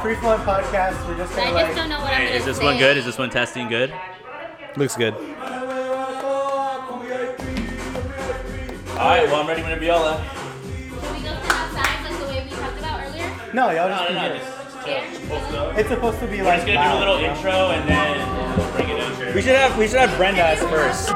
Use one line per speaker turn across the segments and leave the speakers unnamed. Free flowing podcast. We're just
I just
gonna like.
don't know what I'm
Hey,
gonna
is this
say.
one good? Is this one testing good?
Looks good.
All right, well I'm ready whenever y'all are.
Can we go sit outside like the way we talked about earlier?
No, y'all
No,
just
no,
be
no,
here.
just, just chill. Just both of those.
It's supposed to be
We're
like.
just gonna do a
loud,
little
you know?
intro and then we'll bring it in.
We should have we should have Brenda as first.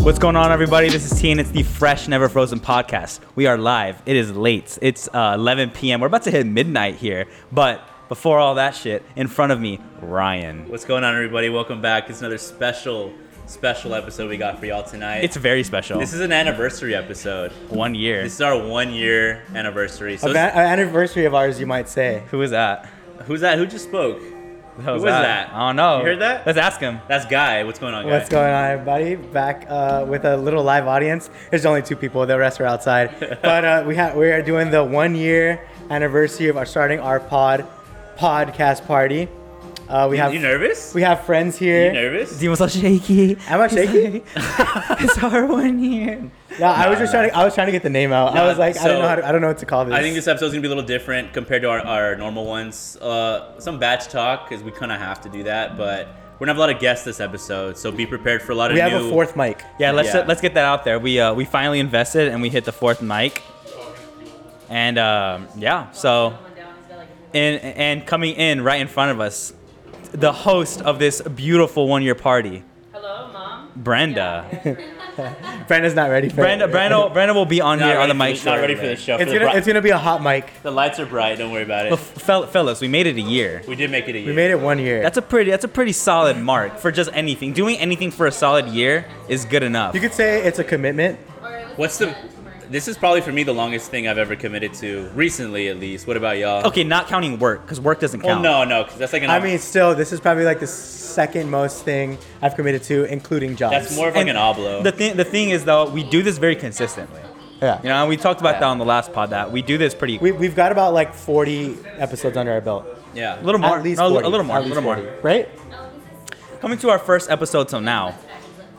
What's going on, everybody? This is T, and it's the Fresh Never Frozen podcast. We are live. It is late. It's uh, 11 p.m. We're about to hit midnight here, but before all that shit, in front of me, Ryan.
What's going on, everybody? Welcome back. It's another special, special episode we got for y'all tonight.
It's very special.
this is an anniversary episode.
one year.
This is our one year anniversary. So
An anniversary of ours, you might say.
Who is that?
it's- who's that? Who just spoke?
Who was
was that?
I don't know.
You heard that?
Let's ask him.
That's Guy. What's going on, Guy?
What's going on, everybody? Back uh, with a little live audience. There's only two people; the rest are outside. but uh, we have we are doing the one year anniversary of our starting our pod podcast party. Uh, we have
You nervous?
we have friends
you
here.
nervous?
was all shaky.
Am I shaky?
it's our one year.
No, I was just trying to I was trying to get the name out. I
No,
was like, I don't
so-
know how to, I don't know what to call this.
I think this episode's gonna be a little different compared to our, our normal ones. Uh, some batch talk because we kind of have to do that, but we're gonna have a lot of guests this episode, so be prepared for a lot of
we have
new.
a fourth mic.
Yeah, let's
Yeah.
let's get that out there. We uh, we finally invested and we hit the fourth mic, and um, yeah, so and and coming in right in front of us, the host of this beautiful one year party,
Hello, mom.
Brenda.
Brenda's not ready for
Brenda
it.
Brenda Brenda will be on
Not
here on
ready
the
for
mic.
this- Not ready for the
shortly.
show.
It's
for the,
gonna
bri-
it's gonna be a hot mic.
the lights are bright. Don't worry about
But
it.
fel- fellas, we made it a year.
We did make it a year.
We made it one year.
That's a pretty that's a pretty solid mark for just anything. Doing anything for a solid year is good enough.
you could say it's a commitment.
Or it was
What's
just
the?
a tumor.
This is probably for me the longest thing I've ever committed to recently, at least. What about y'all?
okay, not counting work because work doesn't
Oh. Well,
count.
no, no, because that's like an.
I mean, still, this is probably like the second most thing I've committed to, including jobs.
that's more of like
And
an oblo.
The thing the thing is though, we do this very consistently.
Yeah.
You know, and we talked about that on the last pod that we do this pretty
We, we've got about like 40 episodes under our belt.
yeah.
a little more,
At least
no, a
40,
little more, a
at least
little more.
40, Right?
Coming to our first episode till now,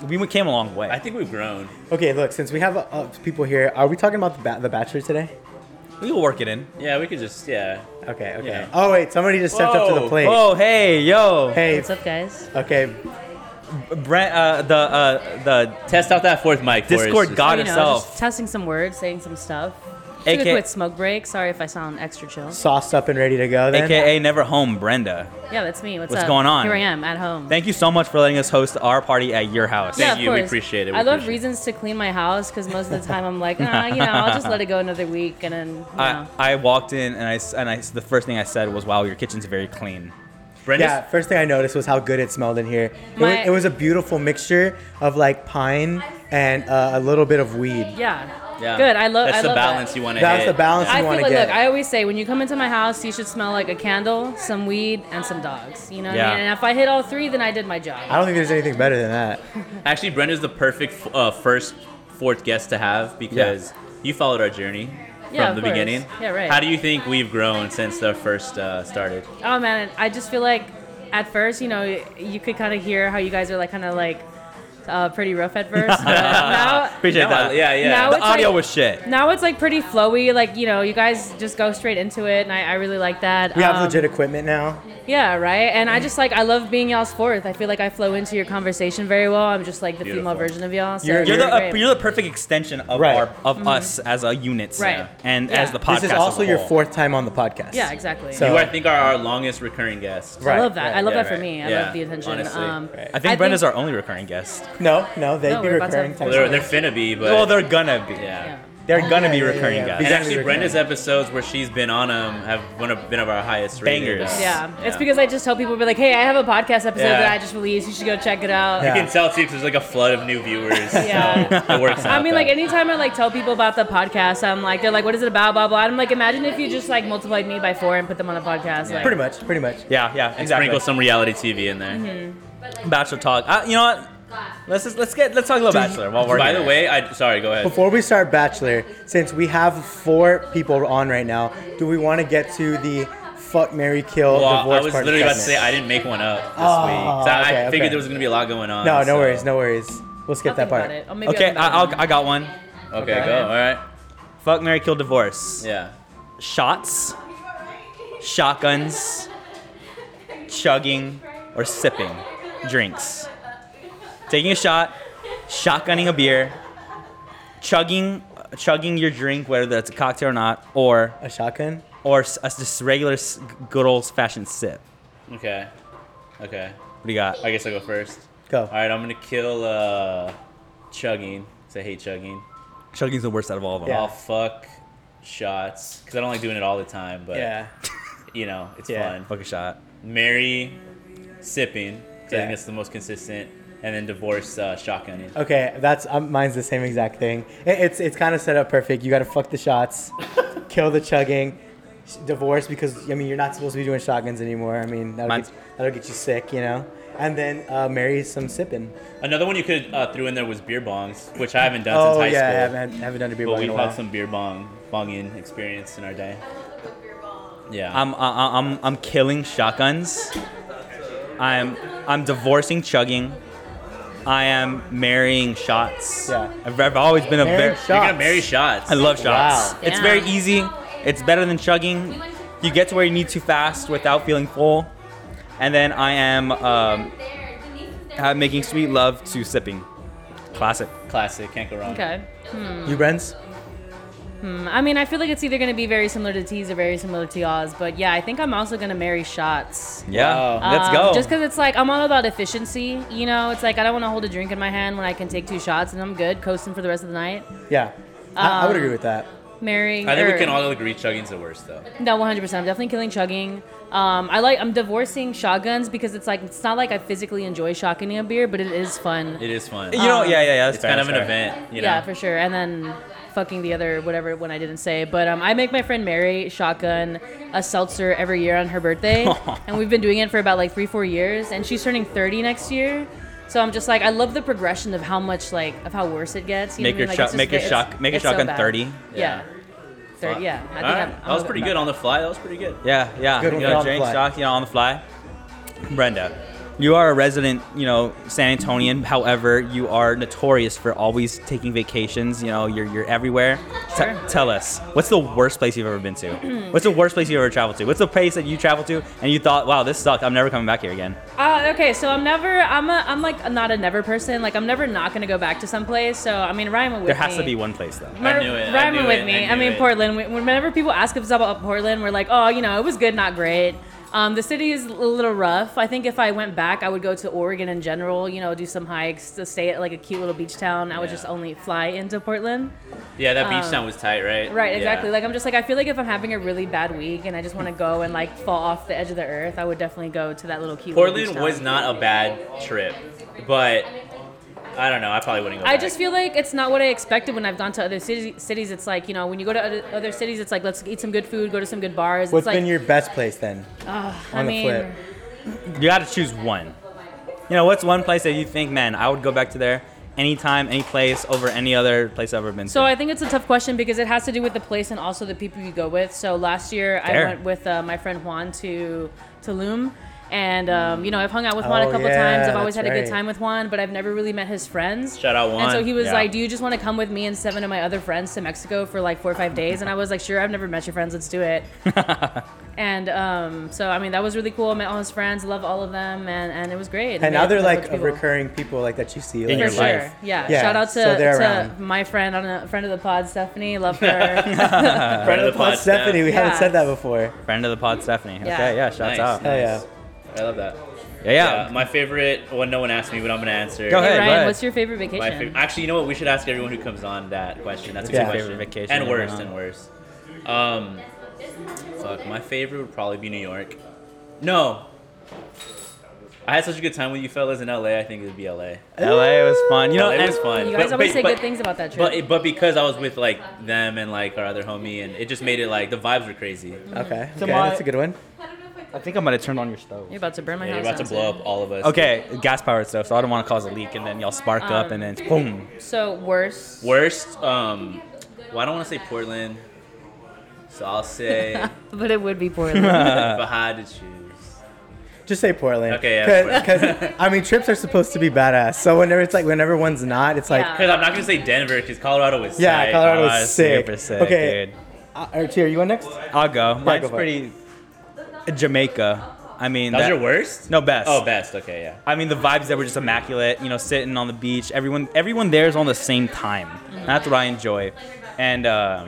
we came a long way.
I think we've grown.
Okay, look, since we have uh, uh, people here, are we talking about the, ba- the Bachelor today?
we will work it in.
Yeah, we could just yeah.
Okay, okay.
Yeah.
Oh, wait, somebody just stepped up to the
Whoa,
plate.
Oh hey yo,
Hey,
What's up, guys?
okay,
Brent, uh, the uh, the
Test out that fourth mic. for us.
Discord
Oh,
god
you know,
himself.
just testing some words, saying some stuff. Took
AK
a quick smoke break. Sorry if I sound extra chill.
sauced up and ready to go then.
AKA never home, Brenda.
Yeah, that's me. What's,
What's
up?
going on?
Here I am at home.
Thank you so much for letting us host our party at your house.
yeah,
Thank
of
you. We
course.
appreciate it. We
I love
appreciate it.
reasons to clean my house because most of the time I'm like, ah, you know, I'll just let it go another week and then, you know.
I, I walked in and I s- and I s- the first thing I said was, "Wow, your kitchen's very clean."
Brenda's,
Yeah, first thing I noticed was how good it smelled in here. It,
My-
was, it was a beautiful mixture of like pine and uh, a little bit of weed.
yeah.
Yeah.
Good. I love.
That's
I
the
love
balance
That.
you want to
That's the balance
I
you
feel
want to
like,
get.
look, I always say when you come into my house, you should smell like a candle, some weed, and some dogs. You know what
Yeah.
I mean? And if I hit all three, then I did my job.
I don't think there's anything better than that.
Actually, Brenda's the perfect uh, first fourth guest to have because you followed our journey
Yeah, of
from the
course.
beginning.
Yeah, right.
How do you think we've grown since the first uh, started?
Oh man, I just feel like at first, you know, you could kind of hear how you guys are like kind of like uh, pretty rough at first. but now,
Appreciate
No,
that.
Yeah, yeah.
Now
The
it's
audio
like-
was shit.
now it's like pretty flowy. Like you know, you guys just go straight into it, and I, I really like that.
We have
Um,
legit Mm. equipment now.
Yeah, right. And I just like I love being y'all's fourth. I feel like I flow into your conversation very well. I'm just like the
Beautiful.
female version of y'all. So
You're-
it's
You're the
great.
uh, you're the perfect extension of
Right.
our of us as a unit,
Right.
yeah, and
Yeah.
as the podcast.
This is
as a
also your
whole.
fourth time on the podcast.
yeah, exactly.
So-
you, I think, are our longest recurring guest.
Right,
I love that.
right,
I love
yeah,
that for
right.
me. I
Yeah,
love the attention.
honestly,
um,
right.
I think Brenda's our only recurring guest.
No, no, they'd
No,
be
we're about to
recurring.
have-
types
They're,
of-
they're finna be, but
well, they're gonna be.
yeah.
yeah.
They're gonna
yeah,
be
yeah,
recurring
yeah.
guys.
And
Exactly
actually,
recurring.
Brenda's episodes where she's been on them have one of been of our highest rated,
Bangers.
uh,
Yeah. it's because I just tell people, be like, hey, I have a podcast episode
Yeah.
that I just released. You should go check it out.
Yeah.
you can tell too because there's like a flood of new viewers.
Yeah.
so it works out.
I mean, like
though.
anytime I like tell people about the podcast, I'm like, they're like, what is it about? Blah blah. And I'm like, imagine if you just like multiplied me by four and put them on a podcast. Like,
Pretty much, pretty much.
Yeah, yeah, exactly.
sprinkle some reality TV in there.
Mm-hmm.
Bachelor talk. Uh, you know what? Let's just, let's get let's talk a little Bachelor while we're
By
here.
the way, I sorry, go ahead.
Before we start Bachelor, since we have four people on right now, do we want to get to the fuck, Mary kill,
Well, I-
divorce,
I was
partner,
literally about to
pregnant.
say I didn't make one up this
Oh,
week. So I-
okay,
I figured
okay.
there was gonna be a lot going on.
No,
so-
no worries, no worries. We'll skip
I'll
that
think about
part.
it. Or maybe I'll
Okay,
do another
I, I'll,
one.
I got one.
Okay,
Okay.
go. All right.
Fuck, Mary kill, divorce.
Yeah.
Shots, shotguns, chugging, or sipping drinks. Taking a shot, shotgunning a beer, chugging, chugging your drink, whether that's a cocktail or not, or
A shotgun?
or s- a s- just regular s- good old fashioned sip.
Okay. Okay.
What do you got?
I guess I'll go first.
Go.
All right, I'm gonna kill uh, chugging. 'cause I hate chugging.
Chugging's the worst out of all of them.
Yeah.
I'll fuck shots because I don't like doing it all the time, but
Yeah.
you know it's
Yeah.
fun.
Fuck a shot.
Marry sipping. 'cause I
Yeah.
think that's the most consistent, and then divorce uh, shotgunning.
Okay, that's um, mine's the same exact thing. It, it's it's kind of set up perfect. You gotta fuck the shots, kill the chugging, s- divorce because I mean you're not supposed to be doing shotguns anymore. I mean that'll
Mine's-
get, that'll get you sick, you know. And then uh, marry some sipping.
Another one you could uh, threw in there was beer bongs, which I haven't done
Oh
since high
yeah, I
school.
haven't, haven't done a beer
But
bong in
we've
a
had
while.
some beer bong bonging experience in our day. Yeah.
I'm I- I'm I'm killing shotguns. I'm I'm divorcing chugging. I am marrying shots.
Yeah.
I've, I've always been a
Marrying
very
You're
shots.
gonna marry shots.
I love shots.
Wow.
It's
Damn.
very easy. It's better than chugging. You get to where you need to fast without feeling full. And then I am um,
There, Denise is there.
uh, making sweet love to sipping. Classic.
Classic, can't go wrong.
Okay.
You Brens?
Mm, I mean, I feel like it's either going to be very similar to T's or very similar to y'all's, but yeah, I think I'm also going to marry shots.
Yeah.
Wow.
Let's
Um,
go.
Just because it's like I'm all about efficiency, you know. It's like I don't want to hold a drink in my hand when I can take two shots and I'm good, coasting for the rest of the night.
Yeah, I, I would
Um,
agree with that.
Marrying.
I think
or-
we can all agree chugging's the worst though.
No, 100. percent I'm definitely killing chugging. Um, I like. I'm divorcing shotguns because it's like it's not like I physically enjoy shotgunning a beer, but it is fun.
It is fun.
you know, yeah, yeah, yeah. that's
it's
fair,
kind of an
that's fair.
event, you know.
yeah, for sure. And then fucking the other whatever one I didn't say, but um, I make my friend Mary shotgun a seltzer every year on her birthday, and we've been doing it for about like three, four years, and she's turning 30 next year. So I'm just like, I love the progression of how much like of how worse it gets. You
Make
know
your
what I mean? like,
shot-
it's just-
make your
it's-
shock- make your
it's so
shotgun
bad.
30.
Yeah.
Fuck.
30, yeah, I
All
think
right.
I'm- I'm
that was
a-
pretty good on the fly. That was pretty good.
Yeah, yeah.
Good
you
one,
know,
on the
drink,
fly.
shock, you know, on the fly. Brenda, you are a resident, you know, San Antonian. However, you are notorious for always taking vacations. You know, you're you're everywhere. T- tell us, what's the worst place you've ever been to? what's the worst place you've ever traveled to? What's the place that you traveled to and you thought, wow, this sucked. I'm never coming back here again.
Uh, okay, so I'm never, I'm a, I'm like not a never person. Like I'm never not gonna go back to some place. So I mean, Ryan went with
There has
me.
to be one place though.
I knew it, I
Ryan went
knew it,
with
I
me. I,
knew
mean,
it.
Portland. Wh- Whenever people ask us about Portland, we're like, oh, you know, it was good, not great. Um, the city is a little rough. I think if I went back, I would go to Oregon in general. You know, do some hikes, to stay at like a cute little beach town. I would
Yeah.
just only fly into Portland.
Yeah, that beach town was tight, right?
Um, Right,
Yeah.
exactly. Like I'm just like I feel like if I'm having a really bad week and I just want to go and like fall off the edge of the earth, I would definitely go to that little cute. little beach
Portland
town.
was not a bad trip, but I don't know. I probably wouldn't go.
I
back.
just feel like it's not what I expected when I've gone to other city- cities. It's like you know when you go to other, other cities, it's like let's eat some good food, go to some good bars.
What's
it's like uh,
been your best place then?
I
on the
mean,
flip?
You got to choose one. You know, what's one place that you think, man, I would go back to there anytime, any place, over any other place I've ever been to.
So I think it's a tough question because it has to do with the place and also the people you go with. So last year
Fair.
I went with uh, my friend Juan to Tulum. And um, you know, I've hung out with Juan
Oh,
a couple
yeah,
times. I've always
that's
had a good
right.
time with Juan, but I've never really met his friends.
Shout out
And so
Juan.
he was
Yeah.
like, "Do you just want to come with me and seven of my other friends to Mexico for like four or five days?" And I was like, "Sure, I've never met your friends. Let's do it." and um, so I mean, that was really cool. I met all his friends, love all of them, and, and it was great.
And now
Met a
they're
bunch
like
of people.
recurring people like that you see like,
In your
For
life.
sure. Yeah.
Yeah,
Shout out to,
so they're
to
around.
my friend on a friend of the pod, Stephanie. Love her.
friend of the
Plus Stephanie, we haven't
Yeah.
said that before.
Friend of the pod, Stephanie.
Yeah.
Okay, yeah, shouts
Nice.
out.
Hell yeah.
I love that.
Yeah, yeah.
Yeah, my favorite. Well, no one asked me, but I'm gonna answer.
Go ahead.
Ryan,
ahead.
what's your favorite vacation?
My favorite. Actually, you know what? We should ask everyone who comes on that question. That's a
Yeah.
good question.
Favorite vacation
and
you ever
worst
went
and worst. Um, fuck. My favorite would probably be New York. No. I had such a good time with you fellas in LA. I think it would be LA.
LA was fun. You know,
LA
and-
was fun.
you guys
But-
always
but-
say
but-
good things about that trip.
But it- but because I was with like them and like our other homie, and it just made it like the vibes were crazy.
Mm-hmm.
Yeah,
Okay.
So
okay,
my-
that's a good one.
I think I might have turned on your stove.
You're about to burn my
you're
house.
about to
down
blow
soon.
up all of us.
Okay, gas powered stove, so I don't want to cause a leak and then y'all spark up and then it's boom.
Um, So worse.
Worst. Um. Well, I don't want to say Portland. So I'll say
but it would be Portland.
if I had to choose.
Just say Portland.
Okay, yeah,
Because I mean, trips are supposed to be badass. So whenever it's like, whenever one's not, it's like,
Yeah.
Because I'm not gonna say Denver because Colorado was
yeah,
sick.
Colorado
Oh,
was
it's
sick.
super sick,
okay,
dude.
uh, Artier, you want next?
I'll go. Mine's
go for it.
pretty Jamaica. I mean,
That was
that-
your worst?
No best.
Oh, best. Okay, yeah.
I mean, the vibes there were just immaculate. You know, sitting on the beach, everyone everyone there is on the same time.
Mm-hmm.
And That's what I enjoy. And uh,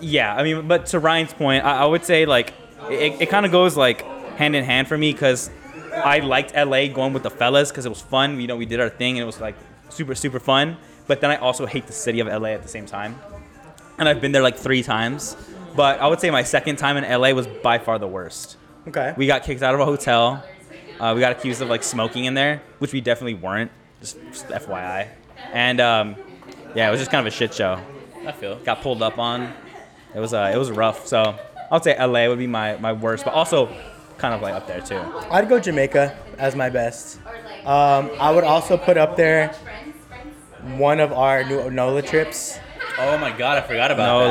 yeah, I mean, but to Ryan's point, I, I would say like it, it kind of goes like hand in hand for me because I liked LA going with the fellas because it was fun. You know, we did our thing and it was like super super fun. But then I also hate the city of LA at the same time, and I've been there like three times. But I would say my second time in LA was by far the worst
Okay.
we got kicked out of a hotel. Uh, we got accused of like smoking in there, which we definitely weren't. Just, just FYI. And um, yeah, it was just kind of a shit show.
I feel.
Got pulled up on. It was uh, it was rough. So I would say LA would be my my worst, but also kind of like up there too.
I'd go Jamaica as my best. Um, I would also put up there one of our new NOLA trips,
Oh my god, I forgot about that.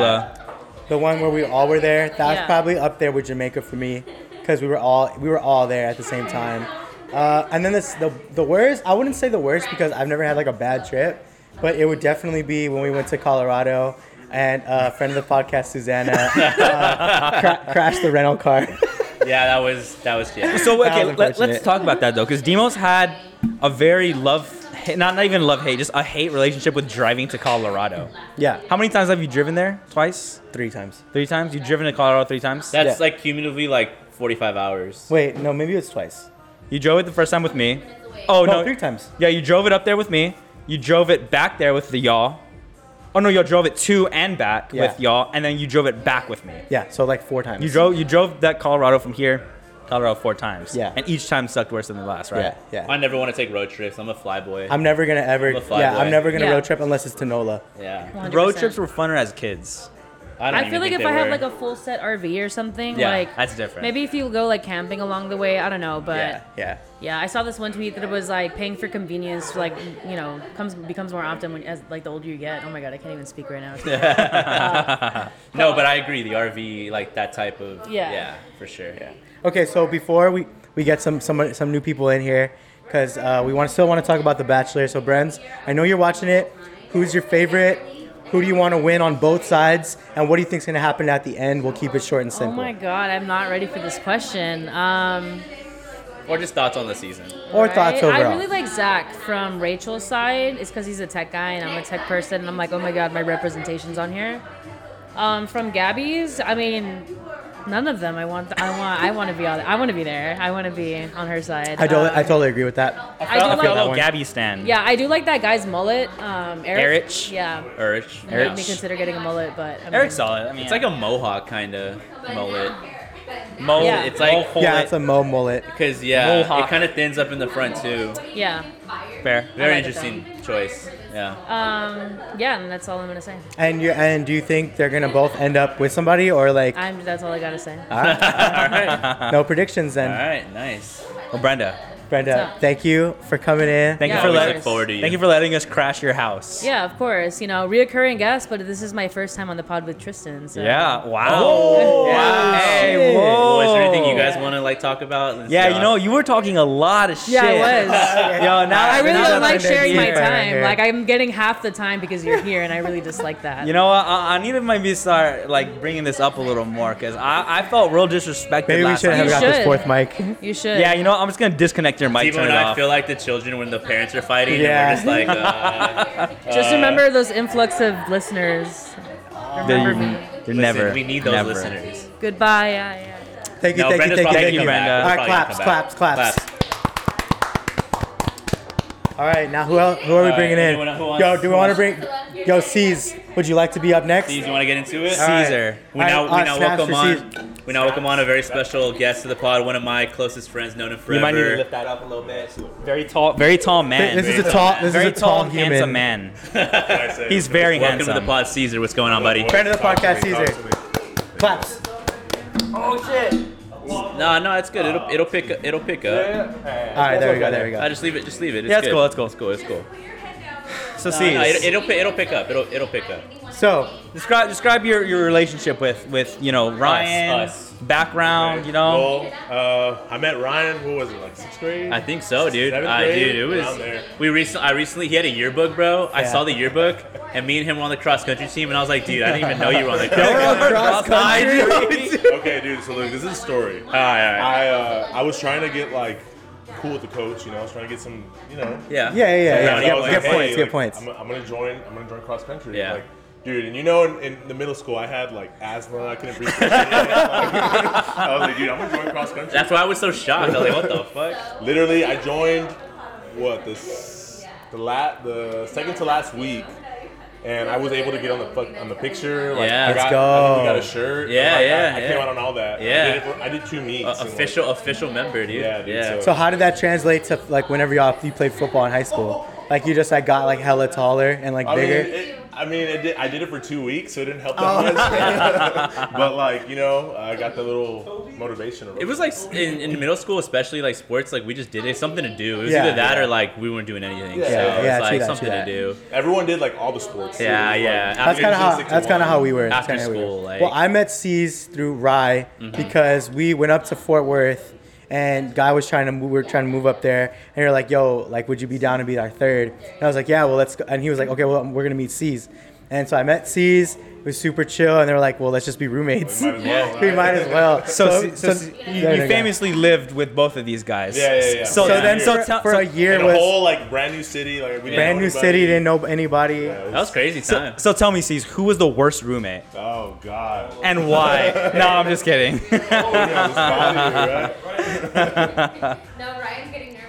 Nola.
the one where we all were there. That was
Yeah.
probably up there with Jamaica for me, because we were all we were all there at the same time. Uh, and then this, the the worst. I wouldn't say the worst because I've never had like a bad trip, but it would definitely be when we went to Colorado and uh, friend of the podcast Susanna uh, cra- crashed the rental car.
Yeah, that was that was yeah.
So
That
okay,
was
let, us
unfortunate.
talk about that though, because Demos had a very love, not not even love hate, just a hate relationship with driving to Colorado.
yeah,
How many times have you driven there? Twice,
three times.
three times. You've driven to Colorado three times.
That's
Yeah.
like cumulatively like 45 hours.
Wait, no, maybe it's twice.
You drove it the first time with me. Oh
No,
no,
three times.
Yeah, you drove it up there with me. You drove it back there with the y'all. Oh no, y'all drove it to and back
Yeah.
with y'all, and then you drove it back with me.
Yeah, so like four times.
You drove you drove that Colorado from here, Colorado four times.
Yeah.
and each time sucked worse than the last, right?
Yeah,
I
yeah.
never want to take road trips. I'm a fly boy.
I'm never gonna ever.
I'm a fly
Yeah,
boy.
I'm never gonna
Yeah.
road trip unless it's to NOLA.
yeah.
Road trips were funner as kids.
don't
I
even
feel like
think
if
they
I had
were.
like a full set RV or something,
Yeah,
like
that's different.
Maybe if you go like camping along the way, I don't know, but
Yeah,
yeah,
yeah.
I saw this one tweet that it was like paying for convenience, like you know, comes becomes more often when as like the older you get. Oh my god, I can't even speak right now. Uh, Yeah,
No, but I agree. The RV, like that type of yeah,
Yeah.
for sure. Yeah.
Okay, so before we we get some some some new people in here, because uh, we want still want to talk about The Bachelor. So, Brens, I know you're watching it. Who's your favorite? Who do you want to win on both sides? And what do you think's gonna happen at the end? We'll keep it short and
oh
simple.
my god, I'm not ready for this question. Um,
Or just thoughts on the season.
or
Right?
thoughts overall.
I really like Zach from Rachel's side. It's because he's a tech guy and I'm a tech person, and I'm like, oh my god, my representation's on here. Um, from Gabby's, I mean, none of them. I want, I want, I want to be on. I want to be there. I want to be on her side.
I totally,
Um,
I totally agree with that.
I do
A
like-
that
fellow
one.
Gabby Stan.
yeah, I do like that guy's mullet. Um, Eric.
Erich?
Yeah.
Urge.
Eric. Made me consider getting a mullet, but I mean,
Eric's solid. I mean,
It's like a mohawk kind of mullet.
mole.
Yeah.
It's like
Oh, Yeah, it's a Mo mullet.
Because yeah,
Mohawk.
it kind of thins up in the front too.
Yeah.
fair.
Very
like it
interesting choice. Yeah.
Um, yeah, and that's all I'm gonna say.
And you and do you think they're gonna both end up with somebody or like ah,
I'm. That's all I gotta say.
All right.
no predictions then?
All right. Nice.
Well, Brenda,
Brenda,
So-
thank you for coming in.
thank
Yeah,
you for
of
Always
letting
look forward to you.
thank you for letting us crash your house.
Yeah, of course. You know, reoccurring guest, but this is my first time on the pod with Tristan. So.
Yeah. Wow.
Oh,
wow. Hey,
shit.
whoa.
Well, is there anything you guys want to like talk about? Let's,
Yeah,
uh,
you know, you were talking a lot of shit.
Yeah, I was.
Yo, now
I really
now
don't
that-
like sharing my
Yeah, right
time.
here.
Like I'm getting half the time because you're here, and I really dislike that.
You know what? I, I need to maybe start like bringing this up a little more because I, I felt real disrespected
Maybe we
last
should have
time.
You
got this
should.
fourth mic.
you should.
Yeah, you know, I'm just gonna disconnect your mic.
Timo
Turn
and
it
I
off.
feel like the children when the parents are fighting.
Yeah.
And we're just like, uh,
Just remember those influx of listeners.
They're,
Remember me.
they're
listen,
never.
we need those
never.
listeners.
Goodbye. Yeah, yeah.
Thank you,
No,
thank
Brenda's
you,
probably
thank you, thank you.
gonna come back.
All
We're
right,
probably gonna
claps,
come back.
claps, claps,
Claps.
All right, now who else, who are we
All right,
bringing in?
anyone who wants-
Yo, do we
who
want to
wants-
bring? Yo, C's, would you like to be up next?
Steve, you want to get into it?
All right.
Caesar.
We now,
All
we
right,
now
uh, snaps
welcome
for
on we now welcome on a very special guest to the pod, one of my closest friends, known him forever.
You might need to lift that up a little bit. Very tall, very tall man.
This is a
Very
tall,
tall
this is
very
a tall,
tall,
human.
handsome man. He's very
Welcome
handsome.
to the pod, Caesar. What's going on, buddy?
Friend of the podcast, Caesar. Claps.
Oh,
No, no, it's good. It'll it'll pick it'll pick up.
All right, there we go, there we
I
go.
just leave it. Just leave it. It's
Yeah, it's
good.
cool, it's cool.
It's cool. It's cool.
So
No,
see,
no, it, it'll pi- it'll pick up. It'll it'll pick up.
So,
describe describe your, your relationship with with you know Ryan
us.
background. You know,
Well, uh, I met Ryan. What was it like sixth grade?
I think so, dude.
Seventh
I
grade?
dude, it
Around
was.
there.
We recently, I recently, he had a yearbook, bro. I
Yeah.
saw the yearbook, and me and him were on the cross country team, and I was like, dude, I didn't even know you were on the cross.
Y'all were on cross
country.
okay, dude. So look, this is a story.
All right, all right.
I uh, I was trying to get like cool with the coach. You know, I was trying to get some. You know.
yeah, yeah,
Yeah.
yeah.
And
yeah,
I was
Get,
like,
get
hey,
points,
like,
get points.
I'm, I'm gonna join. I'm gonna join cross country.
Yeah.
Like, dude, and you know, in, in the middle school, I had like asthma. I couldn't breathe. I was like, dude, I'm gonna join cross country.
That's why I was so shocked. I was like, what the fuck?
Literally, I joined what this the la- the second to last week, and I was able to get on the fuck on the picture. Like,
Yeah.
I
Let's
got, I think we got a shirt.
Yeah,
Like, I-
yeah,
I,
yeah.
came out on all that.
Yeah.
I did, it for- I did two meets.
Uh,
and, like,
official, official member, dude.
Yeah, dude,
yeah.
So how did that translate to like whenever y'all you played football in high school? Like you just like got like hella taller and like
I mean,
bigger. Oh.
it, I mean, it did, I did it for two weeks, so it didn't help that much. but like, you know, I got the little motivation.
It was like s- in, in middle school, especially like sports, like we just did it, something to do. It was
Yeah.
either that or like we weren't doing anything.
Yeah.
so
Yeah,
it was
yeah, true
like
that,
something
true that.
to do.
everyone did like all the sports. too.
Yeah,
It was,
yeah.
like,
that's
After-
kind of how
six to
that's
one.
kind of how we were. That's
After
kinda how we were.
school, like- Mm-hmm.
well, I met C's through Rye because we went up to Fort Worth, and guy was trying to move. We were trying to move up there, and you're like, "Yo, like, would you be down to be our third? And I was like, "Yeah, well, let's." go. And he was like, "Okay, well, we're gonna meet C's," and so I met C's. It was super chill, and they were like, "Well, let's just be roommates.
We might as well,
we
right?
might as well."
So, so, so
there
you,
they
you
go.
famously lived with both of these guys.
Yeah, yeah, yeah.
So,
So
Yeah.
then,
then, so
for,
tell,
for
so,
a year
And a
was
whole like brand new city, like we didn't
brand
know
new
anybody.
city, didn't know anybody.
Yeah, it
That was crazy time.
so tell me, C's, who was the worst roommate
Oh god. Oh,
and why? no, I'm just kidding.
Yeah, this body, right?
No, Ryan's getting nervous.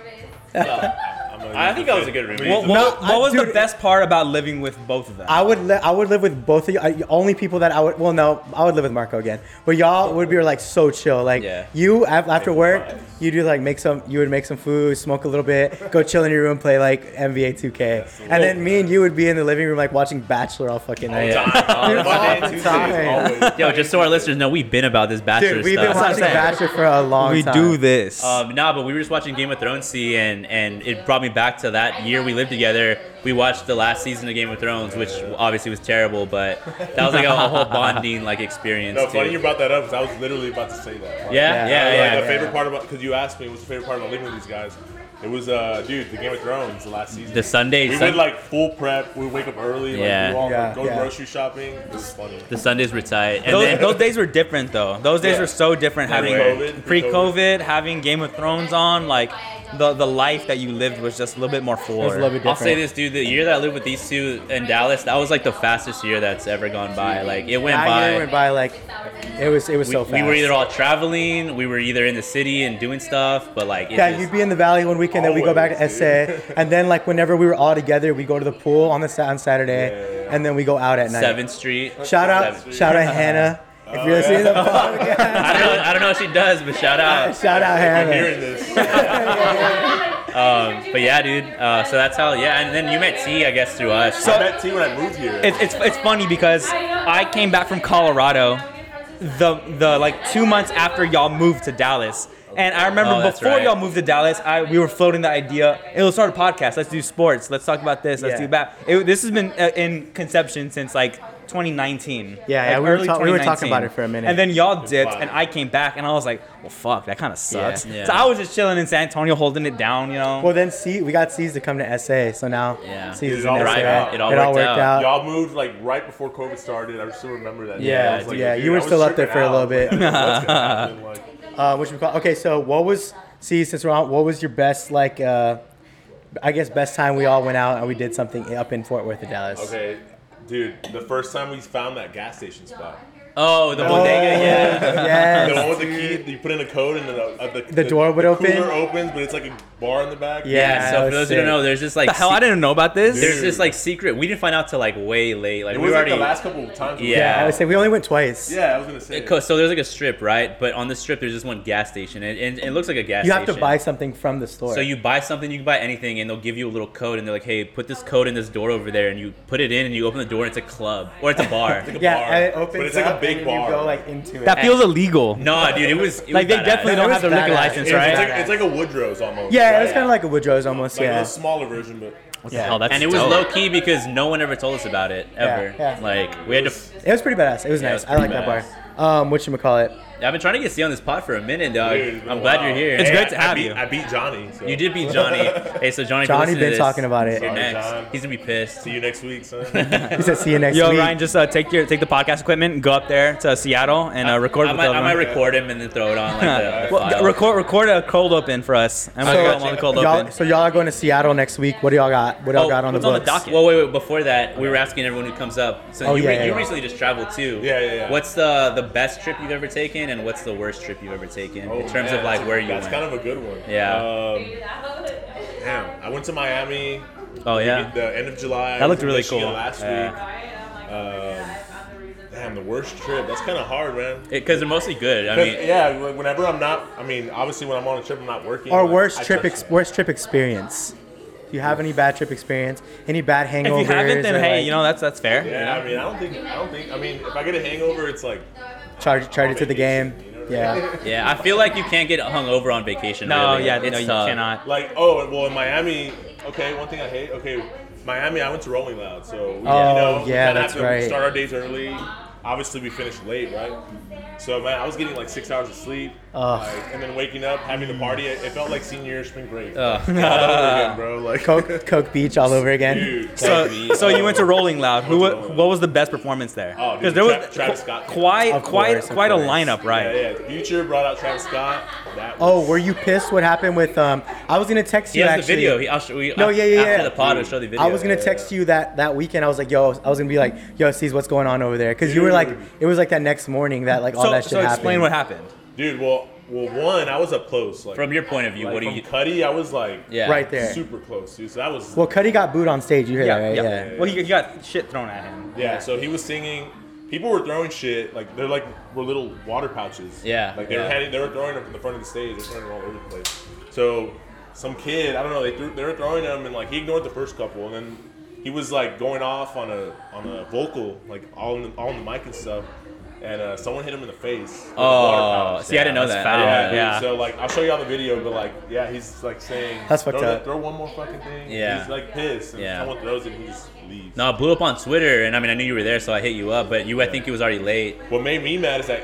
I'm gonna
I
use
think
the
I was
fit-
a good
I'm gonna
roommate.
use
what,
the
what,
I-
what was the
dude,
best part about living with both of them?
I would li- I would live with both of you. I, only people that I would well no I would live with Marco again. But y'all would be like so chill. Like
Yeah.
you af- after
the
work,
vibes.
you do like make some you would make some food, smoke a little bit, go chill in your room, play like NBA 2K, and then me and you would be in the living room like watching Bachelor all fucking night.
Oh, Yeah.
Monday,
All the
Tuesdays,
time.
always.
Yo, just so our listeners know, we've been about this bachelor
Dude, we've been
stuff.
watching
saying.
Bachelor for a long
we
time.
do this.
Um, nah, but we were just watching Game of Thrones, see, and and it brought me back to that year we lived together. We watched the last season of Game of Thrones, which obviously was terrible, but that was like a, a whole bonding like experience.
No,
too.
funny you brought that up because I was literally about to say that. Like,
yeah,
Yeah.
yeah, yeah.
like,
yeah,
the favorite part about because you asked me what's the favorite part about living with these guys. It was uh, dude, the Game of Thrones, the last season.
The Sunday,
we
Sun-
would like full prep. We wake up early.
Yeah.
Like, we all
Yeah,
like, go
yeah.
grocery shopping. It was funny.
the Sundays were tight, and
those,
then
those days were different though. Those days
Yeah.
were so different. Having
Pre-COVID,
pre-COVID, having Game of Thrones on, like the the life that you lived was just a little bit more full.
It was a little bit
I'll
different.
say this, dude. The year that I lived with these two in Dallas, that was like the fastest year that's ever gone by. Like it went
That
by.
year went by like it was it was
we,
so
we
fast.
were either all traveling, we were either in the city and doing stuff, but like it
Yeah,
just-
you'd be in the valley one weekend, then we go back to
Always,
SA, and then like whenever we were all together, we go to the pool on the Sa- on Saturday,
Yeah, yeah, yeah.
and then we go out at night.
Seventh Street.
Shout out,
Seventh.
shout out Hannah. If
Oh,
you're listening to the
I
podcast,
don't know. I don't know if she does, but shout out.
shout out
I'm
Hannah.
hearing this.
Um, but yeah, dude. Uh, so that's how. Yeah, and then you met T, I guess, through us.
I met T when I moved here.
It, it's it's funny because I came back from Colorado, the the like two months after y'all moved to Dallas, and I remember
Oh, that's
before
right.
y'all moved to Dallas, I we were floating the idea. It will start a podcast. Let's do sports. Let's talk about this. Let's
Yeah.
do that. It, this has been uh, in conception since like 2019.
Yeah,
like
yeah, we were ta- we were talking about it for a minute.
And then y'all dipped,
fine.
and I came back, and I was like, well, fuck, that kind of sucks.
Yeah.
So I was just chilling in San Antonio, holding it down, you know.
Well, then C, we got C's to come to SA, so now
Yeah.
C's
It
is in
all
SA.
worked out.
It all worked out.
Y'all moved like right before COVID started. I still remember that.
Yeah,
I was like,
yeah,
dude,
you were
I was
still up there
tripping
for a
out.
little
Like, I don't know what's gonna happen, like-
Uh, which we call okay. So what was C? Since we're on, what was your best like? Uh, I guess best time we all went out and we did something up in Fort Worth or Dallas.
Okay, dude, the first time we found that gas station spot.
Oh, the
Oh,
bodega. Yeah.
yes.
The one with the key, that you put in a code and the, uh, the,
door would
the
open?
Cooler opens, but it's like a bar in the back.
Yeah.
So
that
for
was
those who don't
sick.
know, there's just like
the hell, I didn't know about this.
there's this like secret. We didn't find out till like way late. Like
It
we
was like
were already.
the last couple of times. we-
Yeah.
Yeah, I would say we only went twice.
Yeah, I was gonna say.
Co- So there's like a strip, right? But on the strip, there's just one gas station, and, and, and it looks like a gas.
You have to
station.
buy something from the store.
So you buy something, you can buy anything, and they'll give you a little code, and they're like, "Hey, put this code in this door over there," and you put it in, and you open the door, and it's a club or it's a bar.
It's like a
yeah,
bar,
and it opens
but it's like
up
a big
and then
bar.
you go like into it.
that feels illegal.
no, dude, it was it
Like
was
they
badass.
definitely
It
don't
was
have their liquor
badass.
license,
It's,
It was
right?
like, it's like a Woodrow's almost.
yeah,
right?
it was kind of like a Woodrow's almost.
Like a
yeah,
little smaller version, but
What
Yeah.
the hell? That's
and it was
dope.
low key because no one ever told us about it ever.
yeah.
Like we had to.
It was pretty badass. It was
Yeah, it
nice.
was
I like
pretty
that bar. Um, what you call it?
I've been trying to get C on this pod for a minute, dog.
Dude, it's been
I'm
a
glad
while.
you're here.
It's
Hey,
great
I-
to
I
have
beat-
you.
I beat Johnny. so-
You did beat Johnny. hey, so Johnny. if you
Johnny
listen to
been
this,
talking about it.
You're
Sorry,
next.
John.
He's gonna be pissed.
See you next week, son.
He said, "See you next
Yo,
week."
Ryan, just uh, take your take the podcast equipment, and go up there to Seattle, and uh, record
I
with
might, I
everyone.
might record him and then throw it on like the, the
Well,
file.
record record a cold open for us, and we'll
So,
go on the cold
y'all,
open.
so y'all are going to Seattle next week. What do y'all got? What y'all
Oh,
got on the
what's on the
books?
docket?
Well, wait, wait. Before that, we were asking everyone who comes up. So
Oh,
you,
yeah,
re-
yeah,
you
yeah.
recently just traveled too.
Yeah, yeah, yeah.
What's the the best trip you've ever taken, and what's the worst trip you've ever taken in terms
Oh, man,
of like where you
That's
went?
kind of a good one.
Yeah.
Um, damn, I went to Miami
oh
at
yeah,
the end of July.
That looked really
Michigan
cool.
Last
Yeah.
week. Um, damn, the worst trip. That's kind of hard, man.
because they're mostly good. I
'Cause,
mean,
yeah, like, whenever I'm not, I mean, obviously when I'm on a trip, I'm not working.
Or
like,
worst
I
trip,
touch-
ex- worst trip experience. Do you have any bad trip experience? Any bad
if
hangovers?
you haven't, then
or,
hey,
like,
you know that's that's fair.
Yeah, I mean, I don't think, I don't think, I mean, if I get a hangover, it's like,
charge charge it to the game. Yeah.
yeah. I feel like you can't get hung over on vacation.
No,
really.
yeah,
it's
no, you
uh,
tough.
cannot.
like, oh, well, in Miami, okay, one thing I hate, okay, Miami, I went to Rolling Loud, so we,
Oh,
you know, we
yeah,
kinda
that's
have to
right.
Start our days early. Obviously, we finished late, right? So man, I was getting like six hours of sleep,
Ugh.
like, and then waking up, having the party. It, it felt like senior year spring break. All
Ugh.
over again, bro. Like,
Coke Coke Beach all over again.
dude,
So,
take me.
so you went to Rolling Loud. Who
Went to Rolling
what was the best performance there?
Oh, dude,
there
Tra- Travis Scott.
quite
Of
quite
course, of
quite a
course.
lineup, right?
Yeah, yeah. Future brought out Travis Scott. That was,
Oh, were you pissed? What happened with um? I was gonna text
He
you
has
actually.
the video. He, I'll show, we,
No, yeah, yeah,
after
yeah.
the pod, I'll show the video.
I was gonna
Yeah.
text you that that weekend. I was like, yo, I was gonna be like, yo, Steez, what's going on over there? Because you were like,
Dude.
it was like that next morning that like all
So,
that shit
so
happened.
explain what happened.
dude. Well, well, one, I was up close. Like,
From your point of view,
like,
what do
from
you?
Cuddy, I was like,
Yeah.
Right there.
super close, dude. So that was
Well, Cuddy got booed on stage. You hear that, right? Yeah.
Well, he, he got shit thrown at him.
Yeah, so he was singing. People were throwing shit like they're like were little water pouches.
Yeah,
like they were
yeah.
heading, they were throwing them in the front of the stage. They were throwing them all over the place. So some kid, I don't know, they threw, they were throwing them and like he ignored the first couple, and then he was like going off on a on a vocal like all in the, all in the mic and stuff, and uh, someone hit him in the face. with a water
Oh,
pouch.
see, I didn't know
That's
that.
foul.
I
Yeah,
didn't know
dude,
that.
yeah.
So like, I'll show you all the video, but like, yeah, he's like saying,
That's fucked
throw,
up.
Throw one more fucking thing.
Yeah.
He's like pissed, and
Yeah.
someone throws it, and he just leaves.
No, I blew up on Twitter, and I mean, I knew you were there, so I hit you up. But you, I think it was already late.
What made me mad is that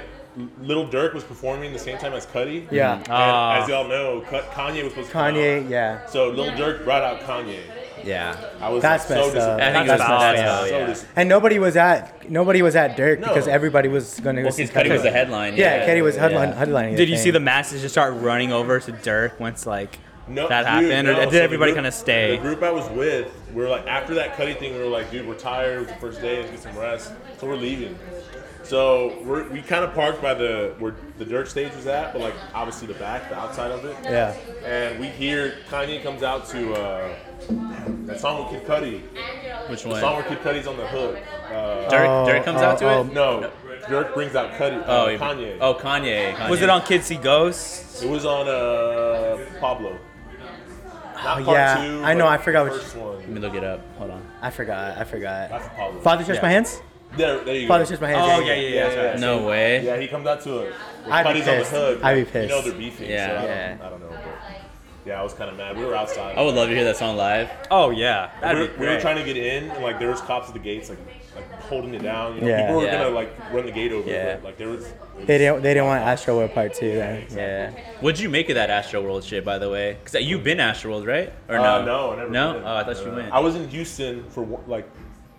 Little Dirk was performing the same time as Cuddy.
Yeah. Mm-hmm.
And
Ah.
as y'all know, Cut- Kanye was supposed to come
Kanye,
out.
yeah.
So Little Dirk brought out Kanye.
Yeah,
I was
That's
like,
messed
so
up.
disappointed.
I think it was
That's
foul.
messed
That's
up.
foul,
So
yeah.
dis-
And nobody was at nobody was at Dirk
No.
because everybody was gonna. go
Well,
see
since Cuddy was the
Cuddy.
headline.
Yeah, Cuddy was
yeah.
headline, headlining.
Did you
thing.
see the masses just start running over to Dirk once like
No,
that
dude,
happened,
no.
or
So
did
the
everybody
group-
kind of stay?
The group I was with, we were like, after that Cuddy thing, we were like, dude, we're tired. It was the first day. Let's get some rest. So we're leaving. So we're, we kind of parked by the where the Dirk stage was at, but like obviously the back, the outside of it.
Yeah.
And we hear Kanye comes out to uh, that song with Kid Cudi.
Which
The
one?
song where Kid Cudi's on the hook. Uh,
Dirk,
Oh,
Dirk comes
oh,
out to
oh.
it.
no, Dirk brings out Cudi. Uh,
Oh, he-
Kanye.
Oh, Kanye. Kanye.
Was it on Kids See Ghosts?
It was on uh, Pablo. Not
Oh,
part
yeah.
two,
I know,
but
I forgot what
First
Let
one.
me look it up. Hold on.
I forgot. I forgot.
That's Pablo.
Father touched
Yeah.
my hands.
There, there you
Father
go.
touched my hands.
Oh yeah, yeah, yeah.
Yeah,
yeah,
yeah.
No way.
Yeah, he comes out to it. With
I'd be
Cudi's on the
pissed.
hook.
I'd be
You know
pissed.
they're beefing.
Yeah.
So I, don't,
Yeah.
I don't know. But yeah, I was kind of mad. We were outside.
I would love to hear that song live.
Oh yeah.
we
That'd
were,
be
we were
great.
trying to get in, and like there was cops at the gates, like like holding it down. You know,
Yeah.
people were
Yeah.
gonna like run the gate over.
Yeah.
But, like there was.
They didn't. They didn't want Astro World Part Two. Then. Yeah.
What'd you make of that Astro World shit, by the way? Because you've been Astro World, right? Or no?
Uh, no, I never.
No?
did.
Oh, I thought you
No.
went.
I was in Houston for one- like,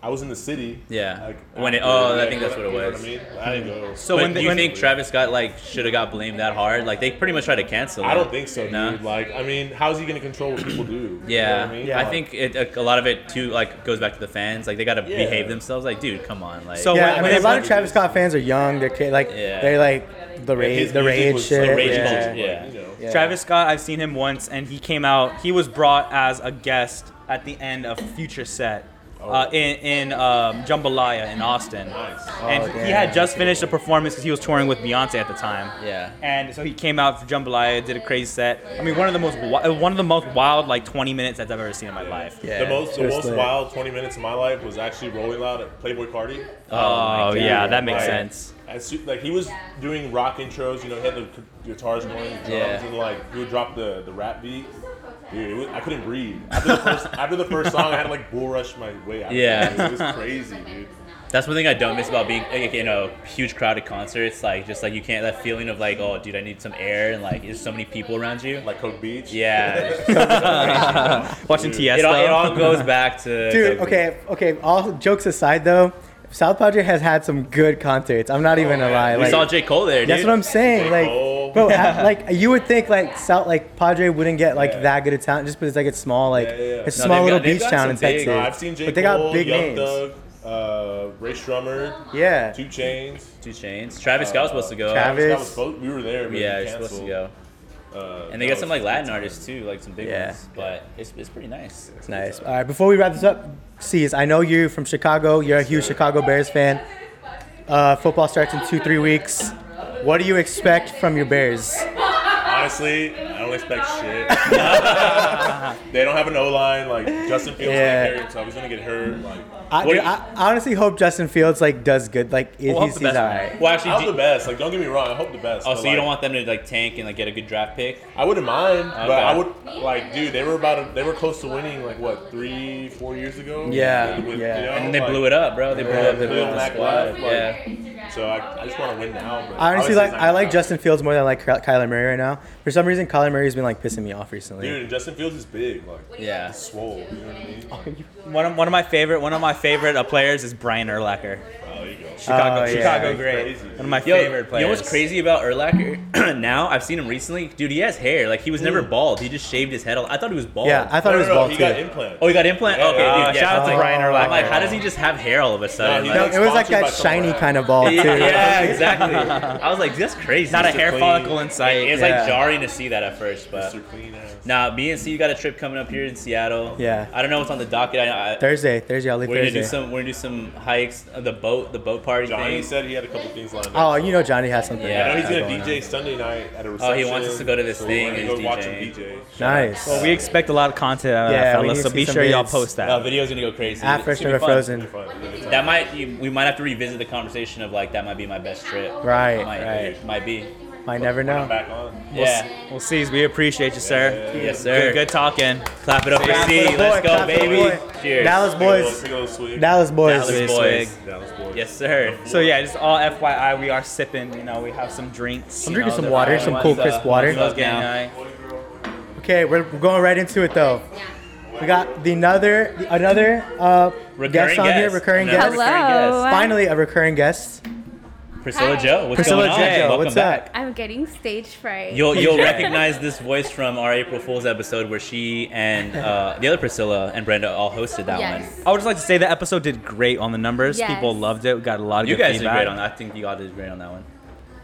I was in the city.
Yeah.
Like,
When it-
after,
oh, I
like,
think that's what it
you know
was.
I mean, I didn't go.
So
so
when
when
the-
do you
when-
think Travis Scott like should have got blamed that hard? Like they pretty much tried to cancel.
I
him.
don't think so, dude.
No?
Like, I mean, how's he gonna control what people do?
Yeah,
You know what I mean?
Yeah.
I think it, a, a lot of it too like goes back to the fans. Like they gotta
Yeah.
behave themselves. Like, dude, come on. Like,
So-
Yeah.
when-
I mean, a
whenever-
lot of Travis Scott fans are young. They're kid, like
Yeah.
they're like the rage,
His
the
music
rage
was
shit.
so rage
yeah.
culture, like,
Yeah.
you know.
Yeah.
Travis Scott, I've seen him once, and he came out. He was brought as a guest at the end of Future Set uh, in in um, Jambalaya in Austin,
Oh. Nice.
and
Oh,
he
damn.
had just finished a performance because he was touring with Beyonce at the time.
yeah.
And so he came out for Jambalaya, did a crazy set. I mean, one of the most wi- one of the most wild like 20 minutes that I've ever seen in my life.
Yeah,
the most, the
just
most
lit.
wild 20 minutes of my life was actually rolling loud at Playboy Cardi.
Oh,
my God.
yeah, that makes
Like,
sense.
As soo- like he was doing rock intros, you know, he had the gu- guitars going, drums,
Yeah.
and like he would drop the, the rap beat, Dude, it was, I couldn't breathe. After the, first, after the first song, I had to like bull rush my way out.
Yeah.
It was crazy, dude.
That's one thing I don't miss about being like, in a huge crowded concert. It's like just like you can't that feeling of like, oh, dude, I need some air and like there's so many people around you.
Like Coke Beach.
Yeah,
Watching Tiesto.
it all, it all goes back to
Dude,
Kobe.
okay, okay. All jokes aside, though, South Padre has had some good concerts. I'm not even a
yeah.
lie.
We
Like,
saw J Cole there. Dude.
that's what I'm saying.
J. Cole.
Like, bro, ha- like you would think like South, like Padre wouldn't get like
Yeah.
that good a talent just because like it's small, like
Yeah, yeah, yeah.
it's a
No, they've
small little
got- they've
beach
got
town
some
in
big-
Texas.
No, I've seen J.
but they got
Cole,
big
Young
names.
Thug, uh, Ray Strummer,
Yeah,
Two Chains.
Two Chains. Travis Scott was supposed to go.
Travis-
That was supposed- we were there, but
Yeah,
he
he's supposed to
canceled.
go.
Uh,
And they
that
got some
was-
like Latin artists too, like some big
Yeah.
ones. But it's, it's pretty nice.
it's nice. All right, before we wrap this up, C's, I know you're from Chicago. You're a huge Chicago Bears fan. Uh, football starts in two, three weeks. What do you expect from your Bears?
Honestly, I don't expect shit. they don't have an O line. Like Justin Fields
Yeah.
yeah. gonna carry himself. He's gonna get hurt. Like
I,
What
dude,
do you-
I I honestly hope Justin Fields like does good. Like he-
Well, hope
he's,
the
he's all
best.
right.
Well,
I hope
actually,
the
do,
best. Like don't get me wrong. I hope the best.
oh,
but,
so you don't
like,
want them to like tank and like get a good draft pick?
I wouldn't mind, but
Okay.
I would like, dude. They were about. they were close to winning. Like what, three, four years ago?
Yeah,
With-
yeah.
And then they
like-
blew it up, bro. They blew
Yeah,
up the,
blew
the
Mac
squad.
Live, like-
yeah.
So I, I just want to win now. But
I
obviously
honestly like
it's not
I like
gonna
Justin Fields more than I like Ky- Kyler Murray right now. For some reason, Kyler Murray's been like pissing me off recently.
happen. Dude, and Justin Fields is big. Like
Yeah.
swole. You know what I mean?
One of, one of my favorite one of my favorite uh, players is Brian Urlacher.
Oh, there you go.
Chicago,
Oh, yeah.
Chicago
That's
great.
crazy.
One of my
Yo,
favorite
You
players.
know what's crazy about Erlacher now? I've seen him recently. Dude, he has hair. Like, he was never bald. He just shaved his head. all- I thought he was bald.
Yeah, I thought
no,
it was
no, no,
bald
he
too.
got implant.
Oh, he got implant?
Yeah,
okay,
yeah.
dude. Yeah.
Shout out to
Oh.
Brian
I'm
Urlacher.
like, how does he just have hair all of a sudden?
Yeah,
No,
like,
it was like
Sponsored by
that shiny
someone.
kind of ball too.
yeah, yeah, exactly. I was like, that's crazy.
Not a hair
clean.
follicle in sight.
It's
Yeah.
like jarring to see that at first, but
Mr. Clean ass.
now nah, me and C got a trip coming up here in Seattle.
Yeah.
I don't know what's on the docket. I, I,
Thursday, Thursday, I'll leave
we're gonna do
Thursday.
some. We're gonna do some hikes. uh, The boat. The boat party
Johnny
thing.
said he had a couple things lined up.
oh, you know Johnny has something.
Yeah,
I know he's
going
gonna DJ Sunday night at a reception.
Oh, he wants us to go to this
so
thing
We're
and
gonna
he's
go watch him
DJing.
DJ.
Nice.
Well, we expect a lot of content out of
Yeah,
that,
we
fellas,
need
so
to
be
see
sure
some
y'all
vids.
post that.
Uh, video's gonna go crazy.
At
It's
Fresh
gonna
Never
be fun.
Frozen.
That might. You, we might have to revisit the conversation of like that might be my best trip.
Right,
Might,
right.
Might be.
Might never
Put him
know.
back on.
Yeah.
Well, C's, we appreciate you, sir.
Yes, sir.
Good, good talking.
Clap it up for
Clap for
C.
the boy,
Let's go,
clap for the
baby.
boy.
Cheers.
Dallas
Take a little-
boys.
Take a little swig.
Dallas boys.
Dallas
Boys.
boys.
Dallas boys.
Yes, sir.
So yeah, just all FYI, we are sipping. You know, we have some drinks.
I'm
you
drinking
know,
some
they're
water,
fine
some
ones,
cool
uh,
crisp water.
those getting
Now.
high.
Okay, we're we're going right into it though. We got the another the another uh, guest on here, recurring
Hello.
guest.
Another recurring guest.
Finally, a recurring guest.
Priscilla
Hi.
Joe. What's
Priscilla
going on?
Joe,
Welcome
what's
back.
up?
I'm getting stage fright.
You'll you'll
Yeah.
recognize this voice from our April Fool's episode where she and uh, the other Priscilla and Brenda all hosted that
yes.
I would just like to say that episode did great on the numbers.
Yes.
People loved it. We got a lot
one.
of
You
good
guys
feedback.
did great on that. I think you all did great on that one.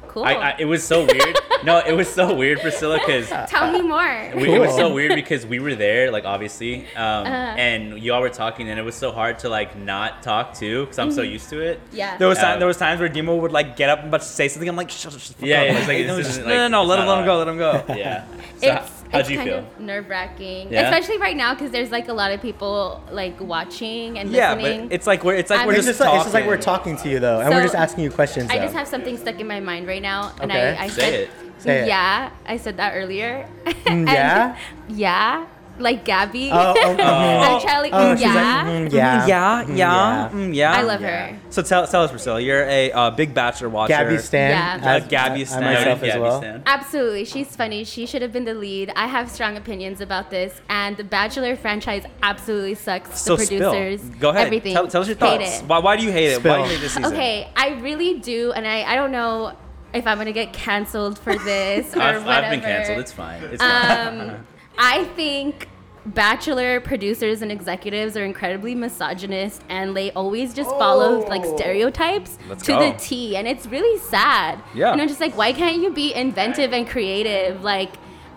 Cool.
I, I, it was so weird. no, it was so weird, Priscilla, because
Tell me more.
we, it was
Cool.
so weird because we were there, like obviously, um,
Uh-huh.
and y'all were talking, and it was so hard to like not talk to because I'm so used to it.
Mm-hmm.
Uh,
yeah.
There was
Yeah.
time, there was times where Demo would like get up and about to say something. I'm like, shut, shut, shut the fuck
Yeah,
up.
yeah,
Like,
it's like,
no,
this
just-
isn't,
no, no,
like,
no,
it's
let him,
not
let him
on.
go, let him go.
Yeah. So
it's
how- how'd
it's
you
kind
feel?
of nerve wracking,
Yeah?
especially right now because there's like a lot of people like watching and
Yeah,
listening.
but it's like we're it's like
I'm-
we're
It's
just,
just, like, it's just like we're
talking.
talking to you though, and we're
So,
just asking you questions.
I
though.
just have something stuck in my mind right now, and
Okay.
I, I
Say
said,
it.
Say it.
yeah, I said that earlier. And
Mm, yeah?
yeah, like Gabby.
Oh, oh, mhm.
I'm trying to, like,
Oh, she's
yeah.
like, mm, yeah,
yeah,
mm,
yeah, mm, yeah.
I love
Yeah.
her.
So tell, tell us, Priscilla, you're a uh, big Bachelor watcher.
Gabby Stan.
Yeah.
as-
Uh, Gabby
I-
Stan.
I myself
Gabby
as well.
Stan.
Absolutely. She's funny. She should have been the lead. I have strong opinions about this. And the Bachelor franchise absolutely sucks.
So
the producers.
spill. Go ahead.
Everything.
Tell, tell us your
Hate
thoughts.
it.
Why, why do you hate it? Why do
Spill.
you hate this season?
Okay, I really do. And I, I don't know if I'm going to get canceled for this or
I've,
whatever.
I've been canceled. It's fine. It's fine.
um, I think Bachelor producers and executives are incredibly misogynist, and they always just follow like stereotypes
Let's
to
go.
the T, and it's really sad.
Yeah.
and I'm just like, why can't you be inventive and creative like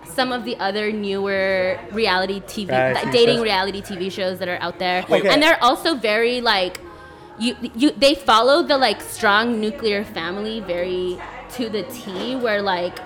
some of the other newer reality TV,
Right,
like,
TV
dating
shows.
reality TV shows that are out there?
Wait,
And
wait.
they're also very like. You, you they follow the like strong nuclear family very to the T where like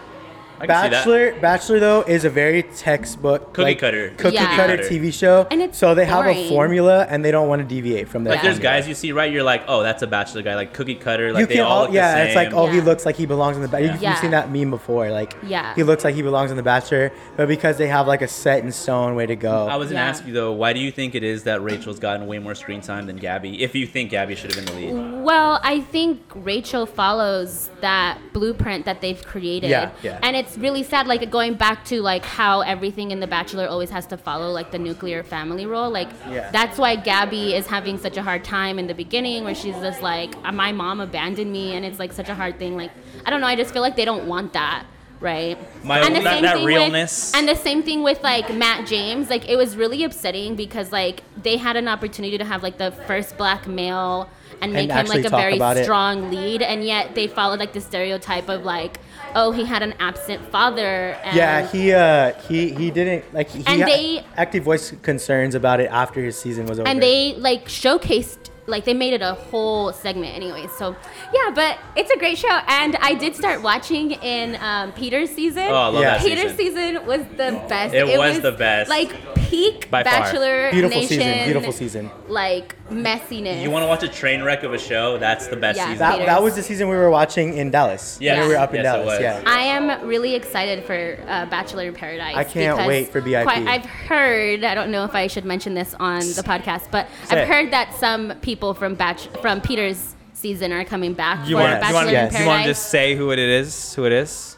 I can see that.
Bachelor, Bachelor though is a very textbook
Cookie cutter.
cookie
Yeah.
cutter TV show,
And it's
so they have
boring.
a formula and they don't want to deviate from that.
Like,
There's
Yeah.
guys you see, right? You're like, oh, that's a bachelor guy, like cookie cutter, like
you
they
can
all look
all,
the
yeah,
same.
it's like oh he
Yeah.
looks like he belongs in the. Ba- you,
Yeah.
You've seen that meme before, like
Yeah.
he looks like he belongs in the Bachelor, but because they have like a set in stone way to go.
I was gonna
Yeah.
ask you though, why do you think it is that Rachel's gotten way more screen time than Gabby? If you think Gabby should have been the lead,
Well, I think Rachel follows that blueprint that they've created.
Yeah, yeah.
And it's really sad, like going back to like how everything in The Bachelor always has to follow like the nuclear family role. Like
Yeah.
that's why Gabby is having such a hard time in the beginning where she's just like, "Uh, My mom abandoned me and it's like such a hard thing. Like I don't know, I just feel like they don't want that. Right.
My- that- that realness.
With, and the same thing with like Matt James. Like it was really upsetting because like they had an opportunity to have like the first black male and make him
actually
like a
talk
very
about it.
strong lead, and yet they followed like the stereotype of like, oh, he had an absent father. And
yeah, he uh he he didn't like he
And
had
they-
active voice concerns about it after his season was over.
and they like showcased like they made it a whole segment anyway so yeah but it's a great show and i did start watching in um, peter's season
Oh, I love
Yeah.
that
peter's
season.
season was the best
It was the best.
like peak
By far.
bachelor
beautiful
nation
season, beautiful season.
like messiness
you want to watch a train wreck of a show? That's the best
Yeah.
season.
That, that
Peters.
was the season we were watching in Dallas.
Yes.
Yeah, we were up in
Yes, it
Dallas.
was.
Yeah.
I am really excited for uh, Bachelor in Paradise.
I can't
because
wait for BIP.
quite- I've heard. I don't know if I should mention this on the podcast, but
Say it.
I've heard that some people from Batch from Peter's season are coming back for
You want
wanna-
you
Bachelor
want
wanna-
in
yes.
Paradise.
you want to just say who it is? Who it is?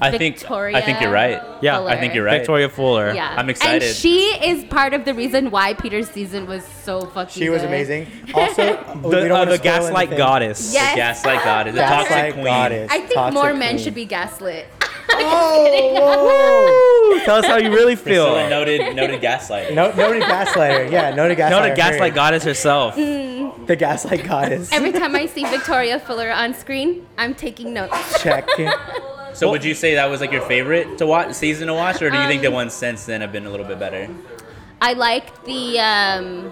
I think I think you're right.
Yeah,
Fuller.
I think you're right.
Victoria Fuller.
Yeah,
I'm excited.
And she is part of the reason why Peter's season was so fucking.
She was
good.
amazing. Also, we
The,
don't
uh,
wanna
the
spoil
gaslight
anything.
goddess.
Yes.
The gaslight goddess, the
Gaslight
toxic queen.
goddess.
I think
Toxic
more men
queen.
should be gaslit.
Oh,
Ooh, Tell us how you really feel.
Priscilla noted noted gaslight.
no, nobody gaslighter. Yeah, nobody
No,
gaslighter.
the gaslight goddess herself.
god. The gaslight goddess.
Mm. Every time I see Victoria Fuller on screen, I'm taking notes.
Check.
So would you say that was like your favorite to watch season to watch, or do you think the
Um,
ones since then have been a little bit better?
I liked the um,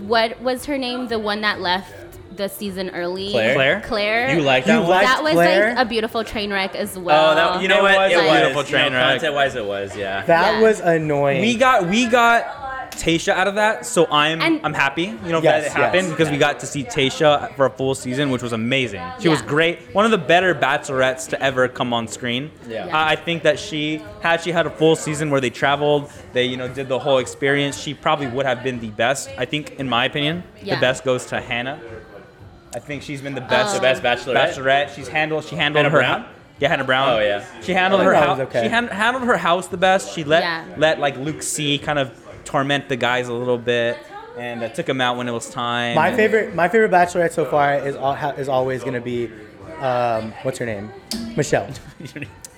what was her name? The one that left the season early.
Claire?
Claire?
Claire.
You like that
You
one?
liked
that was
Claire?
like a beautiful train wreck as well.
Oh, that- you know
it
what?
Was,
It
it
was.
was.
Beautiful train wreck.
Content wise, it was. Yeah.
That
Yeah.
was annoying.
We got we got Tasha out of that, so I'm
And-
I'm happy. You know
Yes,
that it happened
yes.
because we got to see Tasha for a full season, which was amazing. She was
Yeah.
great, one of the better bachelorettes to ever come on screen.
Yeah.
I I think that she had she had a full season where they traveled, they you know did the whole experience. She probably would have been the best. I think, in my opinion,
Yeah.
the best goes to Hannah. I think she's been the best.
Oh.
the best bachelorette.
Bachelorette. She's handled. She handled
Hannah
her.
Brown?
Yeah, Hannah Brown.
Oh, yeah.
She handled her
Hannah Brown
house.
was okay.
She hand, handled her house the best. She let
Yeah.
let like Luke C kind of torment the guys a little bit, and uh, took him out when it was time.
my
And-
favorite. My favorite Bachelorette so far is all, ha- is always gonna be, um, what's her name, Michelle.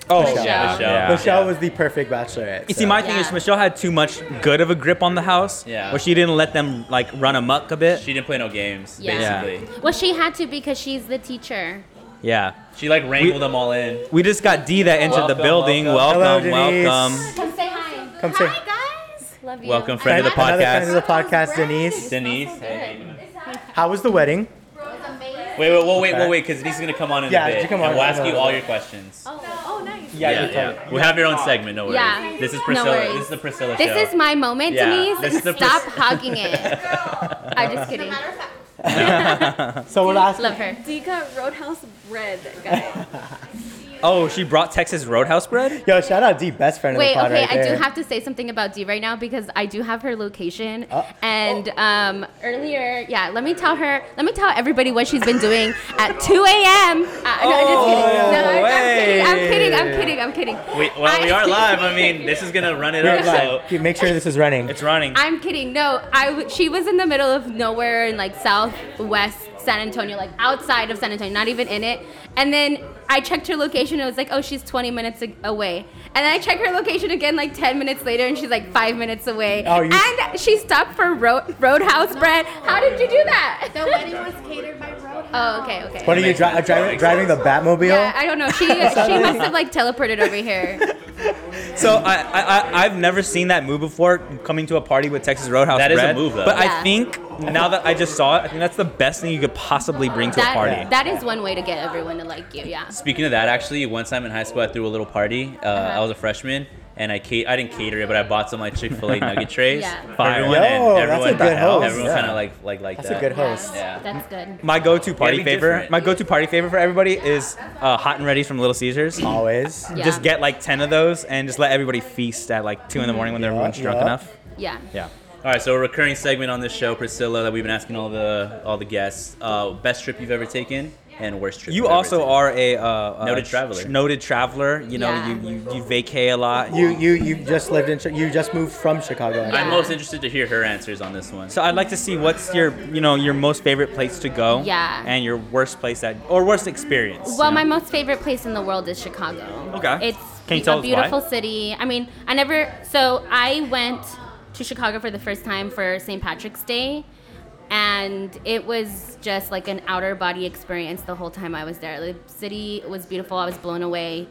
Oh
Michelle.
yeah.
Michelle.
yeah.
Michelle
Yeah.
was the perfect Bachelorette.
You
so.
see, my thing
Yeah.
is Michelle had too much good of a grip on the house,
Yeah.
where she didn't let them like run amok a bit.
She didn't play no games,
Yeah.
basically.
Well, she had to because she's the teacher.
yeah,
She like wrangled them all in.
we just got D that entered
Welcome,
the building.
welcome.
Welcome, welcome.
Hello, Denise.
Come say hi.
Come say-
hi, guys. Love you.
Welcome, friend of the
Another friend of the
podcast,
podcast, Denise.
Denise.
How was the wedding?
Wait, wait, wait, wait,
Okay.
wait, wait, because Denise is gonna come on in
Yeah,
a bit,
she come on.
and we'll ask
No,
you
no,
all
no.
your questions.
Oh, nice.
Yeah,
yeah,
you
yeah.
can-
We'll have your own segment. No worries.
Yeah.
This is
No
Priscilla.
worries.
this is the Priscilla show.
This is my moment,
Yeah, this
Denise.
is the
Stop
pres-
hogging it. I'm just kidding.
So we're last.
Love her.
Dika Roadhouse bread guy.
Oh, she brought Texas Roadhouse bread.
Yo, shout out D, best friend
Wait,
of the pod
okay,
right there.
I do have to say something about D right now because I do have her location.
Uh,
and um, earlier, yeah, let me tell her, let me tell everybody what she's been doing at 2 a.m. Uh, no, I'm just
Oh,
kidding. No, I'm, I'm kidding.
Oh.
I'm kidding. I'm kidding. I'm kidding.
We, well, we
I-
are live. I mean, this is gonna run it
You're
up. So
live. You Make sure this is running.
It's running.
I'm kidding. No, I w- she was in the middle of nowhere in like southwest San Antonio, like outside of San Antonio, not even in it. And then I checked her location. And it was like, oh, she's 20 minutes a- away. And then I check her location again like 10 minutes later, and she's like five minutes away.
Oh, you-
and she stopped for ro- Roadhouse bread. How did you do that?
the wedding was catered by Roadhouse.
Oh, okay, okay.
What are you
makes
dri-
sense.
driving?
Makes
Driving the Batmobile?
Yeah, I don't know. She she must have like teleported over here.
So I, I, I I've never seen that move before. Coming to a party with Texas Roadhouse.
That is a
Red,
move, though.
But I
Yeah.
think now that I just saw it, I think that's the best thing you could possibly bring to a party.
That that is one way to get everyone to like you. Yeah.
Speaking of that, actually, one time in high school, I threw a little party. Uh,
Uh-huh.
I was a freshman, and I ca- I didn't cater it, but I bought some like Chick Fil A nugget trays
Yeah.
for
Fire.
everyone, and
Yo, that's
everyone,
a good host.
everyone
Yeah.
kind of like like like
That's
that.
a good host.
Yeah.
Mm-hmm.
That's good.
My go-to party
be
favor.
different.
My go-to party favor for everybody is uh, hot and ready from Little
Mm.
Caesars.
Always.
Yeah.
Just get like ten of those and just let everybody feast at like two in the morning when everyone's drunk
yeah.
enough.
Yeah.
Yeah.
All right, so a recurring segment on this show, Priscilla, that we've been asking all the all the guests, uh, best trip you've ever taken and worst trip.
You
you've ever
also
taken.
are a uh,
Noted
uh,
traveler.
tr- noted traveler. You know,
Yeah.
you, you you vacay a lot.
You you you just lived in. Chi- You just moved from Chicago. I think.
I'm most interested to hear her answers on this one.
So I'd like to see what's your you know your most favorite place to go.
Yeah.
And your worst place that or worst experience.
Well,
you
my
know?
most favorite place in the world is Chicago.
Okay.
It's
Can you
a
tell us why?
beautiful city. I mean, I never. So I went to Chicago for the first time for St. Patrick's Day, and it was just like an outer body experience the whole time I was there. The city was beautiful. I was blown away,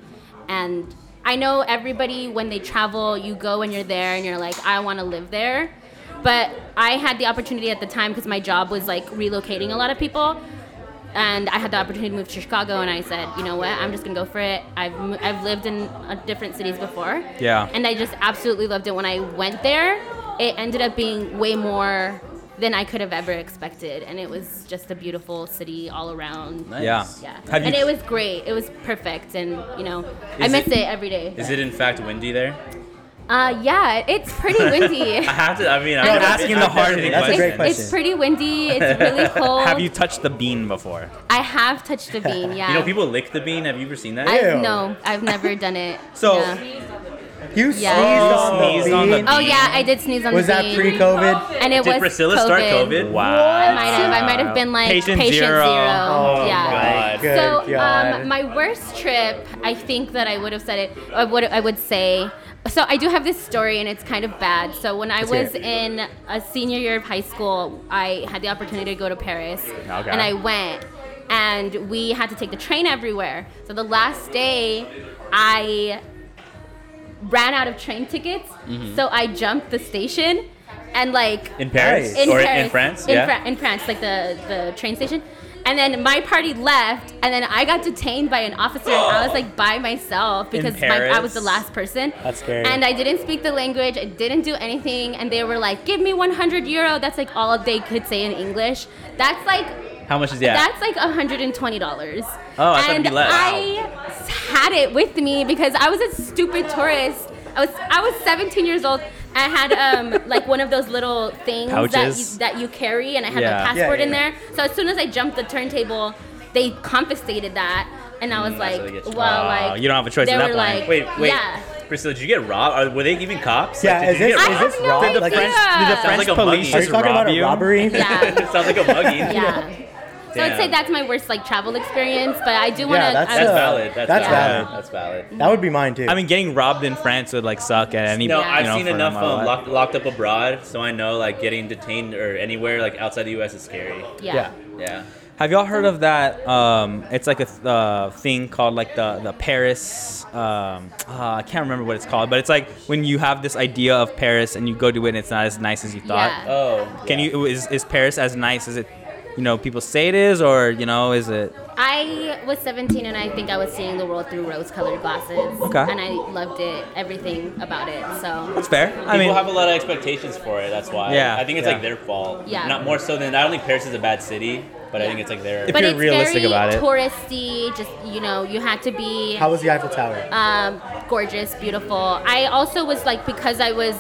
and I know everybody when they travel, you go and you're there, and you're like, I want to live there. But I had the opportunity at the time because my job was like relocating a lot of people and I had the opportunity to move to Chicago, and I said, you know what, I'm just gonna go for it. I've mo- I've lived in uh, different cities before,
Yeah.
and I just absolutely loved it. When I went there, it ended up being way more than I could have ever expected, and it was just a beautiful city all around.
Nice.
yeah.
Yeah,
Have
and
you-
it was great. It was perfect, and you know, I
Is
miss
it-
it, every day.
Is it in fact windy there?
Uh, yeah, it's pretty windy.
I have to. I mean, I'm
No, that's-
asking the
that's a
hard
great
That's a great
question.
question.
It's pretty windy. It's really cold.
Have you touched the bean before?
I have touched a bean. Yeah.
You know, people lick the bean. Have you ever seen that?
I,
Ew.
no, I've never done it.
So-
Yeah.
You
Yeah.
sneezed
Sneezed
on
on
the
the
bean.
Oh yeah, I did sneeze on
Was
the
that
bean.
pre-COVID?
And it
Did
was
Priscilla
COVID.
start COVID?
Wow.
I might have. I might have been like
Patient
patient,
zero.
zero.
Oh
yeah.
my
God.
good
So
God.
um, my worst trip, I think that I would have said it. I would. I would say. So I do have this story, and it's kind of bad. So when I
hear
was
it.
in a senior year of high school, I had the opportunity to go to Paris,
Okay.
and I went. And we had to take the train everywhere. So the last day, I ran out of train tickets, so I jumped the station, and like
In Paris
Nice.
in
or
Paris,
in France?
in,
yeah.
Fra- in France, like the the train station. And then my party left, and then I got detained by an officer, and I was like by myself because my, I was the
Paris?
last person.
That's scary.
And I didn't speak the language. I didn't do anything, and they were like, "Give me 100 euro." That's like all they could say in English. That's like
How much is that?
that's like $120.
Oh, I thought it'd
and
be less.
I had it with me because I was a stupid tourist. I was I was 17 years old. I had um like one of those little things that
Pouches?
you, that you carry, and I had
Yeah.
my
Yeah,
passport
yeah,
in
yeah.
there. So as soon as I jumped the turntable, they confiscated that, and I was
Mm, that's how they
like,
get you.
well,
Wow,
like
you don't have a choice
They
in that
were
point.
like,
wait, wait.
yeah.
Priscilla, did you get robbed? Are, were they even cops?
Yeah,
Like,
is
did
this-
you get
is
robbed?
this wrong?
Did the
Like,
French-
Did the
Yeah.
French
Sounds like a
police
muggy.
Are
just
you talking
rob
about a
you?
robbery?
Yeah.
Sounds like a buggy.
yeah. So I'd say
Damn.
that's my worst like travel experience, but I do want to.
that's,
That's
uh,
valid. That's,
that's
valid.
valid.
That's valid.
That would be mine too.
I mean, getting robbed in France would like suck at any.
No,
you
I've
know,
seen
for
enough
my life.
um, locked, locked up abroad, so I know like getting detained or anywhere like outside the U.S. is scary.
yeah.
yeah.
Yeah.
Have y'all heard of that? Um, it's like a th- uh, thing called like the the Paris. Um, uh, I can't remember what it's called, but it's like when you have this idea of Paris and you go to it and it's not as nice as you thought.
Yeah.
Oh.
Can
yeah.
you is, is Paris as nice as it? You know, people say it is, or you know, is it?
I was 17 and I think I was seeing the world through rose colored glasses.
Okay.
And I loved it, everything about it. So,
It's fair. I
People
mean,
have a lot of expectations for it. That's why.
Yeah,
I think it's
yeah.
like their fault.
Yeah.
Not more so than I don't think Paris is a bad city, but I think it's like their.
If-
but
you're
it's
realistic
very
about it.
touristy, just, you know, you had to be
How was the Eiffel Tower?
um, gorgeous, beautiful. I also was like, because I was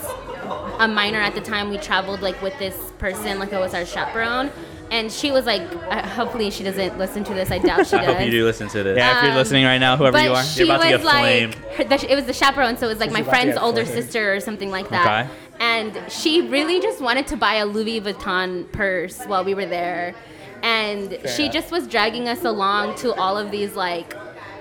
a minor at the time, we traveled like with this person, like I was our chaperone. And she was like, uh, hopefully she doesn't listen to this. I doubt she
I
does.
hope you do listen to this.
yeah. if you're
um,
listening right now, whoever
but
you are,
she
You're about to
was
get
like,
flamed.
her, that she- it was the chaperone, so it was like my
about to
friend's
get
older
flamed.
sister or something like that.
Okay.
And she really just wanted to buy a Louis Vuitton purse while we were there, and she
enough.
just was dragging us along to all of these like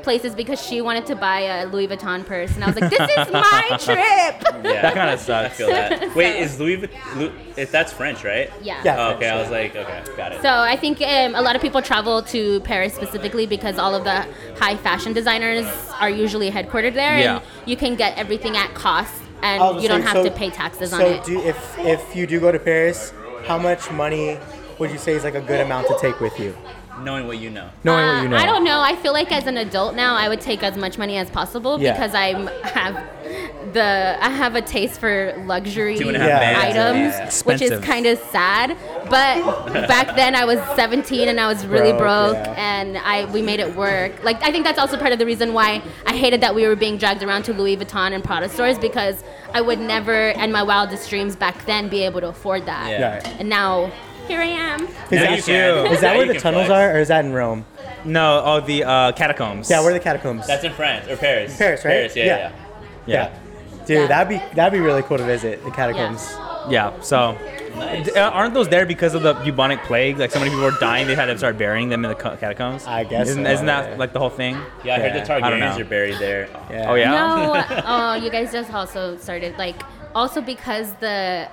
places because she wanted to buy a Louis Vuitton purse, and I was like, "This is my trip."
Yeah,
That kinda
I
sucks.
feel that. Wait, is Louis? Vu- Lu- if that's French, right?
Yeah.
Yeah.
Oh, okay, I was like, okay, got it.
So I think um, a lot of people travel to Paris specifically because all of the high fashion designers are usually headquartered there,
Yeah.
and you can get everything at cost, and
I was
you don't
gonna
have
say,
to pay taxes
so
on it.
So do if if you do go to Paris, how much money would you say is like a good amount to take with you?
Knowing what you know.
Knowing what
Uh,
you know.
I don't know. I feel like as an adult now, I would take as much money as possible
Yeah.
because I have the I have a taste for luxury
Two and a
half Yeah. bands.
items,
Yeah.
which is
Expensive.
kind of sad. But back then, I was 17 and I was really
Broke,
broke,
yeah.
and I we made it work. Like I think that's also part of the reason why I hated that we were being dragged around to Louis Vuitton and Prada stores because I would never, in my wildest dreams back then, be able to afford that.
Yeah.
Yeah.
And now here I am.
Is
Now
that,
you can.
is that
Now
where the
you can
tunnels
flex.
are, or is that in Rome?
No, oh the uh, catacombs.
Yeah, where are the catacombs?
That's in France or Paris.
Paris, right?
Paris, yeah,
Yeah.
yeah.
yeah. Dude,
Yeah.
that'd be that'd be really cool to visit the catacombs.
Yeah, so D- uh, aren't those there because of the bubonic plague? Like so many people were dying, they had to start burying them in the ca- catacombs.
I guess
Isn't,
so,
isn't that
yeah.
like the whole thing?
yeah. I heard the
Yeah, I don't
Targaryens
know.
are buried there.
Yeah.
Oh yeah.
No, oh, you guys just also started like also because the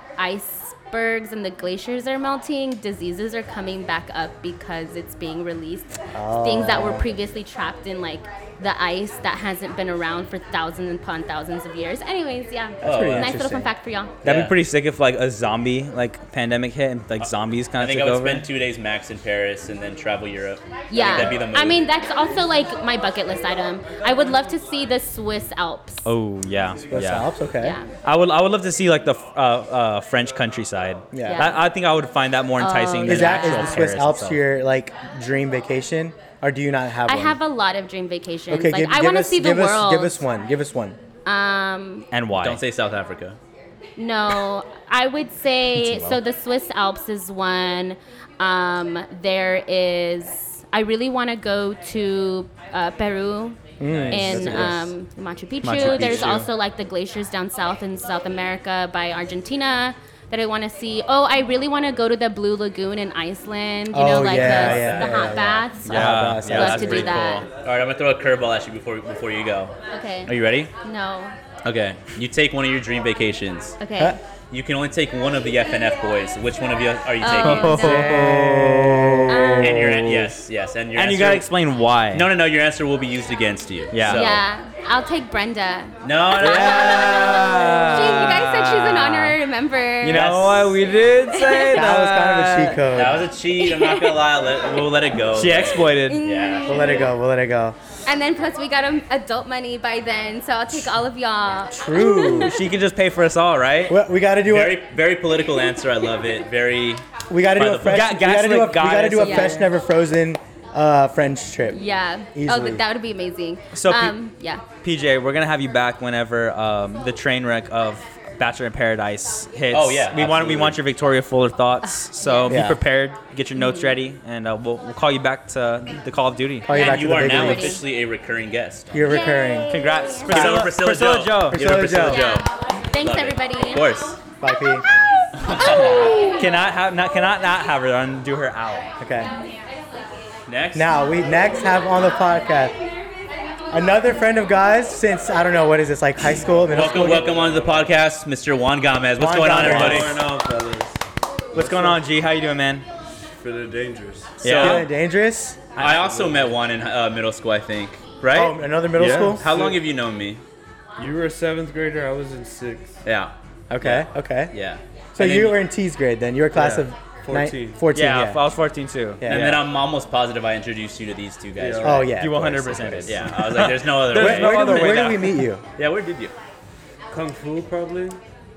icebergs and the glaciers are melting, diseases are coming back up because it's being released. Things that were
Oh.
previously trapped in like the ice that hasn't been around for thousands upon thousands of years. Anyways, yeah.
Oh, pretty wow.
nice little
interesting.
fun fact for y'all.
That'd
Yeah.
be pretty sick if like a zombie like pandemic hit and like zombies kind
Uh, I
of
think
took
I would
over.
spend two days max in Paris and then travel Europe.
Yeah.
I think that'd be the move.
I mean, that's also like my bucket list item. I would love to see the Swiss Alps.
oh yeah,
The
yeah.
Alps, okay.
Yeah.
I would I would love to see like the f- uh, uh, French countryside.
Yeah. Uh,
Yeah.
I, I think I would find that more enticing. than
Is that is
actual
the Swiss
Paris
Alps
itself.
your like dream vacation, or do you not have?
I
one?
have a lot of dream vacations.
Okay,
like
give,
I
give
want to
us-
see the
give us,
world.
Give us one. Give us one.
um
and why?
don't say South Africa.
No, I would say so. The Swiss Alps is one. Um, there is. I really want to go to uh, Peru in um, Machu Picchu.
Machu
There's
Picchu.
also like the glaciers down south in South America by Argentina that I want to see. Oh, I really want to go to the Blue Lagoon in Iceland. You know,
Oh,
like
yeah,
the,
yeah,
the
yeah,
hot
yeah.
baths.
yeah,
that's-
yeah,
Love
that's
to do
pretty
that.
Cool. All right, I'm gonna throw a curveball at you before before you go.
Okay.
Are you ready?
no.
Okay. You take one of your dream vacations.
Okay.
Huh?
You can only take one of the FNF boys. Which one of you are you taking?
Oh, no. Um,
And your an- yes, yes, and your
Oh. And you
answer-
gotta explain why.
No, no, no. Your answer will be used against you.
Yeah.
So-
Yeah, I'll take Brenda.
No, no.
She, you guys said she's an honorary member.
You know what? We did say that.
That was kind of a cheat code.
That was a cheat. Uh, I'm not gonna lie. Let, we'll let it go.
She exploited.
Yeah.
We'll let it go. We'll let it go.
And then plus we got um, adult money by then, so I'll take all of y'all.
True.
she can just pay for us all, right?
Well, we gotta do
Very,
it.
very political answer. I love it. Very.
We gotta do
By
a
the-
fresh.
Ga-
we gotta do a,
gaslit
we gotta do a
goddess.
fresh, never frozen, uh, French trip.
Yeah. Oh,
Easily.
th- that would be amazing.
So pe-
um, yeah.
PJ, we're gonna have you back whenever um, the train wreck of Bachelor in Paradise hits.
Oh, yeah,
we want we
absolutely.
want your Victoria Fuller thoughts. So
Yeah.
be prepared, get your notes ready, and uh, we'll, we'll call you back to the Call of Duty.
Call you Oh, back to
And you
the
are
big
now
leagues.
officially a recurring guest.
You're recurring.
Congrats,
Give it up for Priscilla,
Priscilla
Joe. Give it up for
Priscilla Joe.
Priscilla Joe.
Thanks
Love it.
everybody.
Of course.
Bye, P.
Cannot have not cannot not have her on. Do her out.
Okay.
Next.
Now we next have on the podcast another friend of guys since I don't know what is this like high school, middle
Welcome,
school.
welcome onto the podcast, Mr. Juan Gomez. What's
Juan
going
Gomez.
on,
What's
everybody?
on, fellas?
What's going on, G? How you doing, man?
Feeling dangerous.
Feeling
Yeah.
dangerous?
I also met Juan in uh, middle school, I think. Right?
Oh, another middle
Yeah.
school.
How long have you known me?
You were a seventh grader. I was in sixth.
Yeah.
Okay. Okay.
Yeah.
So
And then-
you were in T's grade then. You were class
Yeah,
of ni-
14.
Fourteen.
Yeah,
Yeah.
I was 14 too.
Yeah.
And then I'm almost positive I introduced you to these two guys.
Yeah.
right?
Oh yeah.
you
of course.
100 percent.
Yeah. I was like, there's no other
There's
way.
Where, where,
no other
did,
way
where did
now.
we meet you?
yeah. Where did you?
Kung Fu, probably.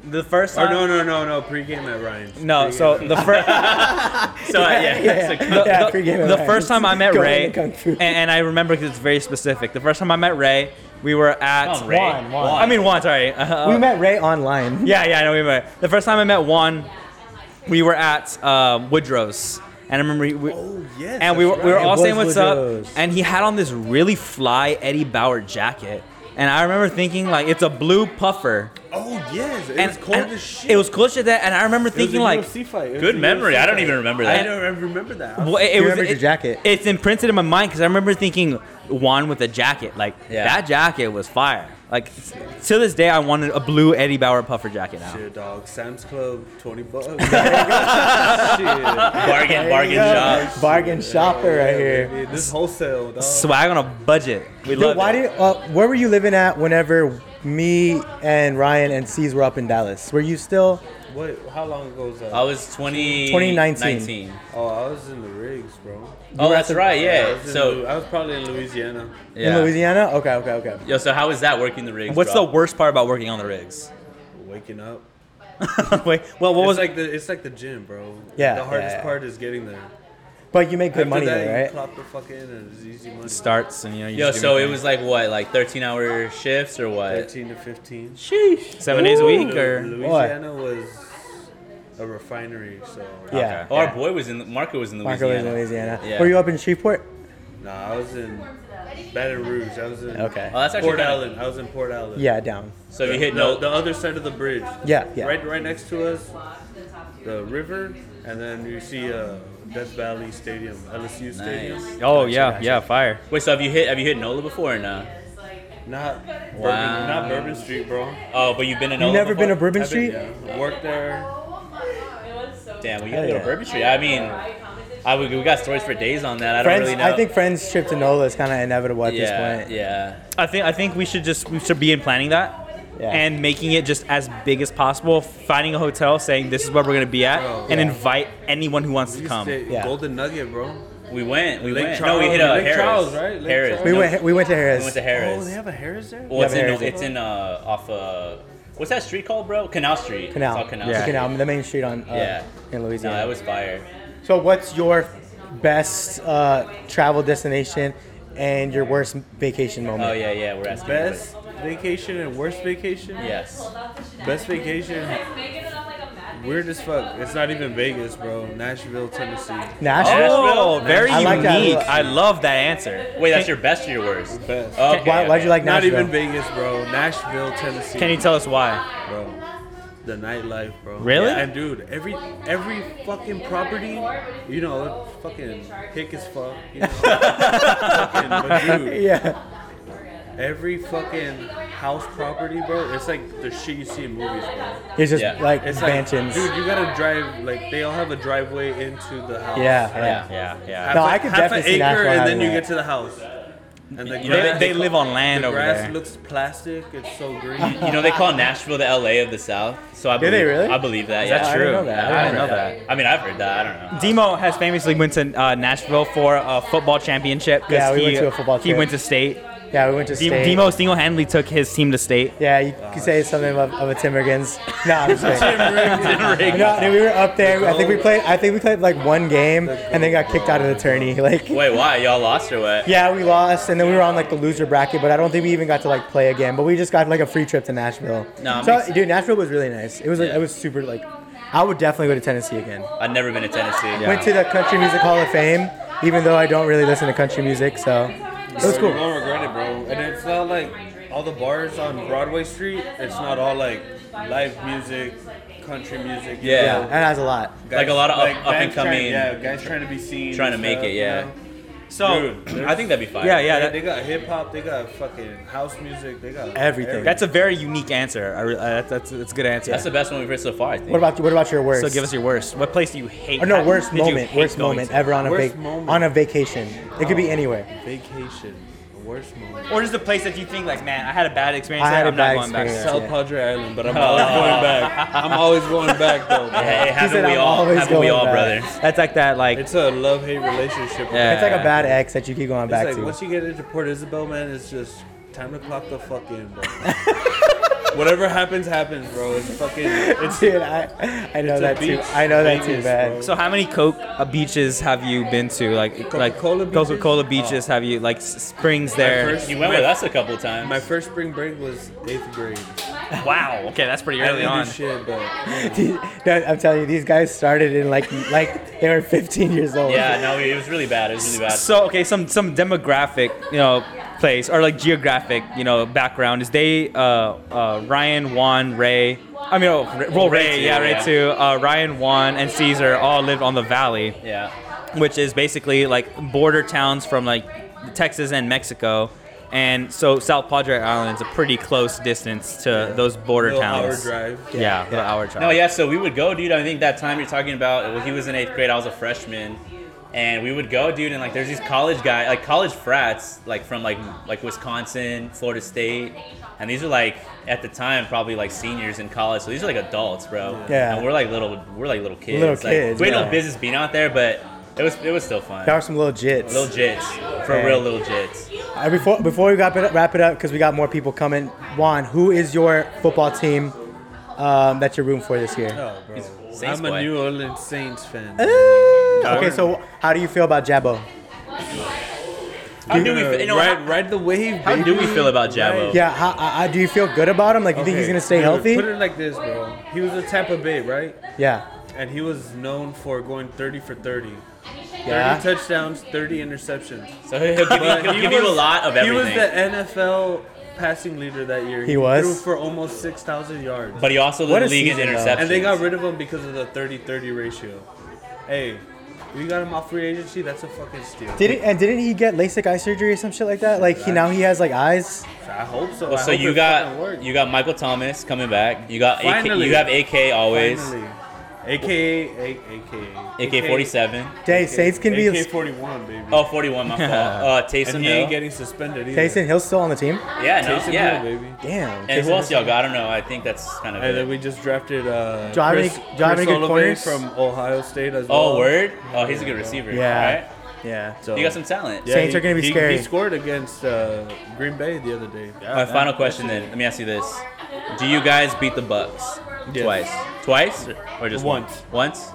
The first
Or
time.
no, no, no, no. Pre-game at Ryan's.
No,
Pregame.
so the first.
So yeah.
yeah,
so-
yeah.
the-
free game of
the
Ryan's.
first time I met
Go
Ray,
ahead, Kung Fu.
and, and I remember because it's very specific. The first time I met Ray, we were at.
Come on, Oh, Ray.
Juan, Juan.
I mean Juan, sorry. Uh,
we met Ray online.
yeah, yeah, I know we met. The first time I met Juan, we were at uh, Woodrow's, and I remember. We,
Oh yes.
and we were,
that's
we were
right.
all
It
saying
was
what's
Woodrow's.
up, and he had on this really fly Eddie Bauer jacket, and I remember thinking like it's a blue puffer,
Oh yes, it
and,
was cold
and
as shit.
it was cool as shit. That and I remember
It was
thinking
a
like,
UFC fight. It was
Good
a
memory.
UFC
I don't
fight.
even remember
I
that.
don't ever remember that.
well, it,
You
it was
remembered your
it-
jacket.
It's imprinted in my mind because I remember thinking Juan with a jacket. Like
Yeah.
that jacket was fire. Like s- to this day, I wanted a blue Eddie Bauer puffer jacket now.
Shit, dog. Sam's Club, twenty bucks. Shit.
Bargain, bargain
Yo,
shop.
Bargain shopper right here.
Dude, this wholesale, dog.
Swag on a budget. We
Dude,
love
why
it.
do you, uh, where were you living at whenever me and Ryan and C's were up in Dallas? Were you still?
What? How long ago was that?
I was 20,
2019.
19.
oh, I was in the rigs, bro.
Oh, that's right.
I
Yeah.
was in Lu-
So,
I was probably in Louisiana.
In
yeah.
Louisiana? Okay, okay, okay.
Yo, so how is that working the rigs?
What's the
bro?
worst part about working on the rigs?
Waking up.
Wait, well,
What
what was
was like the? It's like the gym, bro.
Yeah,
The hardest
yeah, yeah.
part is getting there.
But you make good
After
money
that,
though, right?
You clock the fuck in and it's easy money.
starts and you know you
Yo,
just do
so
your
it
thing.
was like what, like 13 hour shifts or what?
Thirteen to fifteen.
seven days a week or Oh,
Louisiana was a refinery, so
Yeah.
Okay.
Oh, our boy was in, Marco was in
Marco
Louisiana.
lives in Louisiana.
Yeah.
Were you up in Shreveport?
No, I was in Baton Rouge. I was in
Okay.
Oh, that's actually
Port
kinda-
Allen. I was in Port Allen.
Yeah, down.
So you
The,
hit no.
the other side of the bridge.
Yeah, yeah.
Right, right next to us, the river, and then you see uh, Death Valley Stadium, LSU Stadium.
oh yeah yeah fire
Wait, so have you hit have you hit Nola before or not?
Not Bourbon,
Wow.
not Bourbon Street, bro.
Oh, but you've been in.
You
Nola
never been to
before?
Bourbon
I've been-
Street?
yeah, worked there.
Damn, we gotta
Hell
go
yeah.
to Bourbon Street. I mean, I would, we got stories for days on that. I don't
Friends,
really know.
I think friends trip to Nola is kind of inevitable at
Yeah,
this point.
yeah.
I think I think we should just we should be in planning that
Yeah.
and making it just as big as possible finding a hotel saying this is where we're gonna be at and
Yeah.
invite anyone who wants to
You
come
stay-
Yeah.
Golden Nugget, bro.
We went. We
Lake
went.
Charles-
no, we hit uh,
Lake
Harris.
Charles, right? Lake
Harris.
Charles.
We
No,
went. We went to Harris.
We went to
Oh,
Harris.
they have a Harris there.
well, it's
Yeah,
in.
Harris.
It's in uh, off uh, what's that street called, bro? Canal Street. It's
Canal.
called Canal.
The
Yeah.
Street.
Canal, the main street on uh,
Yeah.
in
No,
Louisiana.
that was fire.
so, what's your best uh, travel destination and your worst vacation moment?
Oh yeah, yeah. We're asking.
Best vacation and worst vacation.
Yes.
Best vacation. Weird as fuck. It's not even Vegas, bro. Nashville, Tennessee.
Nashville.
oh very
I like
unique
that.
I love that answer
Wait, that's your best or your worst?
Best.
Okay,
Why, why'd you like
Not
Nashville?
even Vegas, bro. Nashville, Tennessee.
can you tell us why
bro? The nightlife, bro.
Really?
And dude, every every fucking property, you know, fucking hick as fuck. You know? fucking, but dude,
yeah.
every fucking house property, bro, it's like the shit you see in movies, bro.
It's just
Yeah.
like
It's
mansions.
Like, dude, you gotta drive. Like they all have a driveway into the house.
yeah, yeah.
yeah yeah
Half
No,
a-
I could
half
definitely see
an acre,
Nashville
and
having
then you
that.
get to the house. And the
You know,
grass-
they, they live on land
the
over
grass
there
looks plastic. It's so green.
You know they call Nashville the LA of the South, so I
Do
believe,
they really?
I believe that.
Is
yeah.
that
I didn't
true?
know that.
I
I
didn't
didn't
know that.
I mean, I've heard that. I don't know.
Demo has famously went to uh, Nashville for a football championship because
Yeah, we
he, uh,
went to a football
he
trip.
went to state.
Yeah, we went to
De-
state.
Demo single-handedly took his team to state.
Yeah, you could
Oh,
say something of, of a Timbergans. No, I'm just kidding. no, no, we were up there. I think we played. I think we played like one game, and then got kicked out of the tourney. Like,
Wait, why? Y'all lost or what?
yeah, we lost, and then we were on like the loser bracket. But I don't think we even got to like play again. But we just got like a free trip to Nashville.
No, it
so
makes-
dude, Nashville was really nice. It was like,
Yeah.
it was super like. I would definitely go to Tennessee again.
I've never been to Tennessee.
Went to the Country Music Hall of Fame, even though I don't really listen to country music. So it was
Bro, You
cool.
won't regret it, bro. And it's not like all the bars on Broadway Street. It's not all like live music, country music. you
Yeah.
Yeah,
know,
and has a lot.
Like a lot of up- up
bands
and
Trying,
coming-
yeah, guys trying to be seen.
Trying to
and
make
stuff,
it, yeah.
you know?
So
Dude,
I think that'd be fine.
yeah, yeah,
They-
that-
they got hip hop. They got fucking house music. They got
Everything.
That's a very unique answer. I re- uh, that's, that's, that's a good answer.
That's the best one we've heard so far, I think.
What about what about your worst?
so give us your worst. What place do you hate?
Or no,
having-
worst
did you
moment,
hate
worst
going
moment
to?
ever on a
Worst
vac-
moment.
on a vacation. It could be anywhere.
vacation. The worst moment.
Or just a place that you think like, man, I had a bad experience.
I
there,
had a
I'm not
bad
going back.
experience.
there.
South
Yeah.
Padre Island, but I'm always going back. I'm always going back though. Bro.
Hey, haven't
said,
we
"I'm
all?
always
Haven't we
going
all,
back."
brother?
That's like that, like
It's a love hate relationship. bro.
Yeah.
It's like a bad ex that you keep going back
it's like
to.
once you get into Port Isabel, man, it's just time to clock the fuck in, bro. Whatever happens, happens, bro. It's fucking. It's
Dude, I, I know
It's a
that too.
beach
I know that too
Vegas,
bad.
bro.
So how many Coke uh, beaches have you been to? Like like
Coca-Cola beaches? Oh.
Coca-Cola beaches have you like s- springs there?
first-
You went with us a couple times.
my first spring break was eighth grade.
Wow. Okay, that's pretty
I
early
didn't
on.
do shit, but
No, I'm telling you, these guys started in like like they were 15 years old.
Oh.
yeah, no, it was really bad. It was really bad.
So okay, some some demographic, you know, place or like geographic, you know, background is they uh, uh, Ryan, Juan, Ray. I mean, oh, Ray, well, Ray,
Ray too,
yeah, Ray
yeah.
too. Uh, Ryan, Juan, and Caesar all lived on the valley
Yeah.
which is basically like border towns from like Texas and Mexico. And so South Padre Island is a pretty close distance to those border
Little hour
towns.
drive.
Yeah, little hour drive.
No, yeah, so we would go, dude. I think that time you're talking about, well, he was in eighth grade, I was a freshman. And we would go, dude, and like there's these college guys, like college frats, like from like like Wisconsin, Florida State, and these are like at the time probably like seniors in college, so these are like adults, bro.
Yeah.
And we're like little, we're like little kids.
Little
Like,
kids,
we had
yeah.
no business being out there, but it was it was still fun.
There are some little jits.
Little jits, for
Yeah.
real, little jits.
Uh, before before we wrap it up, wrap it up because we got more people coming. Juan, who is your football team um, that you're rooting for this year?
Oh, bro.
Saints
I'm
boy.
a New Orleans Saints fan.
Okay, so how do you feel about Jabbo?
How do we, fe- you know,
ride,
how,
ride the wave,
how
baby.
do we feel about Jabbo?
Yeah, how, I, I, do you feel good about him? Like, you think he's
Okay,
gonna stay
dude,
healthy?
Put it like this, bro. He was a Tampa Bay, right?
yeah,
And he was known for going 30 for 30. 30
yeah.
touchdowns, 30 interceptions.
So he'll give, you,
But
he'll
he
give you a
was-
lot of
He was
everything.
the NFL passing leader that year.
He was?
threw for almost 6,000 yards.
But he also
What
led the
a
league in
season, though.
interceptions.
and they got rid of him because of the 30-30 ratio. Hey, we got him off free agency. That's a fucking steal.
Didn't and didn't he get LASIK eye surgery or some shit like that? Like he now he has like eyes.
I hope so.
Well,
I
so
hope
you
it fucking
got
works.
you got Michael Thomas coming back. You got AK,
Finally.
you have AK always.
Finally. AKA, a- AKA,
AK 47.
Day Saints can be.
AK 41, baby.
Oh, 41, my fault. Uh, Taysom
and he
Hill.
ain't getting suspended either.
Taysom Hill's still on the team.
yeah, no,
Taysom
yeah.
Hill, baby.
Damn.
and
Taysom
who else
Hill.
y'all got? I don't know. I think that's kind of
And then
it.
we just drafted uh,
Do I have any-
Chris,
do I have
Chris
any good
Olave
corners?
from Ohio State as well.
Oh, word? Oh, he's a good receiver.
Yeah.
All right.
Yeah.
So,
You got some talent.
yeah,
Saints
he-
are gonna be
he-
scary.
He scored against uh, Green Bay the other day.
My final question then. Let me ask you this. Do you guys beat the Bucks? Twice. Twice? Or- Or just
Once.
Once?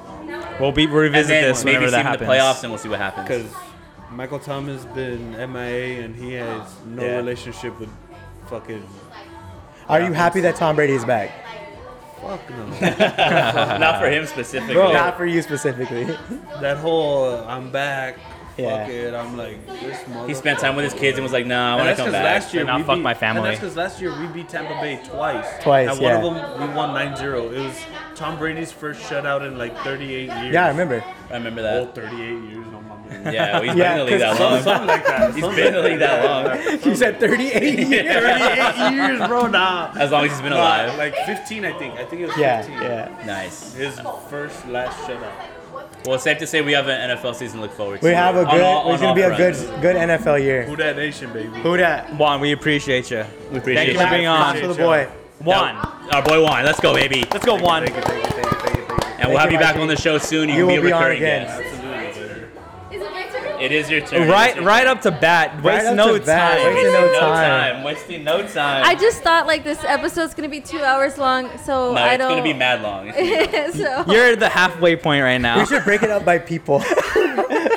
We'll be we'll
And
revisit
then
this
maybe see
whenever that
him in the
happens.
playoffs and we'll see what happens.
Because Michael Thomas been MIA and he has no
Yeah.
relationship with fucking
Are you happy that Tom Brady is back?
fuck no.
Not for him specifically.
Bro.
Not for you specifically.
that whole uh, I'm back.
Yeah.
Fuck it. I'm like this mother.
He spent time with his kids and was like, nah, I
And
want
that's
to come
because
back.
last year
and not
we
fuck
beat,
my
And
family.
that's because last year we beat Tampa Bay twice.
Twice,
And one of them we won 9-0. It was Tom Brady's first shutout in like 38 years.
Yeah, I remember.
I remember
Well,
that.
38 years. No, my man.
Yeah, well, he's
Yeah,
been in the league
'cause
that long.
Something like that.
He's been in the league that long.
He said 38 years.
38 years, bro. Nah.
As long as he's been
Nah,
alive.
Like 15, I think. I think it was
Yeah,
15.
yeah.
Nice.
His first last shutout.
Well, it's safe to say we have an NFL season to look forward to.
We have a
On
good.
all- on
It's gonna
all
be a good,
fronts.
good NFL year.
Who that nation, baby.
Who that?
Juan, we appreciate you.
We appreciate
Thank you
you.
for being on.
Claps for the boy.
Juan,
Our boy Juan. Let's go, baby.
let's go, Juan.
Thank you, thank you, thank you, thank you, thank you.
And
Thank
we'll have
you,
you back
Mikey.
on the show soon. You,
You
can
will
be
be
a
on
recurring
again.
guest.
Absolutely.
Is it my turn?
It is your turn. It's
Right,
your
right
turn.
up to bat.
Right
Waste
up
no
to bat,
time.
wasting no time.
Wasting no time.
I just thought like this episode's gonna be two hours long, so
no,
I
it's
don't.
gonna be mad long.
so
You're at the halfway point right now.
We should break it up by people.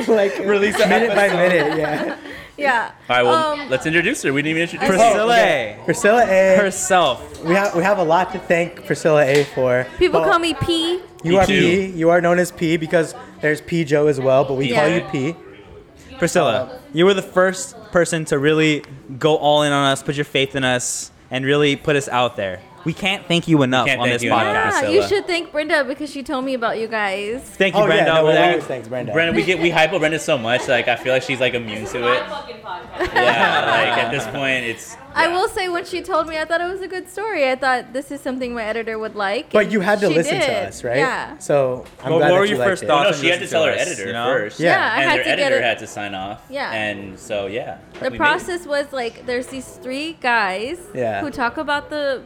like release minute by minute. Yeah.
yeah.
All right, well,
Um,
let's introduce her. We didn't even introduce her.
Priscilla
Priscilla Oh, A.
herself.
we have we have a lot to thank Priscilla A. for.
People
Well,
call me P.
You are
too.
P. You are known as P because there's P Joe as well, but we
Yeah.
call you P. Um,
Priscilla, you were the first person to really go all in on us, put your faith in us, and really put us out there. We can't thank you enough
can't
on
thank
this
you
podcast.
enough.
Yeah,
Priscilla.
Ah, you should thank Brenda because she told me about you guys.
Thank you,
oh
Brenda.
yeah, no,
over
we
there.
always thanks Brenda.
Brenda, we get we hype up Brenda so much. Like I feel like she's like immune to
My
it.
fucking podcast.
Yeah. Like at this point, it's.
I
yeah.
will say when she told me, I thought it was a good story. I thought this is something my editor would like.
But
and
you had to
she
listen to
did.
us, right?
Yeah.
So I'm
Well,
glad
what
that
were
you
your
liked
first
it.
thoughts?
No,
Awesome
she had to
listen
tell
to
her
us,
editor
you know?
first.
Yeah.
Yeah, I
and
had
their
to get
editor
it.
had to sign off.
Yeah.
And so yeah.
the
we made it.
process was like there's these three guys
Yeah.
who talk about the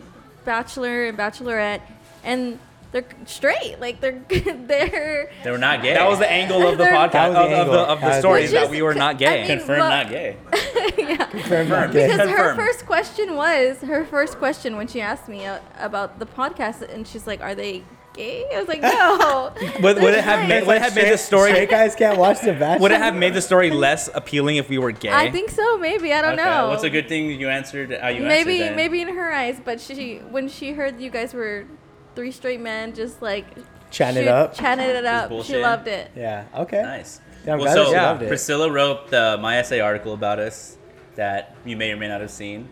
bachelor and bachelorette, and they're straight. Like they're they're
They were not gay.
That was the angle of the
That was
podcast,
the
of, of
angle. Uh,
the, of
That
the
was
story,
the
is that
angle.
we were not
I
gay.
mean-
confirmed
Well-
not gay.
yeah.
Confirmed, not
Because her
gay.
Confirmed.
first question was her first question when she asked me uh, about the podcast, and she's like, "Are they gay?" I was like, "No."
Would, would it have
Like,
made, would it have made the
Straight
story
guys can't watch the Bachelor.
would it have made the story less appealing if we were gay?
I think so. Maybe I don't
Okay,
know.
What's a good thing you answered? How you
maybe
answered then?
maybe in her eyes, but she when she heard you guys were three straight men, just like
Chatting it
shoot-
up.
chatting it up. She
bullshit.
loved it.
Yeah. Okay.
Nice.
Yeah, I'm
well,
glad that
so
she loved it.
Priscilla wrote the my essay article about us. that you may or may not have seen.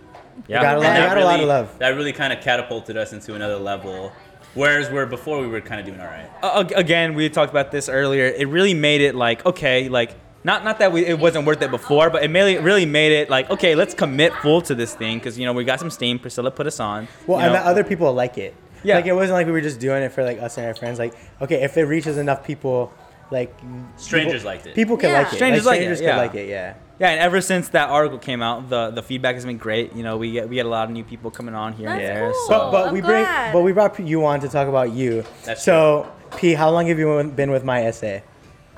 Yeah.
Got a lot-
And that
got a lot of
really-
love.
That really kind of catapulted us into another level. Whereas where before we were kind of doing all right.
a- ag- again, we talked about this earlier. It really made it like okay, like not not that we, it wasn't worth it before, but it really really made it like okay, let's commit full to this thing because you know we got some steam. Priscilla put us on.
Well,
you
and
know.
that other people like it.
Yeah.
Like it wasn't like we were just doing it for like us and our friends. Like, okay, if it reaches enough people, like
Strangers
people,
liked it.
People can
Yeah.
like it.
Strangers like it,
strangers
yeah.
can like it. Yeah.
yeah, and ever since that article came out, the the feedback has been great. You know, we get we get a lot of new people coming on here and
That's
there.
cool.
So
But but
I'm
we
glad.
bring but we brought you on to talk about you.
That's
so P, how long have you been with my essay?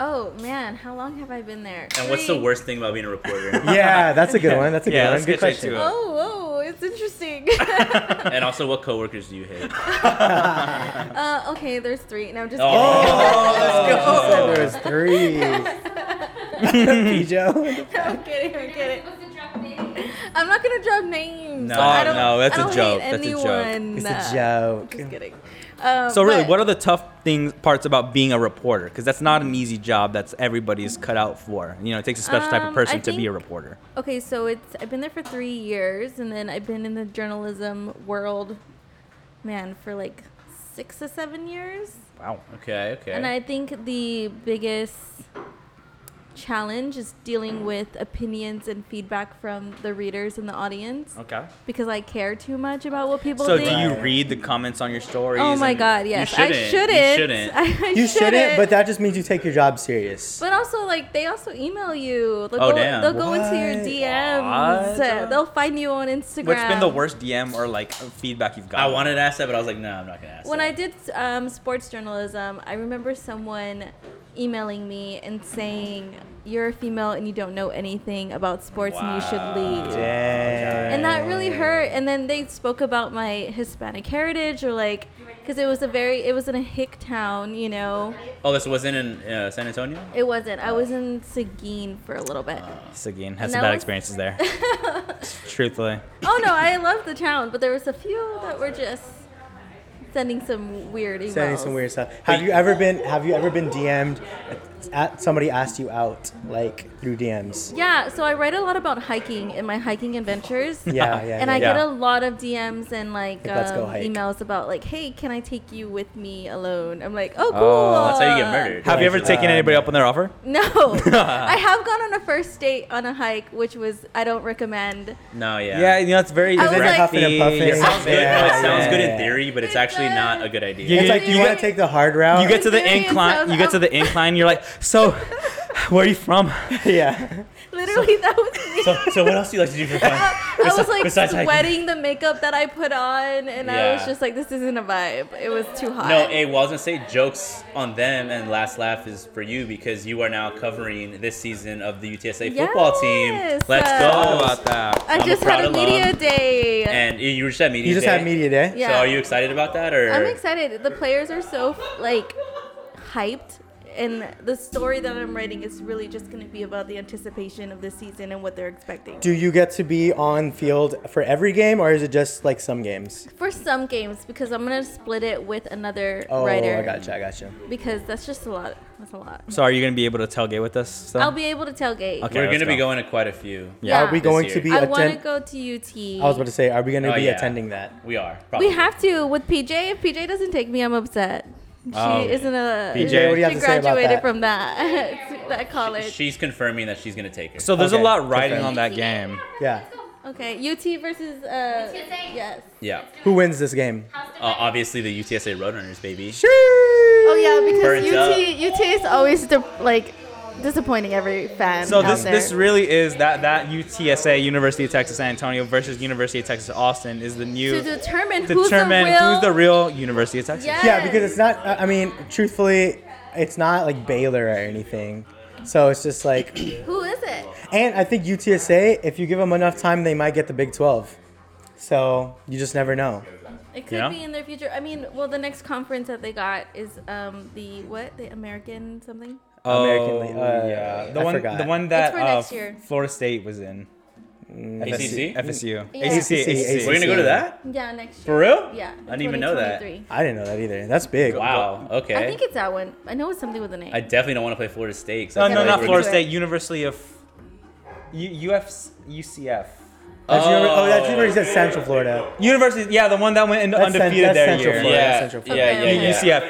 Oh man, how long have I been there?
And what's the
Three-
worst thing about being a reporter?
Yeah, that's a good one. That's a good
Yeah,
one.
let's
good
get right to it.
Oh, whoa, it's interesting.
and also, what coworkers do you hate?
uh, okay, there's three. No, I'm just
Oh, there was three. P. Joe.
kidding. I'm kidding. I'm kidding.
What's the drop name?
I'm not gonna drop names.
No,
I don't,
no, that's
I
a
don't
joke.
Hate
That's a joke.
anyone.
It's
Uh,
a joke.
Just kidding. Um,
So really,
but-
what are the tough things parts about being a reporter? Because that's not an easy job. That's everybody's cut out for. You know, it takes a special type
Um,
of
I
person to be a
think-
reporter.
Okay, so it's I've been there for three years, and then I've been in the journalism world, man, for like six to seven years.
Wow.
Okay, okay.
And I think the biggest challenge is dealing with opinions and feedback from the readers and the audience
Okay.
because I care too much about what people
So do
think.
you read the comments on your stories?
oh my
and-
god, yes,
shouldn't.
I
You
shouldn't.
shouldn't.
I, I
You shouldn't, but that just means you take your job serious.
But also, like, they also email you. They'll
Oh,
go,
damn.
They'll go into
What?
your DMs.
What?
They'll find you on Instagram.
What's been the worst DM or like feedback you've
I
gotten?
wanted to ask that, but I was like, no, I'm not gonna ask.
When
that.
I did um, sports journalism, I remember someone emailing me and saying, "You're a female and you don't know anything about sports, and you should leave."
Dang.
And that really hurt. And then they spoke about my Hispanic heritage, or like, because it was a very, it was in a hick town, you know.
Oh, this wasn't in uh, San Antonio.
It wasn't. I was in Seguin for a little bit.
Seguin had
And
some
that
bad
was-
experiences there. Truthfully.
Oh no, I love the town, but there was a few that were just sending some weird emails.
Sending some weird stuff. Have you ever been? Have you ever been DM'd? At somebody asked you out, like through DMs.
Yeah, so I write a lot about hiking in my hiking adventures.
Yeah, yeah.
And
yeah.
I get
Yeah.
a lot of DMs and like
Like, let's go
um,
hike.
emails about like, hey, can I take you with me alone? I'm like, oh, cool.
Oh,
That's how you get murdered.
Have you ever taken anybody up on their offer?
No, I have gone on a first date on a hike, which was I don't recommend.
No, yeah.
Yeah, you know, it's very
I was
it's very
like-
Huffing and
puffy.
puffing.
It sounds good.
Good, no, it
Yeah,
sounds
yeah,
good
yeah.
in theory, but it's actually not a good idea.
You-
It's like you,
you
want
get-
to take the hard route.
You get to the
Literally, it
incline.
sounds-
You get to the incline. You're like, so, where are you from?
yeah.
Literally, that was me.
So, so what else do you like to do for fun?
I was like
besides hiking.
sweating the makeup that I put on, and I was
Yeah.
just like, this isn't a vibe. It was too hot.
No, hey, well, I was gonna say jokes on them, and last laugh is for you because you are now covering this season of the UTSA football team.
Yes,
Let's
uh,
go!
Talk about that.
I
I'm a
just had
proud
a media
alum.
day.
And you- you were just at media.
You just
day.
had media day.
Yeah.
So are you excited about that, or
I'm excited. The players are so like hyped, and the story that I'm writing is really just going to be about the anticipation of the season and what they're expecting.
Do you get to be on field for every game, or is it just like some games?
For some games, because I'm going to split it with another
Oh,
writer.
I gotcha. I gotcha.
Because that's just a lot. That's a lot.
So are you gonna be able to tailgate with us? So?
I'll be able to tailgate.
Okay.
We're
let's
gonna be
go.
going to quite a few.
Yeah.
Are we
This
going
year.
to be
I want to
attend?
go to UT.
I was about to say, are we going to
Oh,
be
yeah.
attending that?
We are.
we
probably.
have to with PJ. If PJ doesn't take me, I'm upset. She
Oh.
isn't a.
PJ, what do
you have
she
to say about
graduated
that?
from that that college.
She's confirming that she's gonna take her.
So there's
Okay,
a lot riding
okay.
on that game.
Yeah.
okay, UT versus uh.
UTSA.
Yes.
yeah,
Who wins this game?
uh, obviously the UTSA Roadrunners, baby.
Oh yeah, because
Burns
UT UT is always di- like disappointing every fan.
So
out
this
there.
this really is that that UTSA University of Texas San Antonio versus University of Texas Austin is the
to
new
determine,
determine
who's the real.
who's the real University of Texas.
Yes.
Yeah, because it's not. I I mean, truthfully, it's not like Baylor or anything. So it's just like,
who is it?
and I think UTSA. If you give them enough time, they might get the Big Twelve. So you just never know.
It could
Yeah.
be in their future. I mean, well, the next conference that they got is um the what the American something.
Oh,
American League. Uh,
yeah. The
I
one
forgot.
the one that
It's for
uh,
next year.
Florida State was in.
Mm.
ACC?
FSU.
Yeah.
ACC,
ACC.
We're gonna go to that
Yeah, next year.
for real?
Yeah.
I didn't even know that.
2023.
I didn't know that either. That's big.
Wow. Okay.
I think it's that one. I know it's something with an A.
I definitely don't want to play Florida State. 'cause
No,
I feel
no,
like
not
we're
Florida
Florida
State. University of U- UF UCF.
That's oh, oh, that's
Oh.
University of Central Florida.
University, yeah, the one that went in
That's cen-
undefeated
that's
that
Central
year.
Florida.
Yeah,
yeah,
Central
yeah,
Florida.
yeah,
yeah,
yeah.
UCF.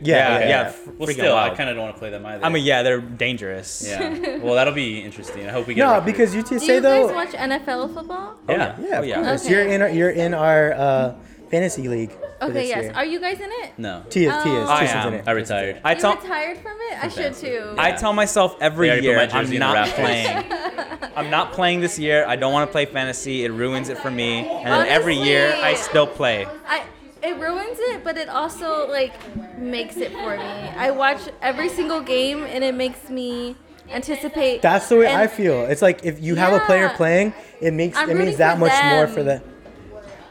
Yeah, yeah.
Well,
freaking
still, I
wild.
kind of don't want to play them either.
I mean, yeah, they're dangerous.
yeah. Well, that'll be interesting. I hope we get.
No,
recruited.
because
Do
UTSA
you guys
though.
watch NFL football?
yeah,
yeah,
Oh,
of course.
Okay.
You're in. Our, you're in our uh, fantasy league. for
Okay,
this
yes.
Year.
Are you guys in it? Um,
no,
T is.
Oh,
T is.
I
T is
am.
in it.
I retired.
I
you
tell
retired from it? I should too.
I tell myself every
They already put
year
my
I'm
jersey in the
not
rafters."
playing. I'm not playing this year. I don't want to play fantasy. It ruins it for me. And then every year I
Honestly.
still play.
I it ruins it, but it also like makes it for me. I watch every single game, and it makes me anticipate.
That's the way I
and
feel. It's like if you have a player
Yeah.
playing, it makes
I'm
it
rooting
means that
for
much more
them.
for the.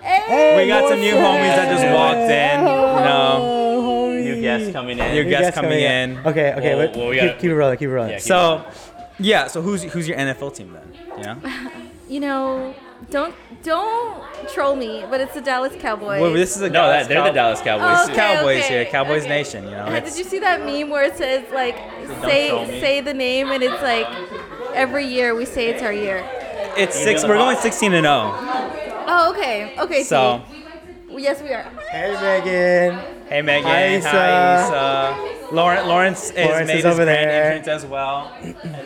Hey,
We got some new homies that just walked in. No.
Oh,
new
homie.
guests coming in.
New
New
guests
guests
coming in.
Okay, okay,
Well,
wait,
well, we
keep,
gotta-
keep it rolling, keep it rolling.
Yeah, keep-
So, yeah. So who's who's your NFL team then? Yeah.
you know, don't don't troll me, but it's the Dallas Cowboys.
Well, this is a
no, that, they're the
Cow-
Dallas Cowboys.
Oh, Okay,
Cowboys
okay,
here, Cowboys
okay.
Nation. You know.
Uh,
It's,
Did you see that meme where it says like
troll
say
me.
say the name and it's like every year we say it's our year.
it's six. We're going 16 and 0.
Oh, okay, okay.
So,
see. yes, we are.
Hey, Megan.
hey Megan,
Hi,
hi
Issa.
Issa.
Uh,
Lauren, Lawrence,
Lawrence
has made
is
his
over
grand
there.
entrance as well.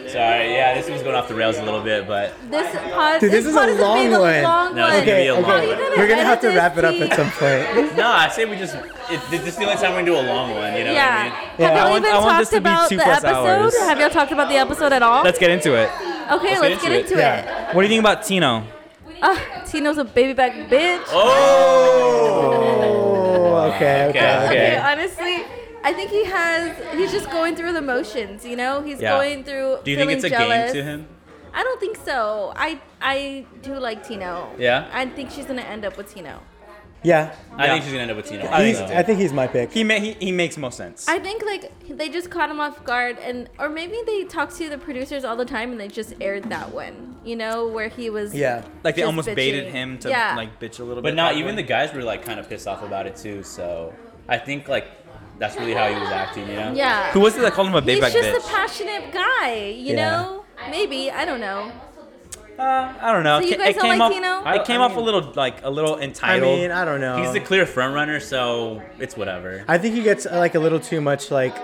Sorry, yeah, this one's going off the rails a little bit, but
This pod.
Dude, this is
pod
a
gonna be
long
the
one.
long
No, it's
one.
gonna be
Okay,
a long
okay.
one.
We're gonna have to wrap it up at some point.
no, I say we just. It, this is the only time we're gonna do a long one. You know
Yeah.
what I mean?
Yeah.
Have
I
y'all
want-
even
I want this
talked
to be
about
two
the
plus
episode?
hours.
Have y'all talked about the episode at all?
Let's get into it.
okay, let's, get
get into
into it.
Yeah.
What do you think about Tino?
Ugh, Tino's Ah, a baby back bitch.
Oh, okay, okay.
Okay,
okay.
Okay, honestly, I think he has. He's just going through the motions. You know, he's
Yeah.
going through.
Do you
feeling
think it's a
jealous.
game to him?
I don't think so. I I do like Tino.
Yeah?
I think she's gonna end up with Tino.
Yeah,
I
Yeah.
think she's gonna end up with Tino.
I think
he's,
so.
I think he's my pick.
He, ma- he he makes most sense.
I think like they just caught him off guard, and or maybe they talk to the producers all the time, and they just aired that one. You know, where he was.
Yeah.
like they
just
almost
bitchy.
baited him to
Yeah.
like bitch a little bit.
But not
that
even the
way.
guys were like kind of pissed off about it too. So I think like that's really how he was acting. You know?
Yeah.
Who was it that called him a
He's
big back
just
bitch?
a passionate guy. You
Yeah.
know. Maybe I don't know.
uh, I don't know.
So you
It-
guys
it
don't
came
like
off.
Tino?
It came
I- I
off a little like a little
I
entitled.
mean, I don't know.
He's the clear front runner, so it's whatever.
I think he gets uh, like a little too much like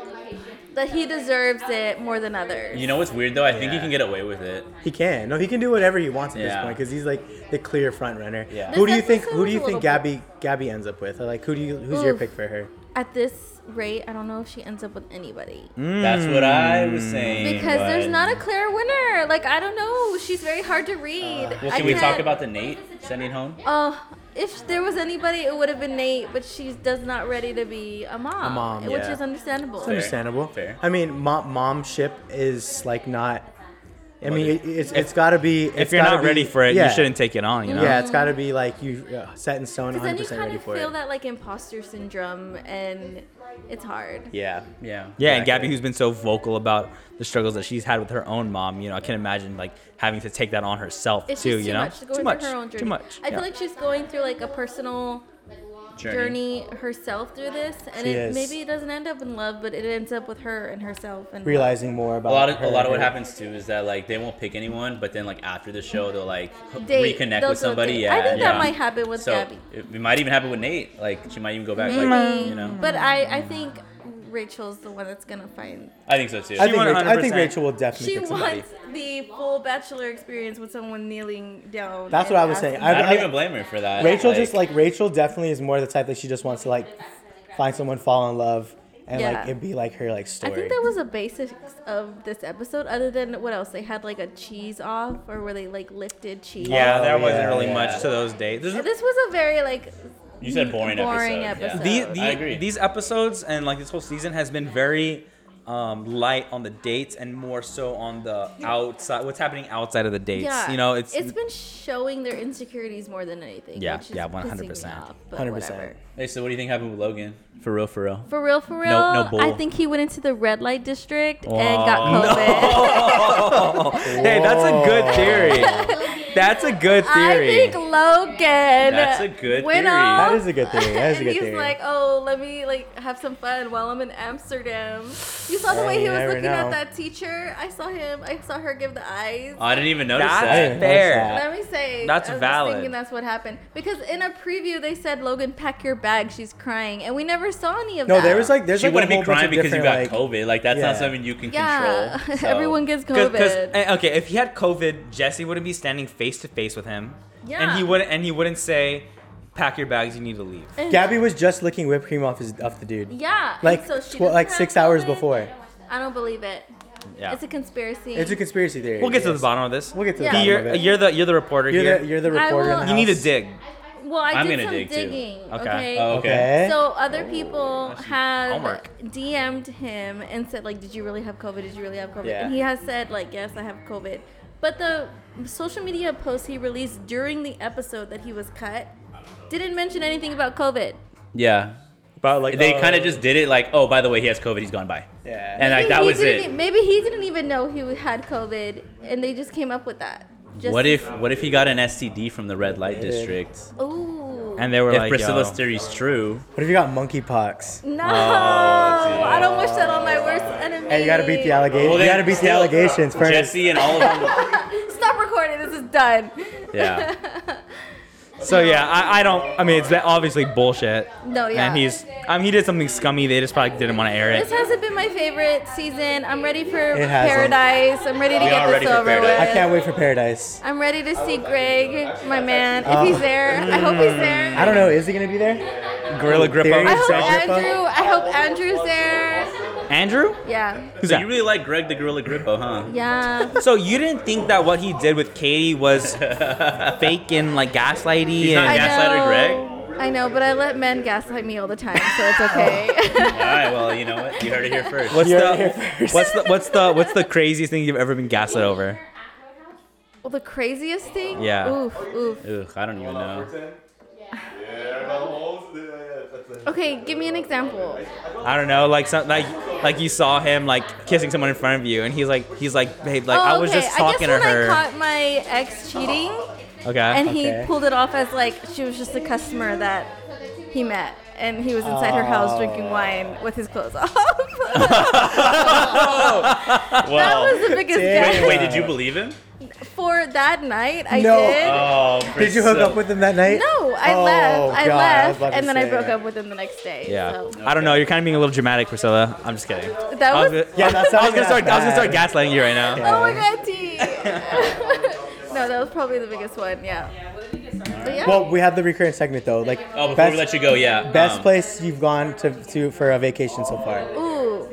That he deserves it more than others.
You know what's weird though? I think he
Yeah.
can get away with it.
he can. No, he can do whatever he wants at this
Yeah.
point because he's like the clear front runner.
Yeah.
Who do you
This
think?
episode
Who do you
was a
think
little
Gabby Gabby ends up with? Or, Like who do you? Who's your
Oof.
pick for her?
At this rate, I don't know if she ends up with anybody.
Mm,
That's what I was saying.
Because there's
but-
not a clear winner. Like I don't know. She's very hard to read.
Uh,
Well,
I
can we talk
can't-
about the Nate sending home?
Oh, if there was anybody, it would have been Nate, but she's does not ready to be a mom.
A mom,
which
yeah.
is understandable.
It's understandable.
Fair.
I mean, mom, mom ship is like not. I mean,
Like,
it, it's it's got to be.
if you're not ready for it, you shouldn't take it on. You know.
Yeah, it's got to be like you uh, set in stone,
Because then
100
you
percent
kind
ready
of
for
feel
it.
that like imposter syndrome, and it's hard.
yeah.
Yeah.
Yeah, and Gabby, who's been so vocal about the struggles that she's had with her own mom, you know, I can imagine like having to take that on herself
It's
too.
just too
you know,
much. She's going
too
through
much,
her own journey.
too much.
I
yeah.
feel like she's going through like a personal journey, herself through this, and
She
it,
is.
maybe it doesn't end up in love, but it ends up with her and herself and
Realizing more about
A lot of
her,
a lot of what
her-
happens too is that like they won't pick anyone, but then like after the show they'll like
Date.
reconnect
They'll
with
do a
somebody.
date.
Yeah,
I think
yeah.
that might happen with
so
Gabby.
It, it might even happen with Nate. Like she might even go back.
Maybe,
Like you know,
but I I think Rachel's the one that's gonna find
I think so too.
I think,
went
Rachel, I think
100%.
Rachel will definitely
She
pick somebody.
wants the full bachelor experience with someone kneeling down.
That's
and
what I was saying.
asking-
I
I-
don't
I-
even blame her for that.
Rachel just like Rachel definitely is more the type that she just wants to like find someone, fall in love, and like
Yeah.
it be like her like
I
story.
think that was the basics of this episode. Other than what else, they had like a cheese off, or where they like lifted cheese.
yeah, there
Oh,
wasn't
yeah,
really
yeah.
much to those days. There's-
This was a very like
you said boring,
boring
episode.
episode.
the,
I
the,
agree.
These episodes and like this whole season has been very um, light on the dates and more so on the outside. What's happening outside of the dates?
yeah,
You know, it's
it's been showing their insecurities more than anything.
Yeah,
which is
yeah,
pissing me
100%.
off, but
100%.
whatever.
Yeah. Hey, so what do you think happened with Logan? For real, for real.
For real, for real.
No- no bull.
I think he went into the red light district and got COVID.
Oh. hey, that's a good theory. That's a good
I
theory.
think Logan.
That's a good
went
theory.
off,
That is a good theory. That is a
and
good
he's
theory.
like, "Oh, let me like have some fun while I'm in Amsterdam." You saw the
Yeah,
way
you
he was
never
looking
know.
at that teacher. I saw him. I saw her give the eyes.
Oh, I didn't even notice
That's
that.
Hey,
fair.
Let me say
That's
I was
valid.
Thinking that's what happened because in a preview they said Logan, pack your bag. She's crying, and we never saw any of
No,
that.
there was like there's
She
like a
wouldn't
whole
be
bunch
crying
of
because you got
different, like,
COVID. Like that's
Yeah.
not something you can
Yeah,
control. so-
everyone gets
Cause,
COVID.
'cause- eh, okay, if he had COVID, Jesse wouldn't be standing face to face with him. And
Yeah.
he wouldn't and he wouldn't say, "Pack your bags, you need to leave."
Gabby was just licking whipped cream off his off the dude.
yeah,
Like
so she
tw-
doesn't
like
have
six hours
COVID?
before.
I don't believe it.
Yeah.
It's a conspiracy.
It's a conspiracy theory.
we'll get to the
yes.
bottom of this.
We'll get to the
Yeah.
bottom
you're,
of it.
you're the you're the reporter
You're
here.
the, you're the
I
reporter. in
will-
the
you need to
house.
dig.
well, I
I'm
did
gonna
some
dig, too.
digging.
Okay.
Oh, okay. Oh,
Okay.
So other people have
homework.
DM'd him and said like, "Did you really have COVID? Did you really have COVID?"
Yeah.
And he has said like, "Yes, I have COVID." But the social media post he released during the episode that he was cut didn't mention anything about COVID.
Yeah.
But like
They kind of just did it like, oh, by the way, he has COVID. He's gone by.
Yeah.
And like
Maybe
that
he
was
didn't
it.
e- Maybe he didn't even know he had COVID, and they just came up with that. Just
What if what if he got an STD from the red light
Did.
district?
Ooh.
And they were
If
like,
Priscilla's
"Yo."
theory's true,
What if you got monkeypox?
no,
Oh,
Oh, I don't wish that on my worst enemy.
Hey, you gotta beat the allegations.
Well,
you
then
gotta beat the
still, uh,
allegations first.
Jesse and all of them.
Stop recording. This is done.
Yeah.
So yeah, I, I don't. I mean, it's obviously bullshit.
No, yeah.
And he's, I mean, he did something scummy. They just probably didn't want to air
This
it.
hasn't been my favorite season. I'm ready for
It hasn't.
paradise. I'm ready to
We are
get
ready
this
for
over with.
Paradise.
I can't wait for paradise.
I'm ready to see Greg, my man,
Oh.
if he's there. I hope he's there.
I don't know. Is he gonna be there?
Gorilla Grip
Theory
I
is
hope
Greg Grippo?
Andrew. I hope Andrew's there.
Andrew.
Yeah.
Who's
So
that?
you really like Greg the Gorilla Grippo, huh?
Yeah.
so you didn't think that what he did with Katie was fake and like gaslighty?
He's not
and-
I
Gaslighter
know.
Greg?
I know, but I let men gaslight me all the time, so it's okay.
All right. Well, you know what? You heard it here first.
What's
You're
the,
here first.
what's the what's the what's the craziest thing you've ever been gaslit over?
well, the craziest thing?
Yeah.
Oof, oof.
Ugh, I don't even know.
Okay, give me an example.
I don't know, like some like like you saw him like kissing someone in front of you, and he's like he's like babe, like
oh,
I was
okay.
just
I guess
talking
when
to her.
I caught my ex cheating,
okay.
and
Okay.
he pulled it off as like she was just a customer that he met and he was inside her house drinking wine with his clothes off Oh. that
Well,
was the biggest
Damn.
guess
wait, did you believe him?
for that night i
No.
did
Oh,
Did you hook
Priscilla.
up with him that night?
no i
Oh,
left i
God, I was
left
about to
and then i
say.
broke up with him the next day
yeah.
so.
I don't know. You're kind of being a little dramatic, Priscilla. I'm just kidding.
that
I was,
was,
gonna-
Yeah, that
I
sounds
was gonna start. I was gonna start gaslighting you right now.
oh my god t no that was probably the biggest one yeah but yeah
Well, we have the recurrent segment though. Like
Oh, before
best,
we let you go, yeah.
best
um,
place you've gone to, to for a vacation so far.
Ooh.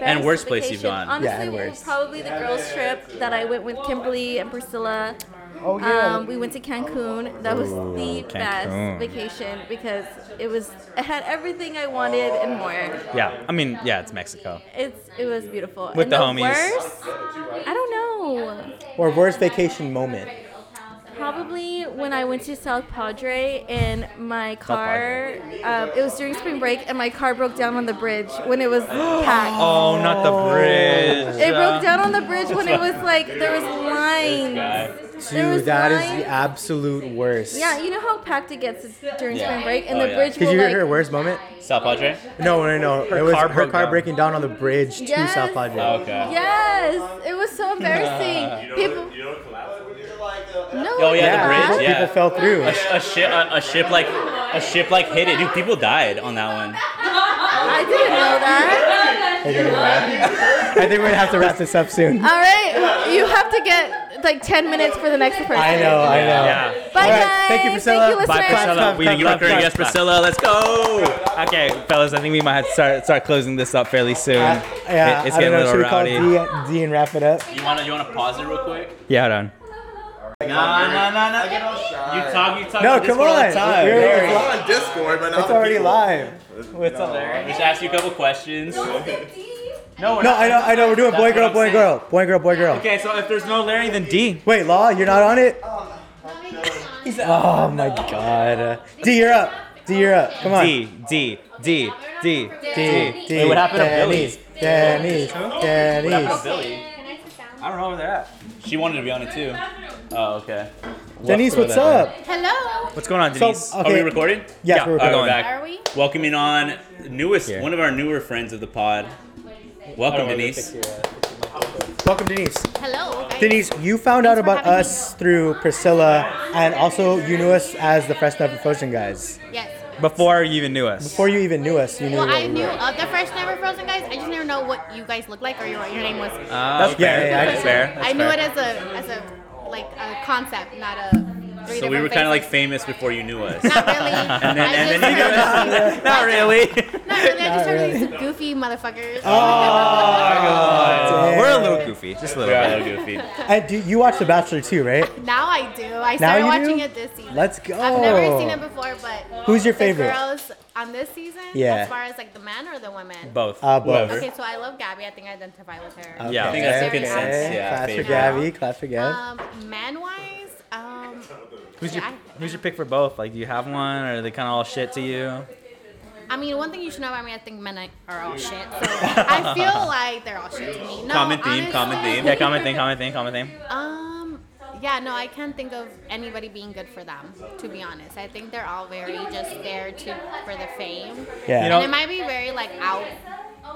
And
best
worst place you've
vacation.
gone.
Honestly,
Yeah, and
it was
worst.
probably the girls trip that I went with Kimberly and Priscilla.
Oh
Um, we went to Cancun. That was the
Cancun.
best vacation because it was it had everything I wanted and more.
Yeah. I mean, yeah, it's Mexico.
It's it was beautiful.
With
and
the homies.
Worst, I don't know.
or worst vacation moment.
Probably when I went to South Padre and my car, um, it was during spring break and my car broke down on the bridge when it was packed.
Oh, not the bridge.
It broke down on the bridge when it was like there was lines. There was
Dude, that is
lines.
the absolute worst.
Yeah, you know how packed it gets during
Yeah.
spring break, and
Oh,
the
yeah.
bridge
Did
will
you hear
like.
her worst moment?
Sal Padre?
No, no, no. Her it was
car
her
broke
car
down.
breaking down on the bridge to
Yes.
South Padre.
Oh, okay.
Yes, it was so embarrassing. People,
You know what collapsed?
no,
Oh, yeah, the
Yeah,
bridge, yeah.
people fell through.
A, sh- a ship, a, a ship like, a ship like hit it. Dude, people died on that one.
I didn't know that.
I think we're gonna have to wrap this up soon.
All right, you have to get like ten minutes for the next person.
I know, I know.
Yeah.
Bye,
All right,
guys.
thank you, Priscilla.
Thank you,
Bye,
listeners.
Bye, Priscilla.
Clap,
We
clap,
didn't
Oh. clap,
get
clap,
Yes,
clap.
Priscilla. Let's go. Okay, fellas, I think we might have to start start closing this up fairly soon.
Uh, yeah,
It- it's
I don't
getting a
know.
little
Should we call
rowdy.
D, D and wrap it up?
You wanna, you wanna pause it real quick?
Yeah, hold on.
Nah, nah, nah, nah. You talk, you talk.
No,
on
come
Discord all the
on.
time.
We're-
Don't worry.
It's
It's on Discord, but not
It's already live. What's up, Larry?
We should ask you a couple questions. No, we're
No,
not.
I know, I know. We're doing
That's
boy,
what
girl,
I'm
boy,
saying.
girl, boy, girl, boy, girl.
Okay, so if there's no Larry, then D.
Wait, Law, you're not on it. Oh my God. D, you're up. D, you're up. Come on.
D, D, D, D.
D, D.
Wait, what happened to
Denise, Denise, Denise.
Billy.
I don't know where they're at.
She wanted to be on it too. Oh, okay.
Denise,
Left
what's
for that
up?
Hello.
What's going on,
So,
Denise? Are
okay.
we recording?
Yes, we're
All right,
recording.
back.
Are we?
Welcoming on newest,
Here.
one of our newer friends of the pod. Welcome, Denise.
Welcome, Denise.
Hello.
Denise, you found out
Thanks for
about
having
us through Priscilla, and also you knew us as the Fresh Never Frozen guys.
Yes.
Before you even knew us.
Before you even knew us, you knew.
Well,
what
I
we
knew
were.
of the first Never Frozen guys. I just never know what you guys look like or your, what your name was.
Ah,
That's
okay.
fair. Yeah, yeah,
That's
I-
fair. That's
I knew
fair.
it as a as a like a concept, not a. Three
So we were
kind
kind of like famous before you knew us.
Not really.
And then,
I
and then
just
you knew
heard-
us. Not really.
Not really. I just
Not
heard
really.
these goofy motherfuckers.
Oh. Damn.
We're a little goofy, just a
We
little.
are a
bit.
little goofy.
And do you watch The Bachelor too, right?
Now I do. I
Now
started
you
watching
do?
it this season.
Let's go.
I've never seen it before, but
Who's your
the
favorite?
girls on this season?
Yeah.
As far as like the men or the women?
Both.
Uh, both.
Okay, so I love Gabby. I think I identify with her.
Okay.
Yeah, I
think that's a
okay.
consensus, yeah,
Class for
favorite.
Gabby. Class for Gab.
Um, man wise, um,
Who's your
yeah,
Who's your pick for both? Like, do you have one, or are they kind of all shit to you?
I, I mean, one thing you should know about me, I think men are all shit. So I feel like they're all shit to me. No,
Common theme, common
honestly,
theme.
Yeah, common thing, common thing, common thing.
Um, yeah, no, I can't think of anybody being good for them. To be honest, I think they're all very just there to for the fame.
yeah.
you know-
And it might be very like out.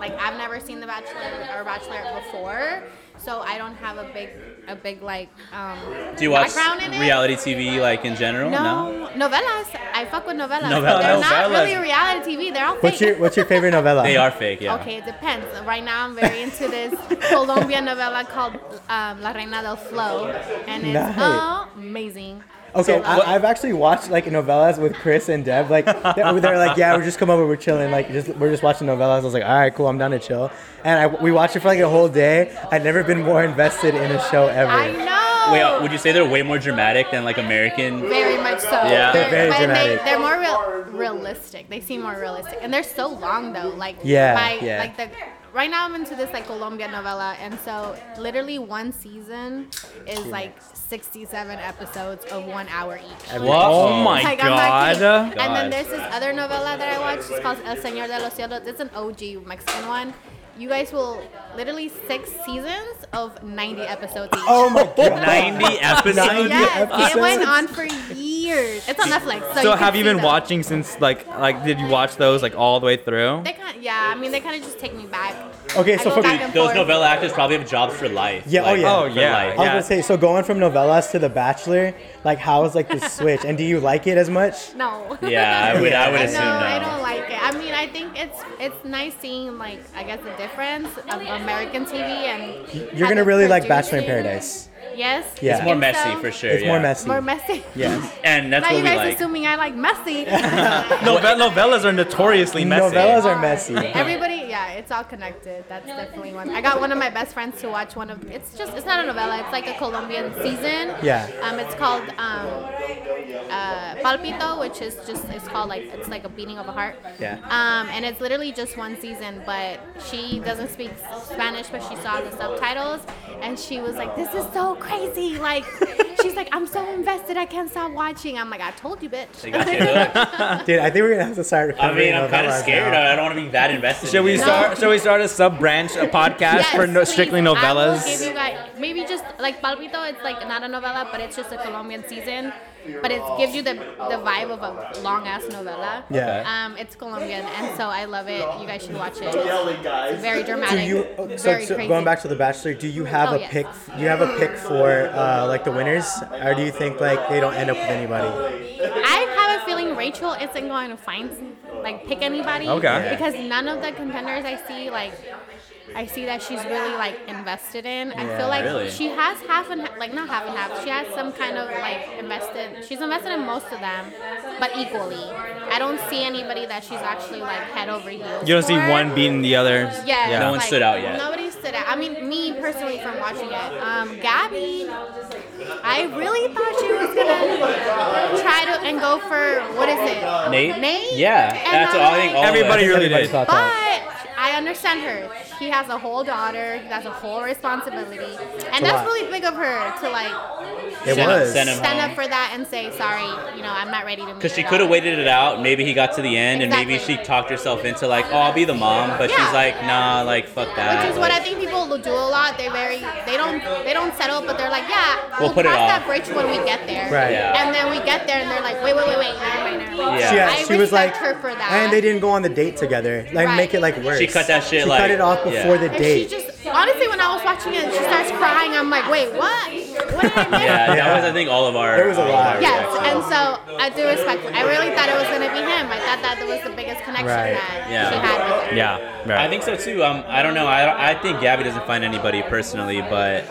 Like I've never seen The Bachelor or Bachelorette before, so I don't have a big a big like um.
Do you watch
background in it.
reality TV like in general?
No, novellas. I fuck with novellas.
Novellas.
They're not
Novellas.
really reality TV. They're all fake.
what's your What's your favorite novella?
They are fake, yeah.
Okay, it depends. Right now, I'm very into this Colombian novella called um, La Reina del Flow, and it's
Nice.
amazing.
Okay,
So,
I, I've actually watched like novellas with Chris and Deb. Like they're, they're like, yeah, we're just come over, we're chilling. Like just we're just watching novellas. I was like, all right, cool, I'm down to chill. And I, we watched it for like a whole day. I'd never been more invested in a show ever.
I know.
Wait, uh, would you say they're way more dramatic than like American?
very much so.
Yeah. They're
very
but
dramatic.
They, they're more real, realistic. They seem more realistic, and they're so long though. Like
Yeah,
by,
yeah.
Like the right now, I'm into this like Colombian novella, and so literally one season is like 67 episodes of one hour each.
What? Oh my
Like, I'm not
god.
kidding. And then there's this other novella that I watched. It's called El Señor de los Cielos. It's an OG Mexican one. You guys will literally six seasons of 90 episodes each.
Oh my god.
90 episodes?
Yes, it went
episodes?
on for years. It's on Netflix. So,
So
you
have
can
you
see
been
them.
watching since like like did you watch those like all the way through?
They kind, yeah. I mean, they kind of just take me back.
Okay, so
I go
for-
back and
Those
forth.
novella actors probably have jobs for life.
Yeah, oh
like,
yeah.
Oh,
for
yeah.
I
life.
was
Yeah.
gonna say, so going from novellas to The Bachelor, like how is like the switch? And do you like it as much?
No.
Yeah, I would- I would assume
no,
no.
I don't like it. I mean, I think it's it's nice seeing like I guess the difference of American TV and.
You're
how
gonna
they're
really like Bachelor in
producing.
Paradise.
Yes.
Yeah.
It's more
And
messy
so-
for sure.
It's
yeah.
more messy.
More messy.
Yes.
And that's
now
what
you
we
guys
like.
assuming I like messy.
Nove- novellas are notoriously messy.
Novellas are messy.
Everybody, yeah, it's all connected. That's definitely one. I got one of my best friends to watch one of. It's just, it's not a novella. It's like a Colombian season.
Yeah.
Um, it's called um, uh, Palpito, which is just, it's called like, it's like a beating of a heart.
Yeah.
Um, and it's literally just one season, but she doesn't speak Spanish, but she saw the subtitles, and she was like, "This is so crazy!" Like, she's like, "I'm so invested, I can't stop watching." I'm like, "I told you, bitch."
They got you, look.
Dude, I think we're gonna have to start
I
recovering
mean, I'm kind of
novellas
scared.
now.
I don't want to be that invested.
Should
in
we
it.
start? Should we start a sub branch, a podcast for no-
please.
strictly
I will give
novellas?
you guys, maybe just like Palpito, it's like not a novella, but it's just a Colombian season. But it gives you the, the vibe of a long ass novella.
Yeah.
Um, it's Colombian, and so I love it. You guys should watch it. It's very
Do
dramatic.
you oh, so,
very
so
crazy.
going back to the Bachelor? Do you have
Oh,
a
yes.
pick? Do you have a pick for uh, like the winners, or do you think like they don't end up with anybody?
I have a feeling Rachel isn't going to find, like, pick anybody.
Okay.
Because none of the contenders I see, like, I see that she's really like invested in. I feel like
Really?
she has half and like not half and half. She has some kind of like invested. She's invested in most of them, but equally. I don't see anybody that she's actually like head over heels.
You don't see
for.
one beating the other.
Yeah,
Yeah.
No one stood out yet.
Nobody stood out. I mean, me personally, from watching it, um, Gabby, I really thought she was gonna try to and go for what is it?
Nate?
Nate?
Yeah,
And
that's
I'm
all I think.
like,
All of us.
Everybody really
Everybody
did.
thought
But
that.
I understand her. He has a whole daughter. That's a whole responsibility, and
a
that's
lot.
really big of her to like
It
Send him-
was.
send him
stand
home.
up for that and say sorry. You know, I'm not ready to.
Because she could have waited it out. Maybe he got to the end, and maybe she
Exactly.
talked herself into like, "Oh, I'll be the mom," but she's
Yeah.
like, "Nah, like fuck that."
Which is what I
like-
think people will do a lot. They're very they don't they don't settle, but they're like, yeah,
We'll
we'll,
put it
cross
off.
that bridge when we get there.
Right.
Yeah.
And then we get there, and they're like, wait, wait, wait, wait, never mind, never mind.
Yeah.
She,
I
she was like,
respect her for that.
and they didn't go on the date together. Like,
Right.
make it like worse.
She cut that shit
She
like
cut it off
yeah.
before the
And
date.
she just honestly, when I was watching it, and she starts crying. I'm like, wait, what? What did I miss?
Yeah,
Yeah.
that was I think all of our.
There was a
all of
lot.
our
Yes, and
reactions.
so I do respect. I really thought it was gonna be him. I thought that was the biggest connection
Right.
that
Yeah.
she had with him.
Yeah, right.
I think so too. Um, I don't know. I, I think Gabby doesn't find anybody personally, but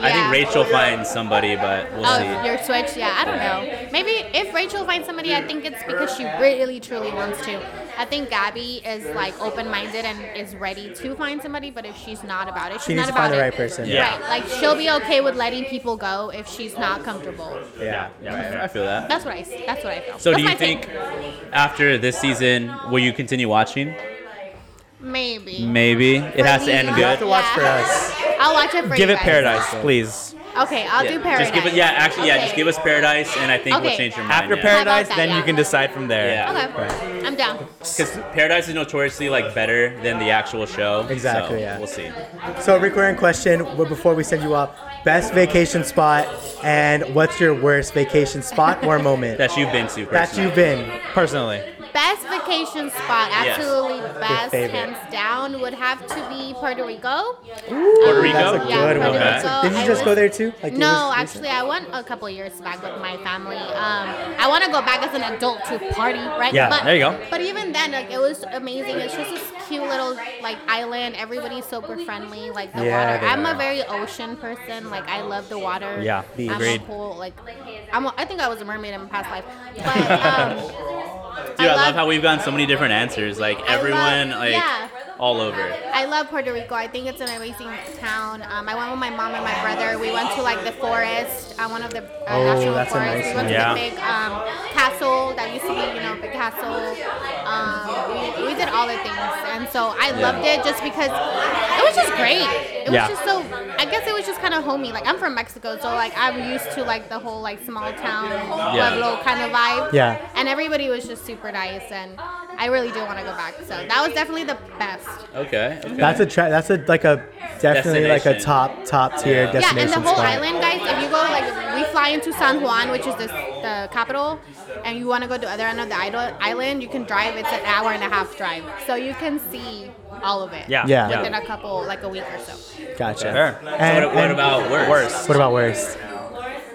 I think
Yeah.
Rachel finds somebody, but we'll
Oh,
see.
your Switch? Yeah, I don't know. Maybe if Rachel finds somebody, I think it's because she really, truly wants to. I think Gabby is like open-minded and is ready to find somebody, but if she's not about it, she's
She
not
needs to
about
find the
it.
right person.
Yeah.
Right, like she'll be okay with letting people go if she's not comfortable.
Yeah.
Yeah, I feel that.
That's what I. That's what I feel.
So
That's
do you
my take.
think after this season will you continue watching?
Maybe.
Maybe it has to end
me,
You have to
good.
watch for
Yeah.
us.
I'll watch it for
Give
you
it
guys.
paradise, please.
Okay, I'll
Yeah.
do paradise.
Just give it. Yeah, actually, yeah. Just
Okay.
give us paradise, and I think we'll
Okay.
change your mind.
After
yeah.
paradise,
that?
then you
Yeah.
can decide from there.
Yeah.
Okay, I'm down.
Because Paradise is notoriously like better than the actual show.
Exactly,
so
yeah.
We'll see.
So, recurring question well, before we send you up best vacation spot and what's your worst vacation spot or moment
That you've been to. Personally.
that you've been?
Personally,
Best vacation spot,
Yes.
absolutely best,
favorite.
hands down, would have to be Puerto Rico.
Puerto Rico.
That's a
Yeah,
good one.
Puerto
Okay.
Rico.
Did you
I
just go
was-
there too? Like, it
No,
was recent?
actually, I went a couple years back with my family. Um, I want to go back as an adult to party, right?
Yeah, there you go.
But even then, like, it was amazing. It's just this cute little like island. Everybody's super friendly. Like the
Yeah,
water.
they
I'm
are.
a very ocean person. Like I love the water.
Yeah,
I'm
agreed.
a pool. Like I'm. A, I think I was a mermaid in my past life. But um,
Dude, I, love how we've gotten so many different answers. Like
I
everyone,
love-
like
yeah.
all over.
I love Puerto Rico. I think it's an amazing town. Um, I went with my mom and my brother. We went to like the forest, uh, one of the uh,
Oh,
national
that's a
forests.
nice
we went
one.
to
Yeah.
the big um, castle that used to be, you know, big castle. Um, we, we did all the things, and so I loved it just because it was just great. It was
Yeah.
just so. I guess it was just kind of homey. Like I'm from Mexico, so like I'm used to like the whole like small town
Yeah.
pueblo kind of vibe.
Yeah.
And everybody was just super nice, and I really do want to go back. So that was definitely the best.
Okay. okay.
That's a tra- that's a like a definitely like a
Destination.
top top tier
Yeah.
Yeah, and
destination
the whole
spot.
island, guys. If you go, like, we fly into San Juan, which is the, the capital, and you want to go to the other end of the idol- island, you can drive. It's an hour and a half drive, so you can see all of it.
yeah,
Yeah.
Within a couple, like a week or so.
Gotcha.
Fair. So
And,
what, what
and
about worse?
Worst.
what about worst?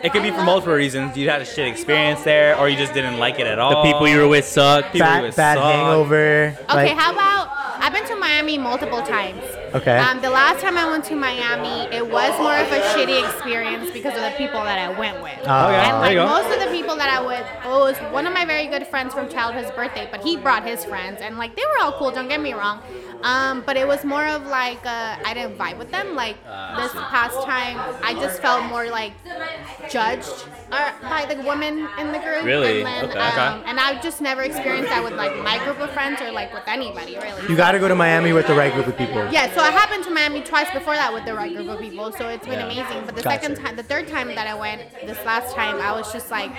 It could be for multiple reasons. You had a shit experience there, or you just didn't like it at all.
The people you were with suck.
People you
Bad,
with
bad
suck.
hangover.
Okay,
like,
how about I've been to Miami multiple times.
Okay.
Um, the last time I went to Miami, it was more of a shitty experience because of the people that I went with.
Ah, Okay,
and
there
like
you go.
most of the people that I was, oh, it was one of my very good friends from childhood's birthday, but he brought his friends, and like they were all cool. Don't get me wrong. Um, but it was more of like uh, I didn't vibe with them. Like this past time, I just felt more like judged uh, by the women in the group.
Really?
And then,
Okay. Okay.
um, and I've just never experienced that with like my group of friends or like with anybody really.
you got to go to Miami with the right group of people.
yeah, so I happened to Miami twice before that with the right group of people, so it's been amazing. But the
Gotcha.
second time, the third time that I went, this last time, I was just like,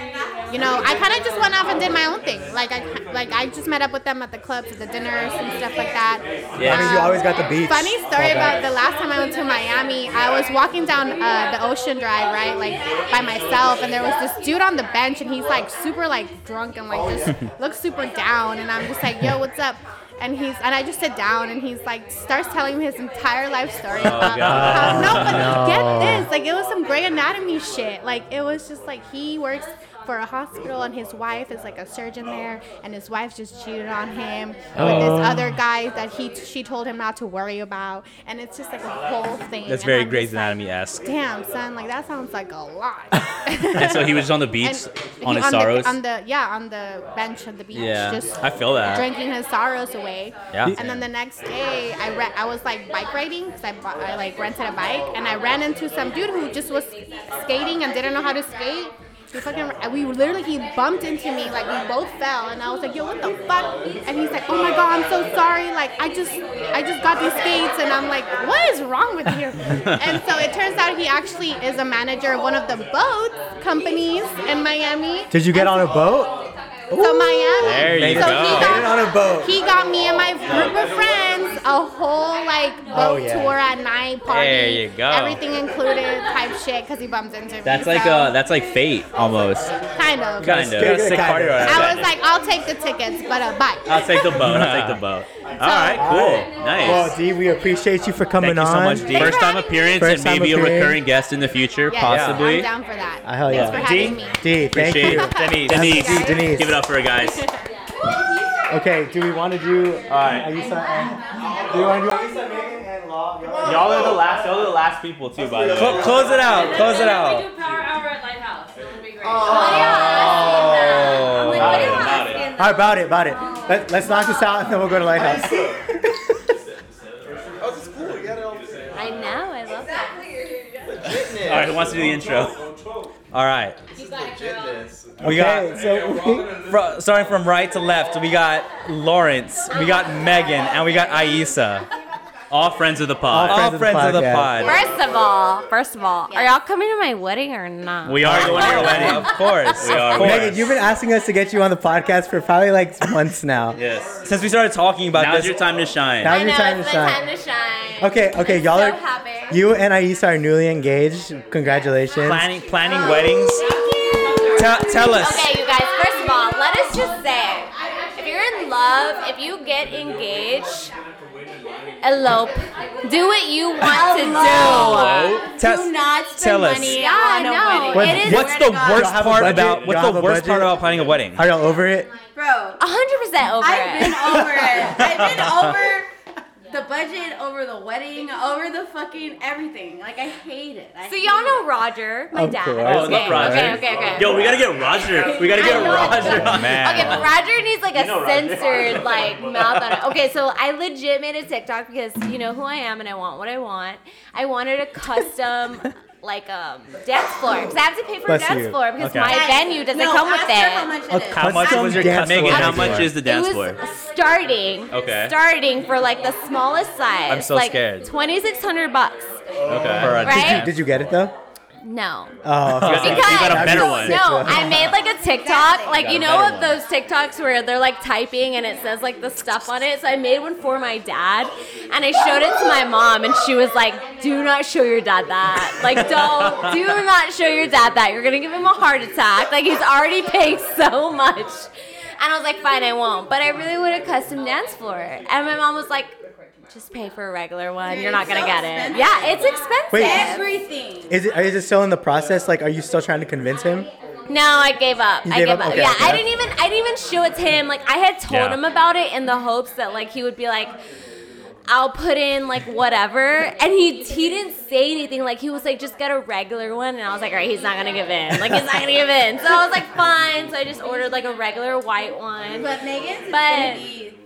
you know, I kind of just went off and did my own thing. Like I, like I just met up with them at the clubs, at the dinners and stuff like that.
Yeah.
I mean, you always got the beach.
Funny story
All
about
that.
the last time I went to Miami. I was walking down uh, the Ocean Drive, right, like by myself, and there was this dude on the bench, and he's like super like drunk and like just looks super down, and I'm just like, yo, what's up? And he's and I just sit down, and he's like starts telling me his entire life
Oh,
story about how, no, but
No.
get this, like it was some Grey Anatomy shit. Like it was just like he works. For a hospital, and his wife is like a surgeon there, and his wife just cheated on him with this other guy that he she told him not to worry about, and it's just like a whole thing.
That's
And
very
I'm
Grey's
just like,
Anatomy esque.
Damn, son, like that sounds like a lot.
And so he was on the beach
And
on
he-
his sorrows.
The, on the yeah, on the bench on the beach,
Yeah.
just
I feel that.
drinking his sorrows away.
Yeah.
And then the next day, I re- I was like bike riding because I, bu- I like rented a bike and I ran into some dude who just was skating and didn't know how to skate. We fucking, we literally, he bumped into me, like we both fell, and I was like, yo, what the fuck? And he's like, oh my god, I'm so sorry, like I just, I just got these skates, and I'm like, what is wrong with you? and so it turns out he actually is a manager of one of the boat companies in Miami.
Did you get on a boat?
So Miami.
There you
so
go.
He
Get it
got,
on a boat.
he got me and my group of friends a whole like boat
Oh, yeah.
tour at night party.
There you go.
Everything included type shit because he bumps into me.
That's like
so,
uh that's like fate almost.
kind of.
Kind of.
Good, good,
Sick
kind
party
of.
ride.
I was like, I'll take the tickets, but uh, bye.
I'll take the boat. I'll take the boat. All right, cool. Nice.
Well, D, we appreciate you for coming
Thank you so
on.
much, D. First time appearance
First
and
time
maybe a
appearance.
recurring guest in the future,
Yes,
possibly.
I'm down for that.
I hell
Thanks
yeah.
for having me.
D, thank
Appreciate
you.
it. Denise. Denise.
D, Denise.
Give it up for her, guys.
Okay, do we want to do? All
right.
Aisa and, do you want to do Aisa, Megan, and Law?
Y'all are the last. Y'all are the last people too, by the way.
close it out. Close it out.
Power hour at Lighthouse. It'll be great.
Oh.
About Oh, it, about it.
All right, about it, about it. Let, let's knock this out and then we'll go to Lighthouse.
Oh,
I know, I love that.
All right, who wants to do the intro?
All right.
We
got-
so
Fro- starting from right to left, we got Lawrence, we got Megan, and we got Aisa.
All friends of the pod.
All
All friends of the pod.
First of all, first of all, are y'all coming to my wedding or not?
We are going to your
Of
wedding.
course.
We are. We
Of
are.
course.
Megan, you've been asking us to get you on the podcast for probably like months now.
Yes.
Since we started talking about
Now's
this,
your time to shine.
Now's your time to shine.
to shine.
Okay, okay, y'all
so
are.
happy.
You and Aisa are newly engaged. Congratulations.
planning planning weddings. Tell, tell us.
Okay, you guys, first of all, let us just say if you're in love, if you get engaged, elope. Do what you want to do.
Tell,
Not spend
tell us.
money
Yeah,
on a
no.
wedding.
What-
It is
What's
where
the
to God.
worst
Y'all have a
part
budget?
about
Y'all
what's
have
the
a
worst part
budget?
about planning a wedding?
Are y'all over it?
Bro,
100% over
I've
it.
been over it. I've been over the budget, over the wedding, over the fucking everything. Like I hate it. I
So
hate
y'all
it.
know Roger, my
Of
dad.
course.
Oh, love Roger.
okay, okay, okay.
Yo, we gotta get Roger. We gotta get Roger. on.
Okay,
Man.
but Roger needs like a
know Roger.
censored like mouth on it. Okay, so I legit made a TikTok because you know who I am and I want what I want. I wanted a custom like um dance floor because I have to pay for
Bless
a dance
you.
floor because
Okay.
my
Guys,
venue doesn't
no,
come with
ask her how
it.
much it is.
How much
Custom
was your
dance
Megan?
floor.
How
Dance
much
floor.
is the
It
dance floor?
was starting,
Okay.
starting for like the smallest size.
I'm so
like,
scared.
Twenty six hundred bucks.
Okay.
Did you,
Right?
did you get it though?
No.
Oh,
You got a- you got a better one.
No, I made like a TikTok. Like
Got a
you know
better
of those TikToks where they're like typing and it says like the stuff on it. So I made one for my dad, and I showed it to my mom, and she was like, "Do not show your dad that. Like don't, do not show your dad that. You're gonna give him a heart attack. Like he's already paying so much." And I was like, "Fine, I won't." But I really want a custom dance floor, and my mom was like. Just pay for a regular one. You're not gonna get it. Yeah, it's expensive.
Wait.
Everything.
Is it, is it still in the process? Like, are you still trying to convince him?
No, I gave up.
You
I
gave
gave
up?
up.
Okay,
yeah,
okay.
I didn't even I didn't even show it to him. Like I had told
Yeah.
him about it in the hopes that like he would be like I'll put in like whatever and he he didn't say anything like he was like just get a regular one and I was like all right he's not gonna give in like he's not gonna give in so I was like fine so I just ordered like a regular white one
But Megan's is
But-
gonna be